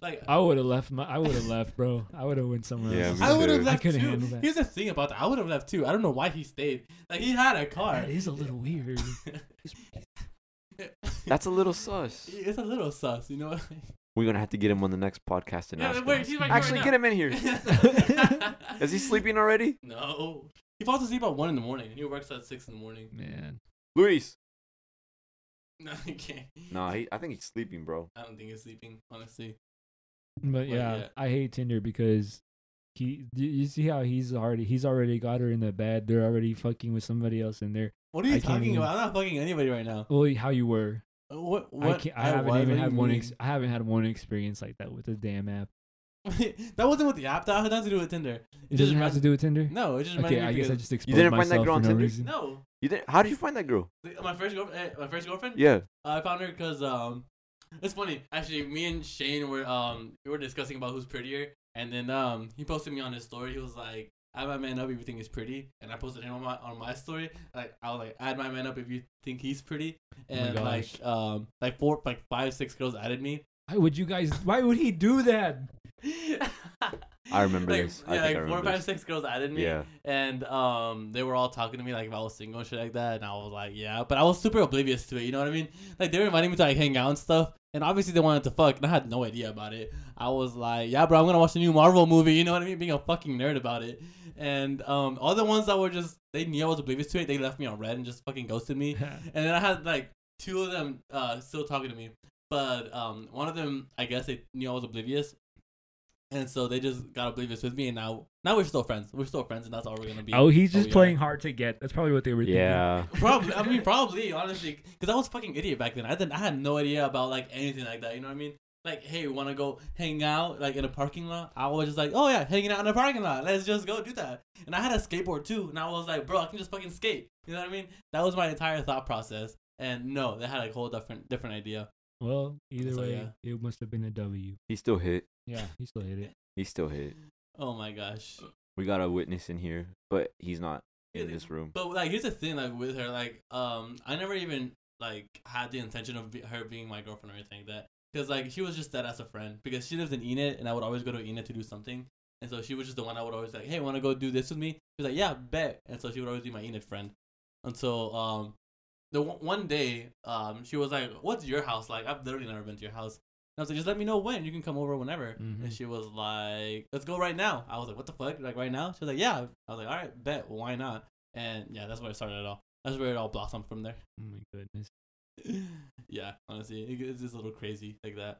A: Like,
C: I would have left. My, I would have left, bro. I would have went somewhere
B: Yeah,
C: else.
B: me
A: I would have
B: too.
A: left
C: I couldn't
A: too.
C: handle that.
A: Here's the thing about that. I would have left too. I don't know why he stayed. Like, he had a car. [LAUGHS]
C: That is a little weird. [LAUGHS]
B: That's a little sus.
A: it's a little sus, you know what I mean?
B: We're gonna have to get him on the next podcast and
A: Yeah,
B: ask
A: wait,
B: him.
A: he's right here
B: Actually,
A: right
B: get him in here.
A: [LAUGHS] now.
B: [LAUGHS] Is he sleeping already?
A: No. He falls asleep at one in the morning and he works at six in the morning. [LAUGHS]
C: Man,
B: Luis.
A: No, he can't.
B: No, he, I think he's sleeping, bro.
A: I don't think he's sleeping, honestly.
C: but yeah,
A: yeah.
C: I hate Tinder because he. You you see how he's already he's already got her in the bed. They're already fucking with somebody else in there.
A: What are you
C: I can't
A: talking
C: even-
A: about? I'm not fucking anybody right now.
C: Well, how you were?
A: Uh, What?
C: I,
A: what
C: can't, I haven't
A: what-
C: even
A: what do
C: had
A: you
C: one.
A: mean?
C: Ex- I haven't had one experience like that with a damn app.
A: [LAUGHS] that wasn't with the app. That had nothing to do with Tinder.
C: It
A: just
C: doesn't have to do with Tinder.
A: No, it just reminded
C: Okay, I
A: me.
C: guess I
A: because-
C: just exposed
B: didn't
C: myself
B: find that girl on
C: for no
B: Tinder?
C: reason.
A: No,
B: You didn't? How did you find that girl?
A: The- my first girlfriend. My first girlfriend.
B: Yeah.
A: I found her because um, it's funny. Actually, me and Shane were um, we were discussing about who's prettier, and then um, he posted me on his story. He was like, "Add my man up if you think he's pretty," and I posted him on my on my story. Like I was like, "Add my man up if you think he's pretty,"
C: Oh my
A: and like
C: gosh.
A: um, like four like five six girls added me.
C: Why would you guys? Why would he
A: [LAUGHS]
C: do that?
B: I remember
A: like,
B: this. I
A: Yeah,
B: think I
A: like four,
B: remember
A: five,
B: this.
A: six girls added me,
B: Yeah.
A: and um, they were all talking to me like if I was single and shit like that, and I was like, yeah, but I was super oblivious to it. You know what I mean? Like they were inviting me to like hang out and stuff, and obviously they wanted to fuck, and I had no idea about it. I was like, yeah, bro, I'm gonna watch the new Marvel movie. You know what I mean? Being a fucking nerd about it, and um, all the ones that were just they knew I was oblivious to it, they left me on red and just fucking ghosted me. And then I had like two of them uh, still talking to me, but um, one of them, I guess they knew I was oblivious, and so they just got oblivious with me. And now, now we're still friends. We're still friends, and that's all we're gonna be.
C: [LAUGHS] oh, he's
A: Oh,
C: just
A: yeah.
C: playing hard to get. That's probably what they were
B: Yeah.
A: probably. I mean, probably honestly, because I was a fucking idiot back then. I didn't. I had no idea about like anything like that. You know what I mean? Like, hey, we want to go hang out like in a parking lot? I was just like, oh yeah, hanging out in a parking lot. Let's just go do that. And I had a skateboard too, and I was like, bro, I can just fucking skate. You know what I mean? That was my entire thought process. And no, they had a whole different different idea.
C: thinking. [LAUGHS] Well, either
A: So,
C: way,
A: yeah.
C: it must have been a W.
B: He still hit.
C: Yeah, he still hit it.
B: He still hit.
A: Oh my gosh.
B: We got a witness in here, but he's not in
A: Yeah,
B: this room.
A: But like, here's the thing, like with her, like, um, I never even like had the intention of be- her being my girlfriend or anything like that, because like she was just that as a friend, because she lived in Enid, and I would always go to Enid to do something, And so she was just the one I would always like, hey, want to go do this with me? She was like, yeah, bet. And so she would always be my Enid friend. Until um, the one one day, um, she was like, what's your house like? I've literally never been to your house. And I was like, just let me know when you can come over whenever.
C: Mhm.
A: And she was like, let's go right now. I was like, what the fuck? Like right now? She was like, yeah. I was like, all right, bet. Why not? And yeah, that's where it started at all. That's where it all blossomed from there. [LAUGHS]
C: Oh my goodness.
A: yeah, honestly, it, it's just a little crazy like that.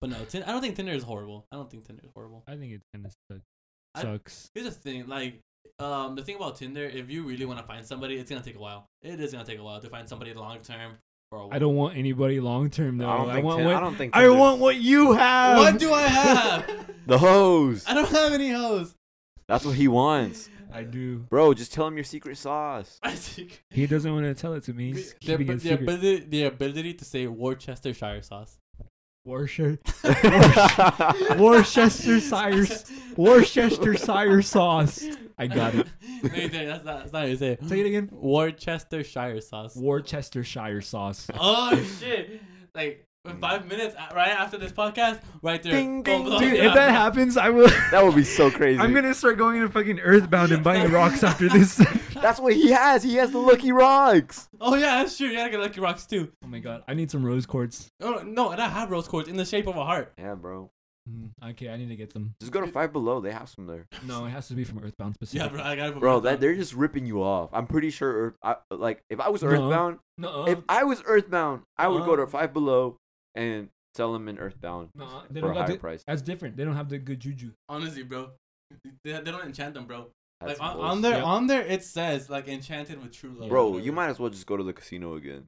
A: But no, Tin- I don't think Tinder is horrible. I don't think Tinder is horrible.
C: I think it's kind of suck.
A: I-
C: sucks.
A: Here's the thing, like, um, the thing about Tinder, if you really want to find somebody, it's gonna take a while. It is gonna take a while to find somebody long term for a
C: I don't want anybody long term though.
B: I don't
C: I,
B: think.
C: want
B: Tin-
C: what
B: I don't think.
C: I
B: Tinder-
C: want what you have.
A: What do I
C: [LAUGHS]
A: have?
B: the hose.
A: I don't have any hoes.
B: That's what he wants,
C: I do.
B: bro. Just tell him your secret sauce.
A: [LAUGHS]
B: [LAUGHS]
A: I think
C: He doesn't want to tell it to me. He's
A: the,
C: keeping
A: the,
C: it secret.
A: ability, the ability to say Worcestershire sauce.
C: Worcester,
B: That's
C: [LAUGHS] Worcestershire,
A: [LAUGHS]
B: [LAUGHS]
C: Worcestershire sauce. I got it.
A: [LAUGHS] no, you didn't. that's not, that's not how you say it.
C: Say it again.
A: Worcestershire sauce.
C: Worcestershire sauce.
A: Oh shit! Like in five minutes, uh, right after this podcast, right there.
B: Ding,
A: Boom,
B: ding,
A: boom,
C: Dude,
A: yeah.
C: if that happens, I will.
B: [LAUGHS] That would be so crazy.
C: I'm gonna start going into fucking Earthbound and buying rocks
B: [LAUGHS]
C: after this. oh
B: That's what he has. He has the lucky rocks.
A: Oh yeah, that's true. You gotta get lucky rocks too.
C: my god, I need some rose quartz.
A: Oh no, and I have rose quartz in the shape of a heart.
B: Yeah, bro.
C: Mm, Okay, I need to get them.
B: Just go to Five Below. They have some there,
C: No, it has to be from Earthbound
A: Yeah,
C: specifically.
A: bro, I gotta. put
B: bro.
A: mine
B: That
A: down.
B: they're just ripping you off. I'm pretty sure. Earth, I, like, if I was
C: No.
B: Earthbound,
C: No, uh,
B: if I was Earthbound, I would go
A: Uh-uh.
B: to Five Below and sell them in Earthbound
C: no, they
B: for
C: don't
B: a
C: got
B: higher
C: the,
B: price.
C: That's different. They don't have the good juju.
A: honestly, bro. They, they don't enchant them, bro.
B: That's
A: like on,
B: bullshit.
A: on there,
C: Yep.
A: on there, it says like enchanted with true love.
B: bro.
A: or
B: You
A: whatever.
B: might as well just go to the casino again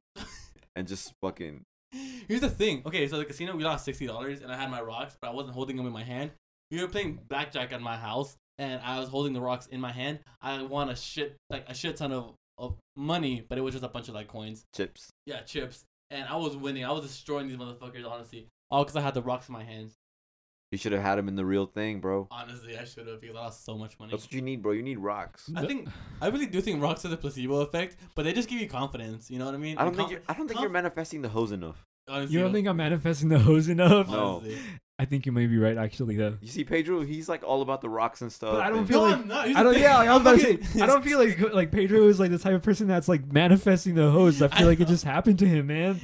B: and just fucking.
A: [LAUGHS] Here's the thing. Okay, so the casino, we lost sixty dollars, and I had my rocks, but I wasn't holding them in my hand. We were playing blackjack at my house, and I was holding the rocks in my hand. I won a shit like a shit ton of, of money, but it was just a bunch of like coins.
B: chips.
A: Yeah, chips. And I was winning. I was destroying these motherfuckers, honestly. All because I had the rocks in my hands.
B: You should have had him in the real thing, bro.
A: Honestly, I should have because I lost so much money.
B: That's what you need, bro. You need rocks.
A: I think I really do think rocks are the placebo effect, but they just give you confidence. You know what I mean?
B: I don't
A: And
B: think
A: conf-
B: you're, I don't think you're
A: conf-
B: manifesting the hose enough.
A: honestly,
C: You don't think I'm manifesting the hose enough?
B: No.
A: honestly.
C: I think you may be right, actually, though.
B: You see, Pedro, he's like all about the rocks and stuff.
C: But I don't
B: and-
C: feel
A: No,
C: like-
A: I'm not. Here's
C: I
A: the
C: don't.
A: thing.
C: Yeah, like, I was about to
A: Okay. [LAUGHS]
C: say. I don't feel like like Pedro is like the type of person that's like manifesting the
A: [LAUGHS]
C: hose. I feel like it just happened to him, man.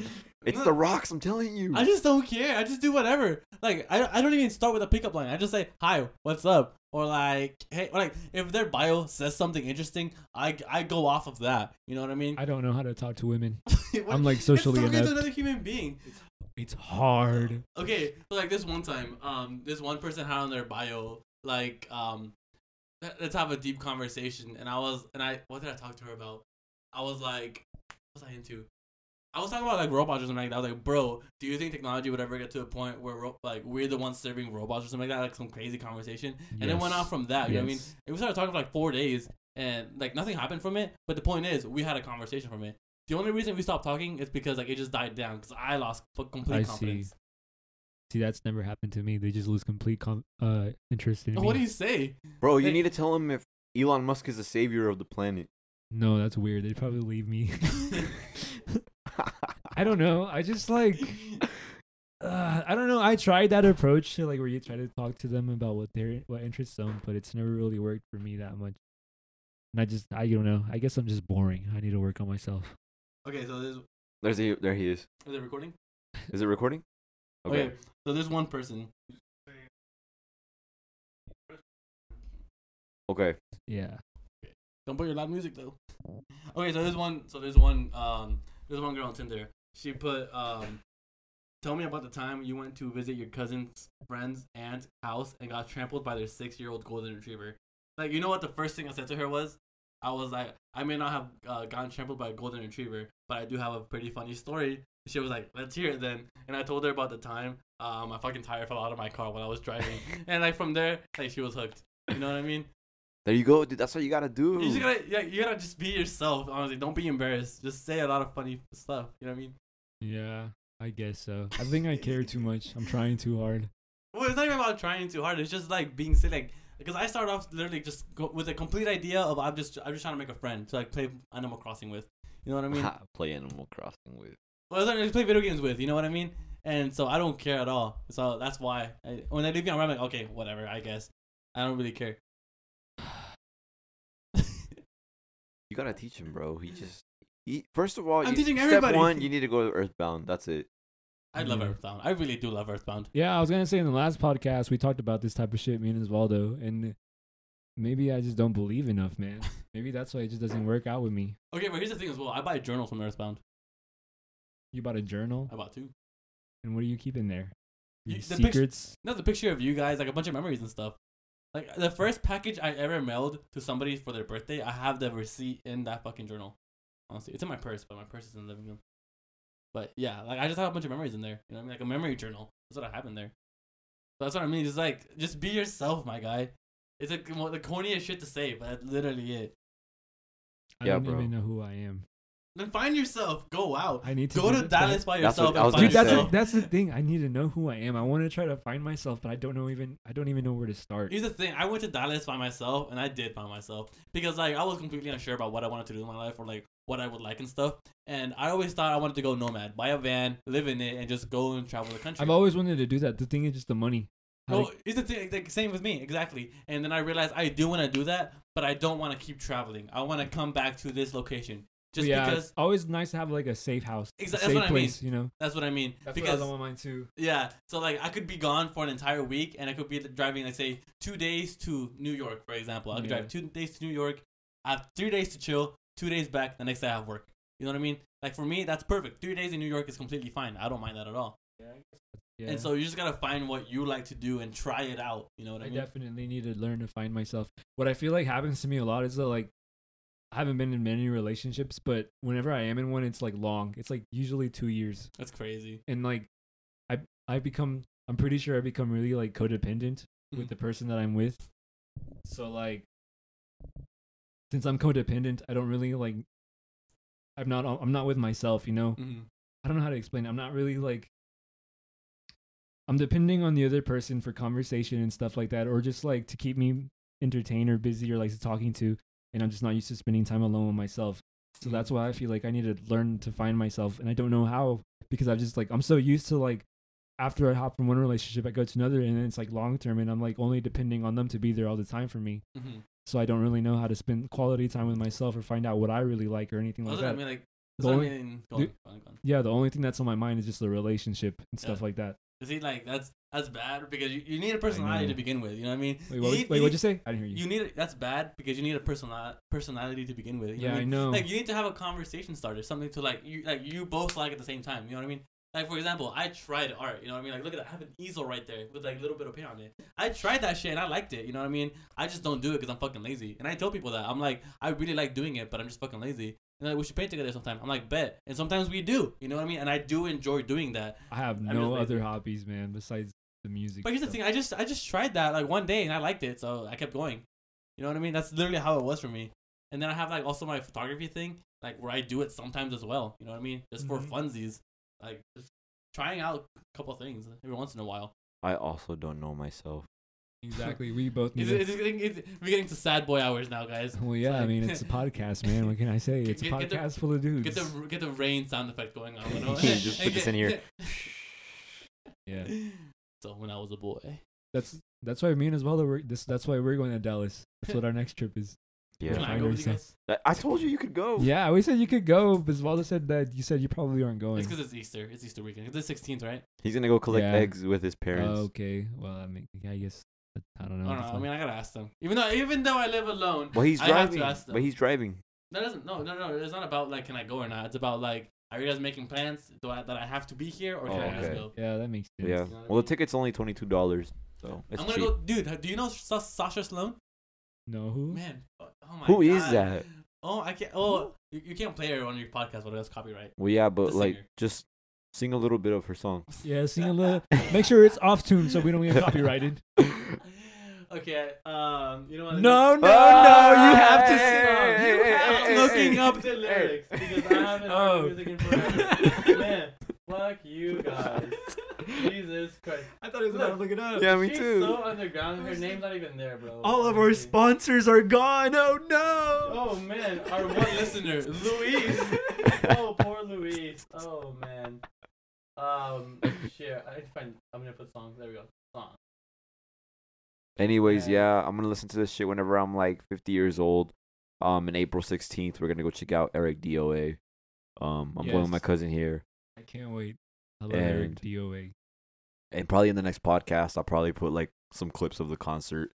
B: it's the rocks. I'm telling you.
A: I just don't care. I just do whatever. Like I, I don't even start with a pickup line. I just say hi, what's up, or like hey, or like if their bio says something interesting, I I go off of that. You know what I mean?
C: I don't know how to talk to women.
A: [LAUGHS] What-
C: I'm, like,
A: it's
C: socially
A: talking
C: inept.
A: to another human being.
C: It's hard.
A: Okay, so like this one time, um, this one person had on their bio like um, let- let's have a deep conversation, and I was and I what did I talk to her about? I was like, what was I into? I was talking about like robots or something like that. I was like, bro, do you think technology would ever get to a point where ro- like we're the ones serving robots or something like that? Like some crazy conversation, and it went
C: Yes.
A: off from that. You know what I mean?
C: Yes.
A: And we started talking for like four days, and like nothing happened from it. But the point is, we had a conversation from it. The only reason we stopped talking is because like it just died down because I lost f- complete
C: I see.
A: confidence.
C: See, that's never happened to me. They just lose complete com- uh interest in me.
A: Oh, What do you say?
B: bro, you
A: Hey.
B: need to tell him if Elon Musk is the savior of the planet.
C: no, that's weird. They'd probably leave
A: [LAUGHS]
C: me. [LAUGHS] I don't know. I just like. Uh, I don't know. I tried that approach to like where you try to talk to them about what their what interests them, but it's never really worked for me that much. And I just I don't know. I guess I'm just boring. I need to work on myself.
A: [LAUGHS] okay, so there's
B: There's a, there he is.
A: is it recording?
B: Is it recording?
A: Oh,
B: Okay.
A: So there's one person.
B: Okay.
C: Yeah.
A: Don't put your loud music though. Okay, so there's one. So there's one. Um, there's one girl on Tinder. She put um, tell me about the time you went to visit your cousin's friend's aunt's house and got trampled by their six-year-old golden retriever. Like you know what the first thing I said to her was. I was like, I may not have uh, gotten trampled by a golden retriever, but I do have a pretty funny story. She was like, let's hear it then. And I told her about the time um, my fucking tire fell out of my car while I was driving. and like from there, like she was hooked. You know what I mean?
B: There you go, dude. That's what you gotta do.
A: You just
B: [LAUGHS]
A: gotta, yeah, you gotta just be yourself. Honestly, don't be embarrassed. Just say a lot of funny stuff. You know what I mean?
C: Yeah. I guess so. I think I care too much. I'm trying too hard.
A: Well, it's not even about trying too hard. It's just like being silly. Like, because I started off literally just go, with a complete idea of I'm just, I'm just trying to make a friend to like play Animal Crossing with. You know what I
B: [LAUGHS]
A: mean?
B: Play Animal Crossing with.
A: well, I just play video games with. You know what I mean? And so I don't care at all. So that's why I, when they leave me, I'm like, okay, whatever. I guess I don't really care. [LAUGHS]
B: You gotta teach him, bro. He just he, first of all,
A: I'm
B: you,
A: teaching
B: step
A: everybody.
B: one, you need to go to Earthbound. That's it.
A: I love
C: Yeah.
A: Earthbound. I really do love Earthbound.
C: Yeah, I was gonna say in the last podcast we talked about this type of shit, me and Osvaldo, and maybe I just don't believe enough, man. Maybe that's why it just doesn't work out with me.
A: Okay, but here's the thing as well. I buy journals from Earthbound.
C: You bought a journal,
A: I bought two.
C: and what do you keep in there?
A: You-
C: Your
A: the picture-
C: secrets.
A: No, the picture of you guys, like a bunch of memories and stuff. Like the first package I ever mailed to somebody for their birthday, I have the receipt in that fucking journal. Honestly, it's in my purse, but my purse is in the living room. But yeah, like I just have a bunch of memories in there. You know, what I mean, like a memory journal. That's what I have in there. So that's what I mean. Just like, just be yourself, my guy. It's like mo- the corniest shit to say, but that's literally it.
C: I
B: Yeah,
C: don't
B: bro.
C: even know who I am.
A: Then find yourself. Go
B: [LAUGHS]
A: out.
C: I need to
A: Go
C: do
A: to
C: that-
A: Dallas by
B: That's
A: yourself.
B: what I was
A: and
B: gonna
C: Dude,
A: find
B: say.
C: that's the,
A: yourself.
C: that's the thing. I need to know who I am. I want to try to find myself, but I don't know even. I don't even know where to start.
A: Here's the thing. I went to Dallas by myself, and I did by myself because like I was completely unsure about what I wanted to do in my life or like what I would like and stuff. And I always thought I wanted to go nomad, buy a van, live in it, and just go and travel the country.
C: I've always wanted to do that. The thing is just the money. How
A: no, here's the thing. Like, same with me, exactly. And then I realized I do want to do that, but I don't want to keep traveling. I want to come back to this location just
C: yeah,
A: because.
C: it's always nice to have like a safe house, a
A: Exa- that's
C: safe
A: what I mean.
C: place. You know,
A: That's what I mean.
C: that's
A: because
C: what I want mine too.
A: Yeah, so like I could be gone for an entire week, and I could be driving, like say, two days to New York, for example. I could
C: Yeah.
A: drive two days to New York. I have three days to chill, two days back. The next day I have work. You know what I mean? Like for me, that's perfect. Three days in New York is completely fine. I don't mind that at all.
C: Yeah.
A: And so you just gotta find what you like to do and try it out. You know what I,
C: I
A: mean?
C: definitely need to learn to find myself. What I feel like happens to me a lot is that like I haven't been in many relationships, but whenever I am in one, it's like long. It's like usually two years,
A: that's crazy.
C: and like I I become I'm pretty sure I become really like codependent with
A: Mhm.
C: the person that I'm with. So like since I'm codependent, I don't really like I'm not I'm not with myself, you know.
A: hmm
C: I don't know how to explain. it. I'm not really like I'm depending on the other person for conversation and stuff like that, or just like to keep me entertained or busy or like talking to. And I'm just not used to spending time alone with myself. So that's why I feel like I need to learn to find myself, and I don't know how because I just like I'm so used to like after I hop from one relationship, I go to another, and then it's like long term, and I'm like only depending on them to be there all the time for me.
A: hmm
C: So I don't really know how to spend quality time with myself or find out what I really like or anything like
A: That's
C: that.
A: what I mean. Like,
C: The
A: that's what I
C: only-
A: mean. Go
C: the-
A: on, go on, go on.
C: Yeah, the only thing that's on my mind is just the relationship and stuff
A: Yeah.
C: like that.
A: You see, like that's that's bad because you, you need a personality
C: know.
A: to begin with. You know what I mean?
C: Wait, what,
A: you, need-
C: wait,
A: you
C: what'd
A: need-
C: you say? I didn't hear you.
A: You need that's bad because you need a personal personality to begin with. You know
C: yeah,
A: what I
C: I
A: mean?
C: know.
A: Like you need to have a conversation starter, something to like you like you both like at the same time. You know what I mean? Like for example, I tried art. You know what I mean? Like look at that, I have an easel right there with like a little bit of paint on it. I tried that shit and I liked it. You know what I mean? I just don't do it because I'm fucking lazy. And I tell people that I'm like I really like doing it, but I'm just fucking lazy. And like we should paint together sometime. I'm like bet. And sometimes we do. You know what I mean? And I do enjoy doing that.
C: I have
A: just
C: no
A: lazy.
C: other hobbies, man, besides the music.
A: But here's the
C: stuff.
A: thing, I just I just tried that like one day and I liked it, so I kept going. You know what I mean? That's literally how it was for me. And then I have like also my photography thing, like where I do it sometimes as well. You know what I mean? Just
C: Mhm.
B: Mm-hmm.
A: for funsies, like just trying out a couple things every once in a while.
B: I also don't know myself. [LAUGHS]
C: Exactly. We both need
A: It's,
C: to.
A: it's getting, it's, we're getting to sad boy hours now, guys.
C: [LAUGHS] Well, yeah, I
A: like-
C: mean,
A: [LAUGHS]
C: it's a podcast, man. What can I say? It's a
A: Get- get the-
C: podcast full of dudes.
A: Get the get the rain sound effect going on. you
B: [LAUGHS]
A: know?
B: Just put this in here.
C: yeah.
A: [LAUGHS] So when I was a boy,
C: That's that's why me and Osvaldo, we're, this, that's why we're going to Dallas. That's what our next trip
A: [LAUGHS]
C: is.
A: can
B: Yeah,
A: I
C: Find
A: go with you
C: yourself.
A: guys?
B: I, I told you you could
A: Oh.
B: go.
C: Yeah, we said you could go, but Osvaldo said that you said you probably aren't going.
A: It's because it's Easter. It's Easter weekend. It's the sixteenth, right?
B: He's gonna go collect
C: Yeah.
B: eggs with his
C: Oh,
B: parents.
C: okay. Well, I mean, I guess. I don't
A: I
C: know.
A: don't know.
C: That's
A: I
C: fine.
A: mean, I gotta ask them. Even though even though I live alone,
B: Well, he's
A: I have to
B: driving.
A: ask them.
B: But he's driving.
A: That doesn't no no no. It's not about like can I go or not. It's about like are you guys making plans? Do I that I have to be here or can
B: Oh,
A: I just
B: okay.
A: go?
C: yeah, that makes sense.
B: yeah.
A: know what I
B: Well,
A: mean?
B: the ticket's only twenty two dollars, so it's
A: I'm gonna
B: cheap.
A: go, dude. Do you know Sa- Sasha Sloan?
C: No, who?
A: Man, oh oh my.
B: Who
A: God.
B: is that?
A: Oh, I can't. Oh, you, you can't play her on your podcast, but that's copyright. [LAUGHS]
B: Well, yeah,
A: The
B: but like,
A: singer.
B: just sing a little bit of her song.
C: Yeah, sing a little. Make sure it's off tune so we don't get copyrighted.
B: [LAUGHS]
A: Okay. Um, you know what? Ah,
C: No, no, no!
B: Ah!
C: You have to sing.
A: hey,
C: You
A: hey,
C: have
A: hey,
C: to
A: looking
C: sing.
A: up the lyrics because I haven't heard
C: Oh.
A: music in
C: [LAUGHS]
A: forever. Man, fuck you guys. Jesus Christ.
C: I thought he was
A: about to
C: look
A: [LAUGHS]
C: it up.
B: Yeah, me
A: She's
B: too.
A: so underground. Her name's not even there, bro.
C: All of our
A: Honestly.
C: sponsors are gone. Oh no!
A: Oh man, our one listener, Luis. Oh poor Luis. Oh man. Um, shit. I need to find. I'm gonna put songs. There we go. Song.
B: Anyways,
A: Yeah.
B: yeah, I'm gonna listen to this shit whenever I'm like 50 years old. Um, in April 16th, we're gonna go check out Eric DOA. Um, I'm going with my
C: Yes.
B: cousin here,
C: I can't wait. I love Eric
B: And-
C: DOA.
B: and probably in the next podcast, I'll probably put like some clips of the concert.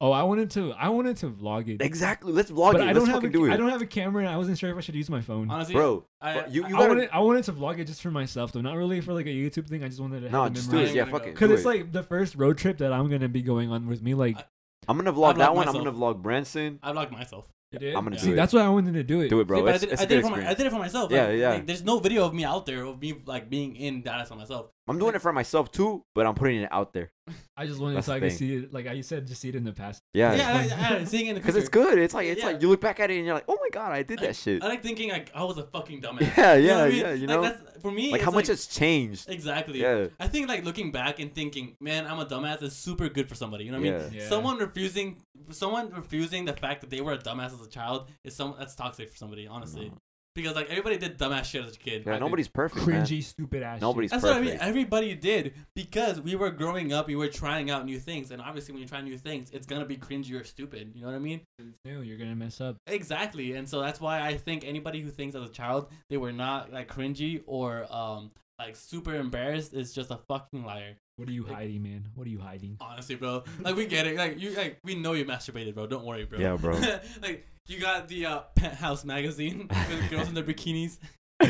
C: Oh, I wanted to. I wanted to vlog it.
B: Exactly. Let's vlog
C: but
B: it.
C: I
B: Let's
C: don't have.
B: fucking
C: A,
B: do it,
C: I don't have a camera. and I wasn't sure if I should use my
A: [LAUGHS]
C: phone.
A: Honestly,
B: bro.
A: I-
B: but you
A: I-
B: you
C: I
B: gotta
C: wanted. I wanted to vlog it just for myself though, not really for like a YouTube thing. I just wanted to.
B: no,
C: have
B: just do
C: memory.
A: memorized.
B: it. Yeah,
A: I'm gonna
B: fuck
A: go.
B: it.
C: Because
B: do
C: it's
B: it.
C: like the first road trip that I'm gonna be going on with me. Like
A: I-
B: I'm gonna
A: I
B: vlog
A: vlog
B: that one. I'm
A: myself.
B: gonna vlog Branson.
A: I blocked myself.
C: it is.
B: I'm gonna
C: See,
B: do it.
C: that's why I wanted to do it.
B: Do it, bro.
A: See, but
B: It's-
A: I did,
B: it's
A: I
B: a
A: did
B: good
A: it for my, I
B: experience.
A: did it for myself.
B: Yeah,
A: like,
B: yeah.
A: like, there's no video of me out there of me like being in Dallas by myself.
B: I'm doing it for myself too, but I'm putting it out there.
C: I just wanted
B: That's
C: so I
B: the
C: could
B: thing.
C: see it. Like I said, just see it in the past.
B: Yeah.
A: Yeah, I, I, I, seeing it
B: [LAUGHS]
A: in the
B: Because
A: picture.
B: it's good. It's like it's
A: Yeah.
B: like you look back at it and you're like, oh my god, I did that shit.
A: I like thinking like I was a fucking
B: [LAUGHS]
A: dumbass.
B: Yeah, yeah,
A: You know what I mean?
B: yeah. You know,
A: like, that's, for me,
B: like
A: it's
B: how much
A: like-
B: has changed.
A: exactly.
B: Yeah,
A: I think like looking back and thinking, man, I'm a dumbass is super good for somebody. You know what I mean?
B: yeah.
C: Yeah.
A: Someone refusing, someone refusing the fact that they were a dumbass as a child is some that's toxic for somebody, honestly.
B: No.
A: Because like everybody did dumbass shit as a kid.
B: Yeah, nobody's perfect. man.
C: Cringy, stupid ass. shit.
B: Nobody's
A: That's
B: perfect.
A: what I mean. Everybody did because we were growing up. We were trying out new things, and obviously, when you try new things, it's gonna be cringy or stupid. You know what I mean?
C: It's new. You're gonna mess up.
A: Exactly, and so that's why I think anybody who thinks as a child they were not like cringy or um like super embarrassed is just a fucking liar.
C: What are you
A: Like-
C: hiding, man? What are you hiding?
A: Honestly, bro. Like we get it. Like you like we know you masturbated, bro. Don't worry, bro.
B: Yeah, bro.
A: [LAUGHS] like you got the uh, penthouse magazine [LAUGHS] with girls in their bikinis. [LAUGHS]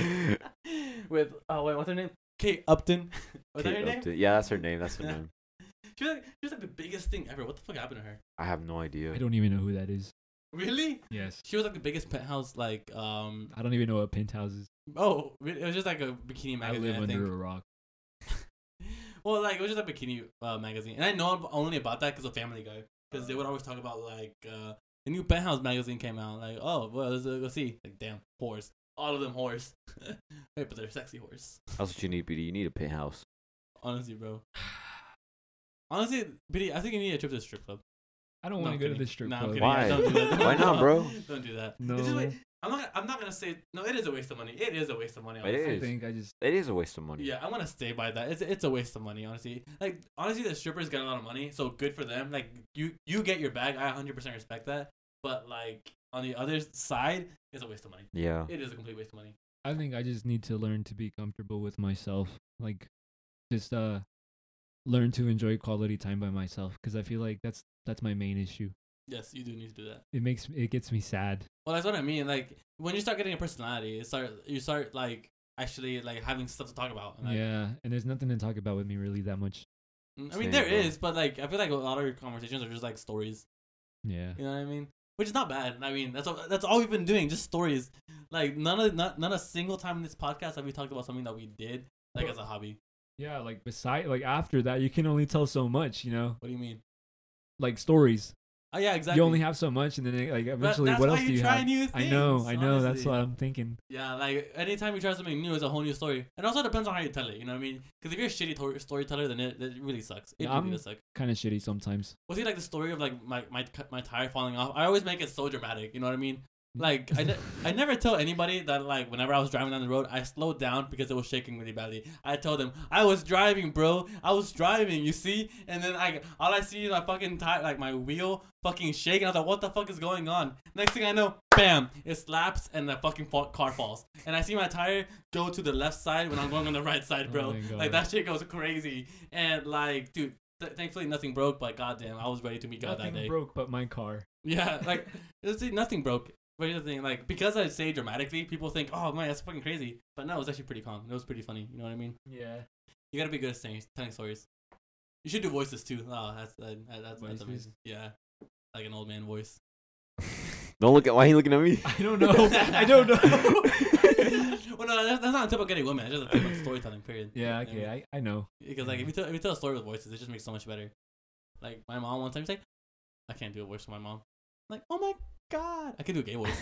A: with oh wait, what's her name? Kate Upton. [LAUGHS] Was that
B: Kate
A: her name?
B: Upton. Yeah, that's her name. That's her
A: Yeah.
B: name.
A: She was, like, she was like the biggest thing ever. What the fuck happened to her?
B: I have no idea.
C: I don't even know who that is.
A: Really?
C: Yes.
A: She was like the biggest penthouse. Like um
C: I don't even know what penthouse is.
A: oh, it was just like a bikini
C: I
A: magazine.
C: live
A: I,
C: under
A: think.
C: a rock.
A: [LAUGHS] Well, like it was just a bikini uh, magazine, and I know ab- only about that because of Family Guy, because they would always talk about like uh, the new Penthouse magazine came out. Like, oh, well, let's uh, go see. Like, damn, whores, all of them whores. [LAUGHS] Wait, but they're sexy whores.
B: That's what you need, BD. You need a penthouse.
A: [LAUGHS] Honestly, bro. Honestly, BD, I think you need a trip to the strip club.
C: I don't
A: No,
C: want
A: I'm
C: to go to
A: kidding.
C: the strip
A: No, I'm
C: club.
A: kidding. Yeah, [LAUGHS]
B: Why?
A: don't do that.
B: Why not, bro?
A: [LAUGHS] Don't do that.
C: No.
A: It's just like- I'm not. I'm not gonna say no. It is a waste of money. It is a waste of money.
B: It
A: honestly.
C: [LAUGHS] I
B: is.
C: think I just
B: It is a waste of money.
A: Yeah, I want to stay by that. It's it's a waste of money, honestly. Like honestly, the strippers get a lot of money, so good for them. Like you you get your bag. I 100% respect that. But like on the other side, it's a waste of money.
B: Yeah.
A: It is a complete waste of money.
C: I think I just need to learn to be comfortable with myself. Like just uh learn to enjoy quality time by myself cuz I feel like that's that's my main issue.
A: Yes, you do need to do that.
C: It makes it gets me sad.
A: Well, that's what I mean. Like when you start getting a personality, you start you start like actually like having stuff to talk about. And, like,
C: yeah, and there's nothing to talk about with me really that much.
A: mm, I mean,
B: Same,
A: there is,
B: bro.
A: but like I feel like a lot of your conversations are just like stories.
C: Yeah.
A: You know what I mean? Which is not bad. I mean, that's all, that's all we've been doing, just stories. Like none of not not a single time in this podcast have we talked about something that we did like as a hobby.
C: Yeah, like beside like after that you can only tell so much, you know?
A: What do you mean?
C: Like stories.
A: Oh yeah, exactly.
C: You only have so much and then it, like eventually
A: that's
C: what
A: why
C: else
A: you
C: do you
A: try
C: have?
A: new
C: I know,
A: things,
C: I know, that's
A: honestly.
C: what I'm thinking.
A: yeah, like anytime you try something new, it's a whole new story. And also depends on how you tell it. You know what I mean? Because if you're a shitty tor- storyteller, then it, it really sucks. It
C: Yeah,
A: really
C: I'm-
A: does suck.
C: Kind of shitty sometimes.
A: Was it like the story of like my my t- my tire falling off? I always make it so dramatic. You know what I mean? Like I, ne- I never tell anybody that like whenever I was driving down the road, I slowed down because it was shaking really badly. I tell them I was driving, bro. I was driving. You see? And then I all I see is my fucking tire, like my wheel, fucking shaking. I was like, what the fuck is going on? Next thing I know, bam! It slaps and the fucking fa- car falls. And I see my tire go to the left side when I'm going on the right side,
C: Oh
A: bro.
C: my
A: like
C: God.
A: that shit goes crazy. And like, dude, th- thankfully nothing broke. But goddamn, I was ready to meet God that
C: Nothing
A: day.
C: broke but my car.
A: [LAUGHS] Yeah, like it's- nothing broke. But here's the thing, like because I say dramatically, people think, "Oh man, that's fucking crazy." But no, it was actually pretty calm. It was pretty funny. You know what I mean?
C: Yeah.
A: You gotta be good at saying, telling stories. You should do voices too. Oh, that's that, that- that's that's
C: Voices?
A: amazing. Yeah, like an old man voice. [LAUGHS]
B: Don't look at why you looking at [LAUGHS] me.
C: [LAUGHS] I don't know. I don't know. [LAUGHS]
A: well, no, that's, that's not a tip of getting women. It's just a tip of storytelling. Period.
C: Yeah,
A: You know what I
C: okay,
A: mean?
C: I, I know.
A: Because
B: Mm-hmm.
A: like if you tell if you tell a story with voices, it just makes so much better. Like my mom one time she's like, "I can't do a voice for my mom." I'm like, oh my god, I can do a
B: [LAUGHS]
A: gay voice.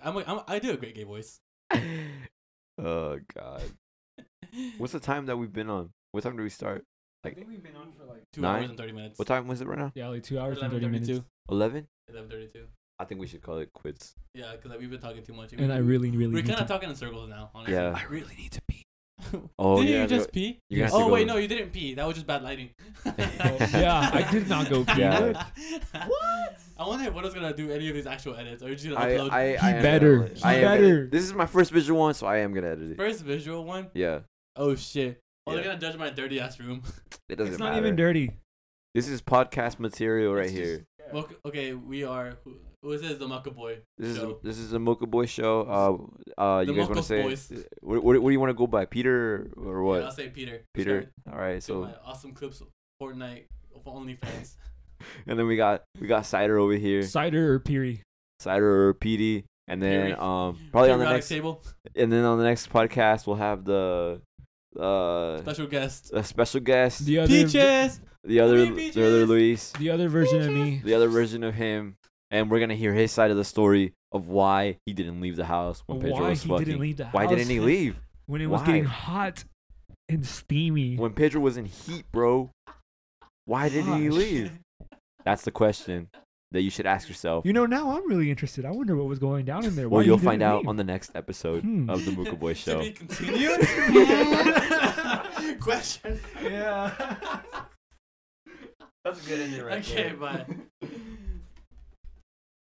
A: I'm, a, I'm a- I do a great gay voice.
B: oh god. What's the time that we've been on? What time did we start? I
C: think we've been on for like
A: [LAUGHS] Two
B: Nine?
A: hours and thirty minutes.
B: What time was it right now?
C: yeah, like two hours and
A: Eleven
C: thirty minutes.
A: thirty-two.
B: Eleven.
A: Eleven thirty-two.
B: I think we should call it quits.
A: Yeah, because like, we've been talking too much.
C: And I really, really
A: we're
C: need
A: kind of
C: to,
A: talking in circles now. Honestly.
B: Yeah.
C: I really need to pee.
B: Oh
A: [LAUGHS] Didn't
B: yeah,
A: you
B: they-
A: just pee?
B: you guys have to
A: Oh
B: go
A: wait,
B: to-
A: no, you didn't pee. That was just bad lighting. [LAUGHS]
B: [LAUGHS]
C: Yeah, I did not go pee.
B: Yeah.
A: what? I wonder what is gonna do any of these actual edits. Are you just gonna
B: I,
A: upload
B: I, I am
C: better.
B: gonna-
C: He
B: I am gonna-
C: better.
B: this is my first visual one, so I am gonna edit it.
A: first visual one?
B: Yeah,
A: Oh shit! Oh, they're
B: Yeah.
A: gonna judge my dirty ass room.
B: it doesn't
C: it's not
B: matter.
C: even dirty.
B: This is podcast material [LAUGHS] right
A: It's just-
B: here.
A: [LAUGHS] Well, okay, we are. who- Who is this? The Mucka Boy.
B: This is
A: show.
B: this is the Mocha Boy show. Uh, uh, you
A: The
B: guys want to
A: Mocha
B: say
A: Boys.
B: what, what? What do you want to go by, Peter or
A: Yeah,
B: what?
A: I'll say Peter.
B: Peter. All right,
A: So
B: so
A: my awesome clips, of Fortnite, of OnlyFans.
B: and then we got we got Cider over here,
C: Cider or Piri?
B: Cider or PD, and then
A: Peary.
B: um [LAUGHS] probably on the
A: Periodic
B: next [LAUGHS]
A: table.
B: and then on the next podcast we'll have the uh
A: Special guest.
B: a special guest,
C: The other,
A: Peaches.
B: the other
A: Luis
B: the other
A: Beaches.
B: Luis,
C: the other version of me.
B: the other version of him, and we're gonna hear his side of the story of why he didn't leave the house when Pedro
C: Why
B: was
C: he
B: fucking.
C: didn't leave the house?
B: why didn't he leave
C: When it was
B: Why?
C: getting hot and steamy.
B: when Pedro was in heat, bro? Why didn't he
C: Gosh.
B: leave? That's the question that you should ask yourself.
C: You know, now I'm really interested. I wonder what was going down in there.
B: well,
C: Why
B: you'll
C: he
B: find
C: didn't
B: out
C: leave.
B: on the next episode
C: Hmm.
B: [LAUGHS] of the Mooka
C: [LAUGHS]
B: Boy Show.
A: [LAUGHS] To be
B: [LAUGHS]
A: continued. [LAUGHS] Question.
F: Yeah. That's a good ending right
A: Okay,
F: there.
A: bye.